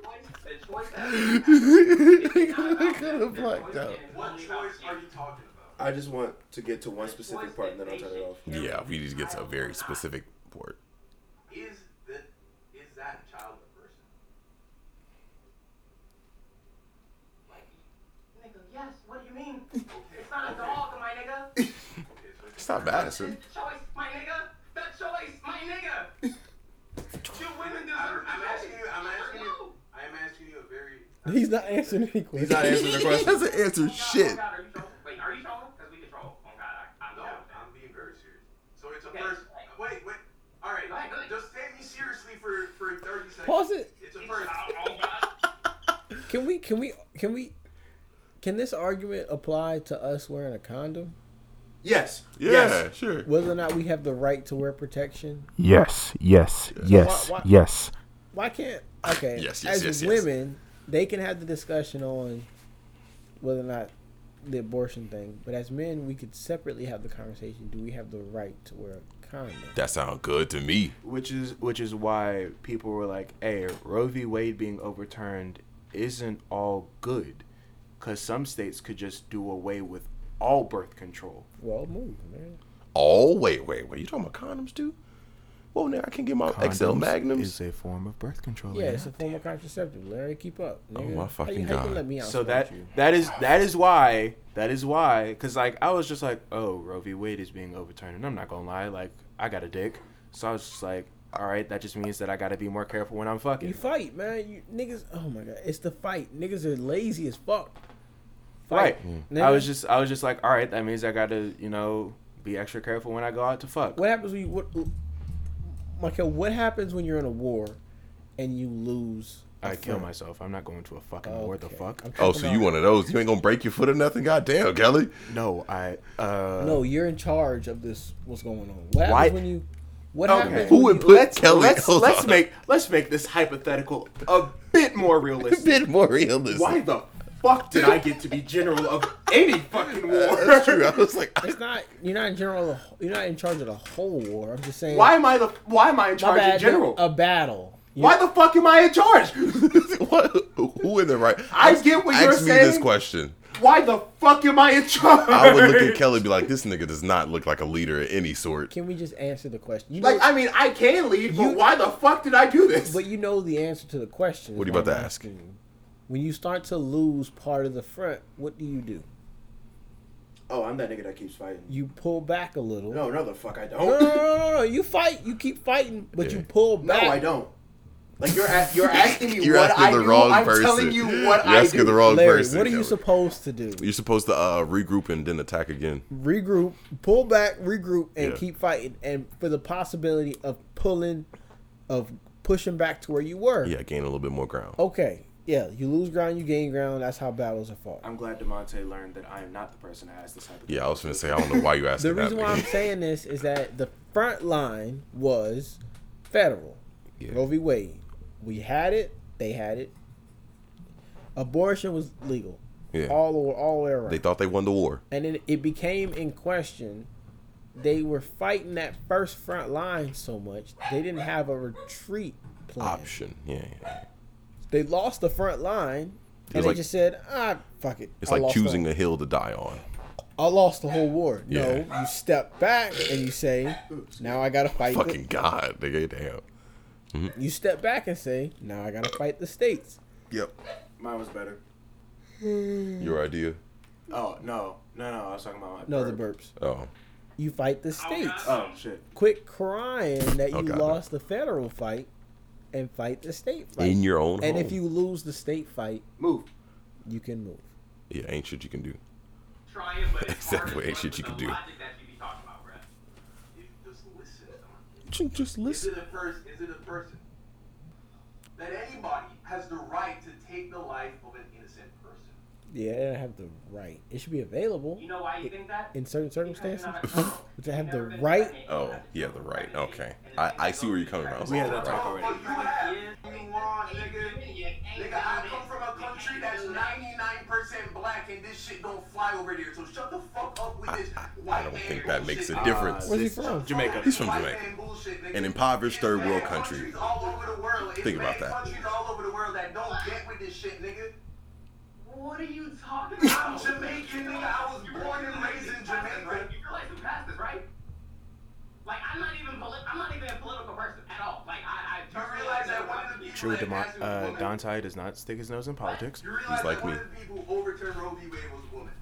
[SPEAKER 11] out. the choice that
[SPEAKER 1] god. kind of blacked out.
[SPEAKER 10] What choice are you talking about?
[SPEAKER 3] I just want to get to one specific part and then I'll turn it off.
[SPEAKER 1] Yeah, we need to get to a very specific part.
[SPEAKER 10] Is the is that child a person?
[SPEAKER 11] Nigga, yes. What do you mean? It's not a dog, my nigga.
[SPEAKER 1] Stop Madison.
[SPEAKER 11] Choice, my nigga. The choice, my nigga.
[SPEAKER 10] Do women deserve? I'm asking you. I'm asking you. I'm asking you a very.
[SPEAKER 4] He's not answering any questions.
[SPEAKER 3] Not answering the
[SPEAKER 1] He
[SPEAKER 3] question.
[SPEAKER 1] doesn't answer
[SPEAKER 11] Oh
[SPEAKER 1] shit.
[SPEAKER 11] God, are you trolling? Wait, are you trolling? Because we can troll. Oh God, I, I'm
[SPEAKER 10] No,
[SPEAKER 11] down with that.
[SPEAKER 10] I'm being very serious. So it's a
[SPEAKER 11] Okay.
[SPEAKER 10] person. Wait, wait. All right,
[SPEAKER 11] Alright, go ahead.
[SPEAKER 10] just take me seriously for for 30 seconds.
[SPEAKER 4] Pause it.
[SPEAKER 10] It's a person.
[SPEAKER 11] Oh God.
[SPEAKER 4] Can we? Can we? Can we? Can this argument apply to us wearing a condom?
[SPEAKER 3] Yes.
[SPEAKER 1] Yeah,
[SPEAKER 3] Yes.
[SPEAKER 1] sure.
[SPEAKER 4] Whether or not we have the right to wear protection?
[SPEAKER 9] Yes, yes, yes,
[SPEAKER 4] Why- why-
[SPEAKER 9] yes.
[SPEAKER 4] Why can't? Okay.
[SPEAKER 1] Yes, yes,
[SPEAKER 4] As
[SPEAKER 1] yes, yes.
[SPEAKER 4] women, they can have the discussion on whether or not the abortion thing, but as men, we could separately have the conversation: Do we have the right to wear a condom?
[SPEAKER 1] That sound good to me.
[SPEAKER 9] Which is which is why people were like, "Hey, Roe v. Wade being overturned isn't all good, because some states could just do away with all birth control."
[SPEAKER 4] Well, move, man.
[SPEAKER 1] Oh wait, wait, wait. You talking about condoms too? Well, now I can get my XL Magnums.
[SPEAKER 9] is a form of birth control.
[SPEAKER 4] Yeah,
[SPEAKER 9] ain't
[SPEAKER 4] it's a
[SPEAKER 9] it?
[SPEAKER 4] form of contraceptive. Larry, keep up. Nigga.
[SPEAKER 1] Oh, my
[SPEAKER 4] How you-
[SPEAKER 1] fucking
[SPEAKER 4] how you,
[SPEAKER 1] God.
[SPEAKER 4] let me
[SPEAKER 9] so
[SPEAKER 4] outsmart
[SPEAKER 9] that
[SPEAKER 4] you?
[SPEAKER 9] that is that is why that is why because like I was just like oh Roe v Wade is being overturned and I'm not gonna lie like I got a dick so I was just like all right that just means that I got to be more careful when I'm fucking
[SPEAKER 4] You fight, man. You niggas. Oh my god, it's the fight. Niggas are lazy as fuck. Fight,
[SPEAKER 9] right I
[SPEAKER 1] Mm.
[SPEAKER 4] nigga.
[SPEAKER 9] was just I was just like all right that means I got to you know be extra careful when I go out to fuck
[SPEAKER 4] What happens when you what? Michael, what happens when you're in a war and you lose?
[SPEAKER 9] I kill
[SPEAKER 4] friend?
[SPEAKER 9] myself I'm not going to a fucking war the
[SPEAKER 4] Okay.
[SPEAKER 9] fuck
[SPEAKER 4] I'm
[SPEAKER 1] Oh,
[SPEAKER 4] talking
[SPEAKER 1] so you
[SPEAKER 4] about-
[SPEAKER 1] one of those? You ain't gonna break your foot or nothing? Goddamn, Kelly.
[SPEAKER 9] no I uh
[SPEAKER 4] No, you're in charge of this. What's going on? What happens
[SPEAKER 9] Why-
[SPEAKER 4] when you? What
[SPEAKER 9] Okay.
[SPEAKER 4] happens?
[SPEAKER 1] Who
[SPEAKER 4] when
[SPEAKER 1] would
[SPEAKER 4] you-
[SPEAKER 1] put
[SPEAKER 9] let's
[SPEAKER 1] Kelly?
[SPEAKER 9] let's
[SPEAKER 1] Hold
[SPEAKER 9] let's
[SPEAKER 1] on.
[SPEAKER 9] make let's make this hypothetical a bit more
[SPEAKER 1] a
[SPEAKER 9] realistic.
[SPEAKER 1] bit more realistic.
[SPEAKER 9] Why the fuck did I get to be general of any fucking
[SPEAKER 1] That's
[SPEAKER 9] war?
[SPEAKER 1] true. I was like, I-
[SPEAKER 4] It's not. You're not in general. the wh- You're not in charge of the whole war. I'm just saying.
[SPEAKER 9] Why am I the why am I in
[SPEAKER 4] My
[SPEAKER 9] charge
[SPEAKER 4] bad, Uh,
[SPEAKER 9] in general?
[SPEAKER 4] A battle. You-
[SPEAKER 9] why the fuck am I in charge?
[SPEAKER 1] what? Who in the right?
[SPEAKER 9] I get what you're
[SPEAKER 1] Ask me this
[SPEAKER 9] saying.
[SPEAKER 1] question.
[SPEAKER 9] Why the fuck am I in charge?
[SPEAKER 1] I would look at Kelly and be like, this nigga does not look like a leader of any sort.
[SPEAKER 4] Can we just answer the question? You know,
[SPEAKER 9] Like I mean, I can lead, but
[SPEAKER 4] You-
[SPEAKER 9] why the fuck did I do this?
[SPEAKER 4] but you know the answer to the question.
[SPEAKER 1] What
[SPEAKER 4] is
[SPEAKER 1] are you about
[SPEAKER 4] why
[SPEAKER 1] to
[SPEAKER 4] I'm
[SPEAKER 1] ask?
[SPEAKER 4] asking you. When you start to lose part of the front, what do you do?
[SPEAKER 13] Oh, I'm that nigga that keeps fighting.
[SPEAKER 4] You pull back a little.
[SPEAKER 13] No, no, the fuck I
[SPEAKER 4] No,
[SPEAKER 13] don't.
[SPEAKER 4] no, no, no, no. You fight. You keep fighting, but you
[SPEAKER 1] Yeah.
[SPEAKER 4] pull
[SPEAKER 13] No,
[SPEAKER 4] back.
[SPEAKER 13] I don't. Like you're a- you're asking me
[SPEAKER 1] You're
[SPEAKER 13] what
[SPEAKER 1] asking
[SPEAKER 13] I
[SPEAKER 1] the
[SPEAKER 13] do.
[SPEAKER 1] wrong
[SPEAKER 13] I'm
[SPEAKER 1] person.
[SPEAKER 13] telling you what
[SPEAKER 1] You're
[SPEAKER 13] I
[SPEAKER 1] asking
[SPEAKER 13] do.
[SPEAKER 1] the wrong
[SPEAKER 4] Larry,
[SPEAKER 1] person.
[SPEAKER 4] what are you
[SPEAKER 1] Kelly.
[SPEAKER 4] supposed to do?
[SPEAKER 1] You're supposed to uh, regroup and then attack again.
[SPEAKER 4] Regroup, pull back, regroup, and
[SPEAKER 1] Yeah.
[SPEAKER 4] keep fighting. And for the possibility of pulling, of pushing back to where you were.
[SPEAKER 1] Yeah, gain a little bit more ground.
[SPEAKER 4] Okay. Yeah. You lose ground, you gain ground. That's how battles are fought.
[SPEAKER 3] I'm glad Demonte learned that I am not the person to ask this type of
[SPEAKER 1] Yeah, I was gonna say I don't know why you asked
[SPEAKER 4] The
[SPEAKER 1] that.
[SPEAKER 4] reason why I'm saying this is that the front line was federal.
[SPEAKER 1] Yeah.
[SPEAKER 4] Roe v. Wade. We had it. They had it. Abortion was legal.
[SPEAKER 1] Yeah.
[SPEAKER 4] All over, all the way around.
[SPEAKER 1] they thought they won the war.
[SPEAKER 4] and then it became in question. They were fighting that first front line so much they didn't have a retreat plan.
[SPEAKER 1] Option. Yeah. yeah.
[SPEAKER 4] They lost the front line, and they
[SPEAKER 1] like-
[SPEAKER 4] just said, "Ah, fuck it."
[SPEAKER 1] It's
[SPEAKER 4] I
[SPEAKER 1] like
[SPEAKER 4] lost the-
[SPEAKER 1] choosing a hill to die on.
[SPEAKER 4] I lost the whole war. No,
[SPEAKER 1] Yeah.
[SPEAKER 4] you step back and you say, "Now I gotta fight." the-
[SPEAKER 1] Fucking God, nigga, damn.
[SPEAKER 4] You step back and say, "Now I gotta fight the states."
[SPEAKER 1] Yep.
[SPEAKER 3] Mine was better.
[SPEAKER 1] Your idea.
[SPEAKER 3] Oh no, no, no! I was talking about my
[SPEAKER 4] No,
[SPEAKER 3] bird.
[SPEAKER 4] the burps.
[SPEAKER 1] Oh.
[SPEAKER 4] You fight the states.
[SPEAKER 3] Oh shit!
[SPEAKER 4] Quit crying that you
[SPEAKER 1] Oh, God, no.
[SPEAKER 4] lost the federal fight, and fight the state fight.
[SPEAKER 1] In your own
[SPEAKER 4] and if
[SPEAKER 1] home.
[SPEAKER 4] you lose the state fight,
[SPEAKER 3] Move.
[SPEAKER 4] you can move.
[SPEAKER 1] Yeah, ain't shit you can do.
[SPEAKER 11] Try it, but it's
[SPEAKER 1] Except
[SPEAKER 11] hard
[SPEAKER 1] for
[SPEAKER 11] as
[SPEAKER 1] ain't
[SPEAKER 11] fuck
[SPEAKER 1] shit
[SPEAKER 11] with
[SPEAKER 1] you
[SPEAKER 11] the
[SPEAKER 1] can do.
[SPEAKER 11] logic that you be talking about, bruh.
[SPEAKER 10] If you just listen.
[SPEAKER 1] Just
[SPEAKER 10] Is it a person? Is it a person? That anybody has the right to take the life of an innocent person.
[SPEAKER 4] Yeah, they don't have the right. It should be available
[SPEAKER 11] You know why you think that?
[SPEAKER 4] in certain circumstances, but they have the
[SPEAKER 11] Never been
[SPEAKER 4] right.
[SPEAKER 11] pregnant.
[SPEAKER 1] Oh, yeah, the right. Okay. I, I see where you're coming from. I was
[SPEAKER 9] We
[SPEAKER 1] like,
[SPEAKER 9] had that
[SPEAKER 1] right.
[SPEAKER 9] talk
[SPEAKER 10] Oh,
[SPEAKER 9] already.
[SPEAKER 10] you have. You wrong, nigga. Nigga, I come from a country that's 99% black and this shit don't fly over there. So shut the fuck up with this
[SPEAKER 1] I
[SPEAKER 10] white
[SPEAKER 1] don't
[SPEAKER 10] man
[SPEAKER 1] think that
[SPEAKER 10] bullshit.
[SPEAKER 1] makes a difference.
[SPEAKER 4] Where's he from?
[SPEAKER 9] Jamaica.
[SPEAKER 1] He's from
[SPEAKER 10] White
[SPEAKER 1] Jamaica.
[SPEAKER 10] man bullshit, nigga.
[SPEAKER 1] An impoverished third world
[SPEAKER 10] It's bad
[SPEAKER 1] country.
[SPEAKER 10] countries all over the world. It's
[SPEAKER 1] Think about
[SPEAKER 10] bad
[SPEAKER 1] that.
[SPEAKER 10] Countries all over the world that don't get with this shit, nigga.
[SPEAKER 11] What are you talking
[SPEAKER 10] I'm
[SPEAKER 11] about?
[SPEAKER 10] Jamaican, nigga. I was born and raised in Jamaica.
[SPEAKER 11] You realize who passed this, right? Like I'm not even polit- I'm not even a political person at all. Like I, I
[SPEAKER 10] You realize that one of the people
[SPEAKER 9] True,
[SPEAKER 10] that
[SPEAKER 9] Demont
[SPEAKER 10] passed was a
[SPEAKER 9] uh,
[SPEAKER 10] woman?
[SPEAKER 9] Dante does not stick his nose in politics.
[SPEAKER 10] You realize
[SPEAKER 1] like
[SPEAKER 10] that one
[SPEAKER 1] me.
[SPEAKER 10] of the people who overturned Roe v. Wade was a woman.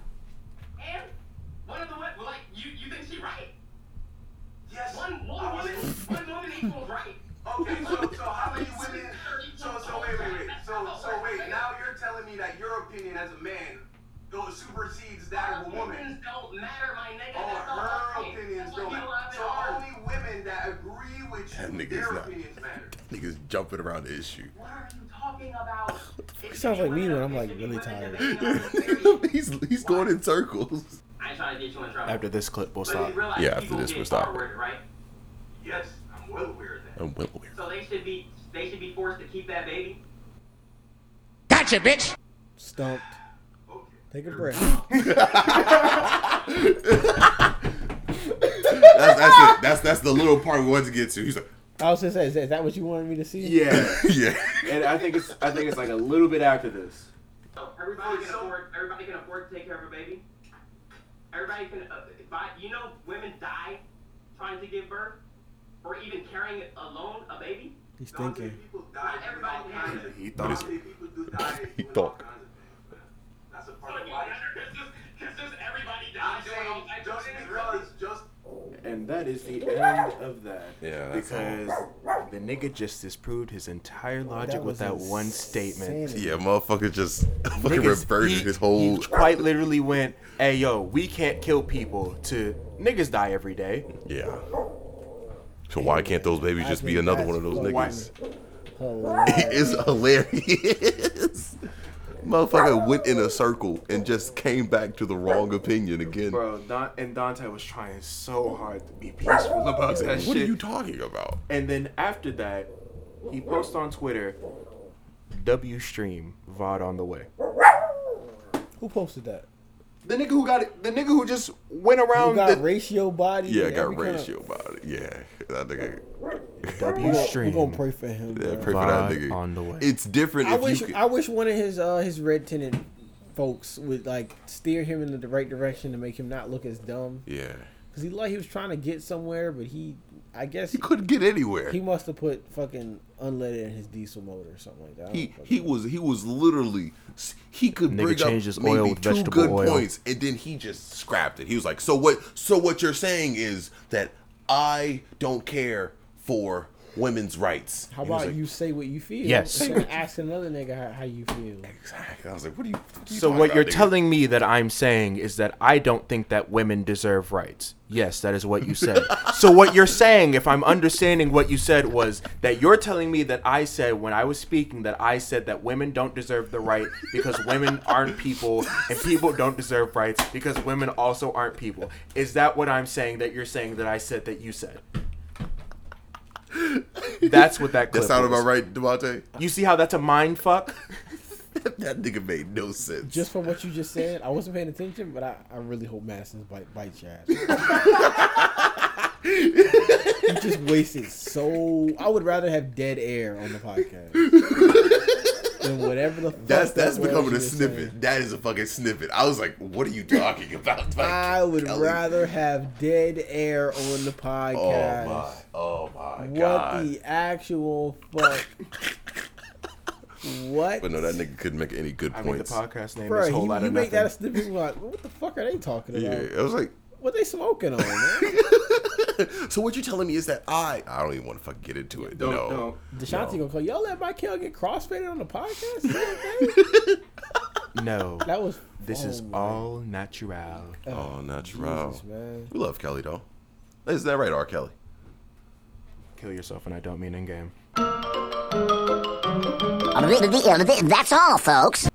[SPEAKER 11] And one of the what? Like you, you think she right?
[SPEAKER 10] Yes.
[SPEAKER 11] One,
[SPEAKER 10] I
[SPEAKER 11] one
[SPEAKER 10] was-
[SPEAKER 11] woman, one woman equals right.
[SPEAKER 10] Okay, so, so how many women? So so wait wait wait. So
[SPEAKER 11] Oh,
[SPEAKER 10] so wait. Now you're telling me that your opinion as a man goes supersedes that of a woman.
[SPEAKER 11] Opinions don't matter, my nigga.
[SPEAKER 10] Or
[SPEAKER 11] That's all I'm
[SPEAKER 10] her
[SPEAKER 11] saying.
[SPEAKER 10] opinions
[SPEAKER 11] That's what
[SPEAKER 10] don't
[SPEAKER 11] you
[SPEAKER 10] matter.
[SPEAKER 11] have in
[SPEAKER 10] So
[SPEAKER 11] our-
[SPEAKER 10] only women that agree with
[SPEAKER 1] That
[SPEAKER 10] you,
[SPEAKER 1] nigga's
[SPEAKER 10] their
[SPEAKER 1] not-
[SPEAKER 10] opinions matter.
[SPEAKER 1] Niggas jumping around the issue.
[SPEAKER 11] What are you talking about? It
[SPEAKER 4] sounds like me when I'm, like, really tired.
[SPEAKER 1] he's he's going in circles.
[SPEAKER 11] I try to get you in trouble.
[SPEAKER 9] After this clip, we'll
[SPEAKER 11] But then
[SPEAKER 9] stop.
[SPEAKER 11] you realize
[SPEAKER 1] Yeah, after
[SPEAKER 11] people
[SPEAKER 1] this,
[SPEAKER 11] get
[SPEAKER 1] we're Oh. stopping.
[SPEAKER 11] forward, Right?
[SPEAKER 10] Yes, I'm well aware of that.
[SPEAKER 1] I'm well aware.
[SPEAKER 11] So they should be they should be forced to keep that baby.
[SPEAKER 4] Stumped.
[SPEAKER 10] Okay.
[SPEAKER 4] Take a breath.
[SPEAKER 1] That's that's it. That's that's the little part we wanted to get to. He's like,
[SPEAKER 4] I was gonna say, is that, is that what you wanted me to see?
[SPEAKER 3] Yeah,
[SPEAKER 1] yeah.
[SPEAKER 3] and I think it's I think it's like a little bit after this.
[SPEAKER 11] So everybody can
[SPEAKER 10] So-
[SPEAKER 11] afford everybody can afford to take care of a baby. Everybody can uh, buy. You know, women die trying to give birth.
[SPEAKER 10] or even carrying alone a baby?
[SPEAKER 4] He's
[SPEAKER 14] Not many
[SPEAKER 4] thinking.
[SPEAKER 14] people die
[SPEAKER 10] Not everybody
[SPEAKER 14] doing all kinds of-
[SPEAKER 1] He
[SPEAKER 14] not
[SPEAKER 1] thought.
[SPEAKER 14] many people do die
[SPEAKER 1] He
[SPEAKER 14] doing all
[SPEAKER 1] thought.
[SPEAKER 14] kinds of things, man. That's a part of life.
[SPEAKER 10] Because just everybody
[SPEAKER 14] I'm
[SPEAKER 10] dies doing all
[SPEAKER 14] saying
[SPEAKER 10] types of
[SPEAKER 14] just
[SPEAKER 10] shit.
[SPEAKER 14] because, just
[SPEAKER 15] And that is the end of that.
[SPEAKER 1] Yeah, that's
[SPEAKER 3] Because the nigga just disproved his entire logic with
[SPEAKER 4] was
[SPEAKER 3] that one statement.
[SPEAKER 4] insanity.
[SPEAKER 1] Yeah, motherfucker just fucking
[SPEAKER 3] Niggas-
[SPEAKER 1] reverted
[SPEAKER 3] he-
[SPEAKER 1] his whole.
[SPEAKER 3] he quite literally went, "Hey yo, we can't kill people." To niggas die every day.
[SPEAKER 1] Yeah. So why can't those babies just be
[SPEAKER 4] think
[SPEAKER 1] another
[SPEAKER 4] that's
[SPEAKER 1] one of those
[SPEAKER 4] why-
[SPEAKER 1] niggas?
[SPEAKER 4] Hilarious.
[SPEAKER 1] It is hilarious. Motherfucker went in a circle and just came back to the wrong opinion again.
[SPEAKER 15] Bro, Don- and Dante was trying so hard to be peaceful about that
[SPEAKER 1] What are
[SPEAKER 15] shit.
[SPEAKER 1] you talking about?
[SPEAKER 15] and then after that, he posted on Twitter,
[SPEAKER 3] W stream VOD on the way.
[SPEAKER 4] Who posted that?
[SPEAKER 3] The nigga who got it, the nigga who just went
[SPEAKER 4] You
[SPEAKER 3] around
[SPEAKER 4] got
[SPEAKER 3] the
[SPEAKER 4] ratio body.
[SPEAKER 1] Um, Yeah, I
[SPEAKER 4] and
[SPEAKER 1] got
[SPEAKER 4] every kind of-
[SPEAKER 1] ratio about it. Yeah, that nigga.
[SPEAKER 3] W
[SPEAKER 4] We gonna-
[SPEAKER 3] stream.
[SPEAKER 4] We gonna pray for him.
[SPEAKER 1] Yeah,
[SPEAKER 4] bro.
[SPEAKER 1] pray for that
[SPEAKER 3] Vibe
[SPEAKER 1] nigga.
[SPEAKER 3] on the way.
[SPEAKER 1] It's different
[SPEAKER 4] I
[SPEAKER 1] if
[SPEAKER 4] wish
[SPEAKER 1] you. Could,
[SPEAKER 4] I wish one of his uh, his red tinted folks would like steer him in the right direction to make him not look as dumb.
[SPEAKER 1] yeah,
[SPEAKER 4] Cause he like he was trying to get somewhere, but he I guess
[SPEAKER 1] he couldn't get anywhere.
[SPEAKER 4] he must have put fucking unleaded in his diesel motor or something like that. I don't
[SPEAKER 1] He
[SPEAKER 4] fucking
[SPEAKER 1] he
[SPEAKER 4] know.
[SPEAKER 1] was he was literally he could
[SPEAKER 3] Nigga
[SPEAKER 1] bring
[SPEAKER 3] changed his
[SPEAKER 1] up maybe
[SPEAKER 3] oil with
[SPEAKER 1] two
[SPEAKER 3] vegetable
[SPEAKER 1] good
[SPEAKER 3] oil.
[SPEAKER 1] points and then he just scrapped it. He was like, "So what? So what you're saying is that I don't care for women's rights."
[SPEAKER 4] How
[SPEAKER 1] And he was
[SPEAKER 4] about
[SPEAKER 1] like,
[SPEAKER 4] you say what you feel?
[SPEAKER 3] Yes.
[SPEAKER 4] And then ask another nigga how, how you feel.
[SPEAKER 1] Exactly. I was like, "What are you?" What are you
[SPEAKER 3] So
[SPEAKER 1] talking
[SPEAKER 3] what
[SPEAKER 1] about,
[SPEAKER 3] you're
[SPEAKER 1] nigga?
[SPEAKER 3] telling me that I'm saying is that I don't think that women deserve rights. Yes, that is what you said. so what you're saying, if I'm understanding what you said, was that you're telling me that I said when I was speaking that I said that women don't deserve the right because women aren't people and people don't deserve rights because women also aren't people. Is that what I'm saying that you're saying that I said that you said? That's what
[SPEAKER 1] That
[SPEAKER 3] that clip
[SPEAKER 1] sounded
[SPEAKER 3] was.
[SPEAKER 1] about right, Devontae.
[SPEAKER 3] You see how that's a mind fuck?
[SPEAKER 1] that nigga made no sense.
[SPEAKER 4] Just from what you just said, I wasn't paying attention, but I, I really hope Madison's bite bites your ass. you just wasted so. I would rather have dead air on the podcast than whatever the. Fuck
[SPEAKER 1] that's
[SPEAKER 4] that
[SPEAKER 1] that's
[SPEAKER 4] was
[SPEAKER 1] becoming
[SPEAKER 4] you
[SPEAKER 1] a
[SPEAKER 4] just
[SPEAKER 1] snippet.
[SPEAKER 4] said.
[SPEAKER 1] That is a fucking snippet. I was like, "What are you talking about?" Like,
[SPEAKER 4] I would
[SPEAKER 1] Kelly.
[SPEAKER 4] rather have dead air on the
[SPEAKER 1] Oh
[SPEAKER 4] podcast.
[SPEAKER 1] my! Oh my
[SPEAKER 4] What
[SPEAKER 1] god!
[SPEAKER 4] the actual fuck? what?
[SPEAKER 1] But no, that nigga couldn't make any good
[SPEAKER 3] I mean, the
[SPEAKER 1] points.
[SPEAKER 3] podcast name
[SPEAKER 4] Bro,
[SPEAKER 3] is Whole
[SPEAKER 4] you,
[SPEAKER 3] Lot
[SPEAKER 4] you
[SPEAKER 3] of
[SPEAKER 4] make
[SPEAKER 3] Nothing.
[SPEAKER 4] that a snippet. you're Like, what the fuck are they talking about?
[SPEAKER 1] yeah, I was like,
[SPEAKER 4] What they smoking on, man?
[SPEAKER 1] so what you're telling me is that I I don't even want to fucking get into it.
[SPEAKER 15] don't,
[SPEAKER 1] no,
[SPEAKER 15] don't.
[SPEAKER 4] Deshanti
[SPEAKER 1] No.
[SPEAKER 4] gonna call y'all let Michael get crossfaded on the podcast. Is that a thing?
[SPEAKER 3] No.
[SPEAKER 4] that was
[SPEAKER 3] This is
[SPEAKER 4] oh my
[SPEAKER 3] all natural.
[SPEAKER 1] oh, natural.
[SPEAKER 4] Jesus, man.
[SPEAKER 1] We love Kelly though. Is that right, R. Kelly?
[SPEAKER 3] Kill yourself, and I don't mean in game.
[SPEAKER 16] That's all, folks.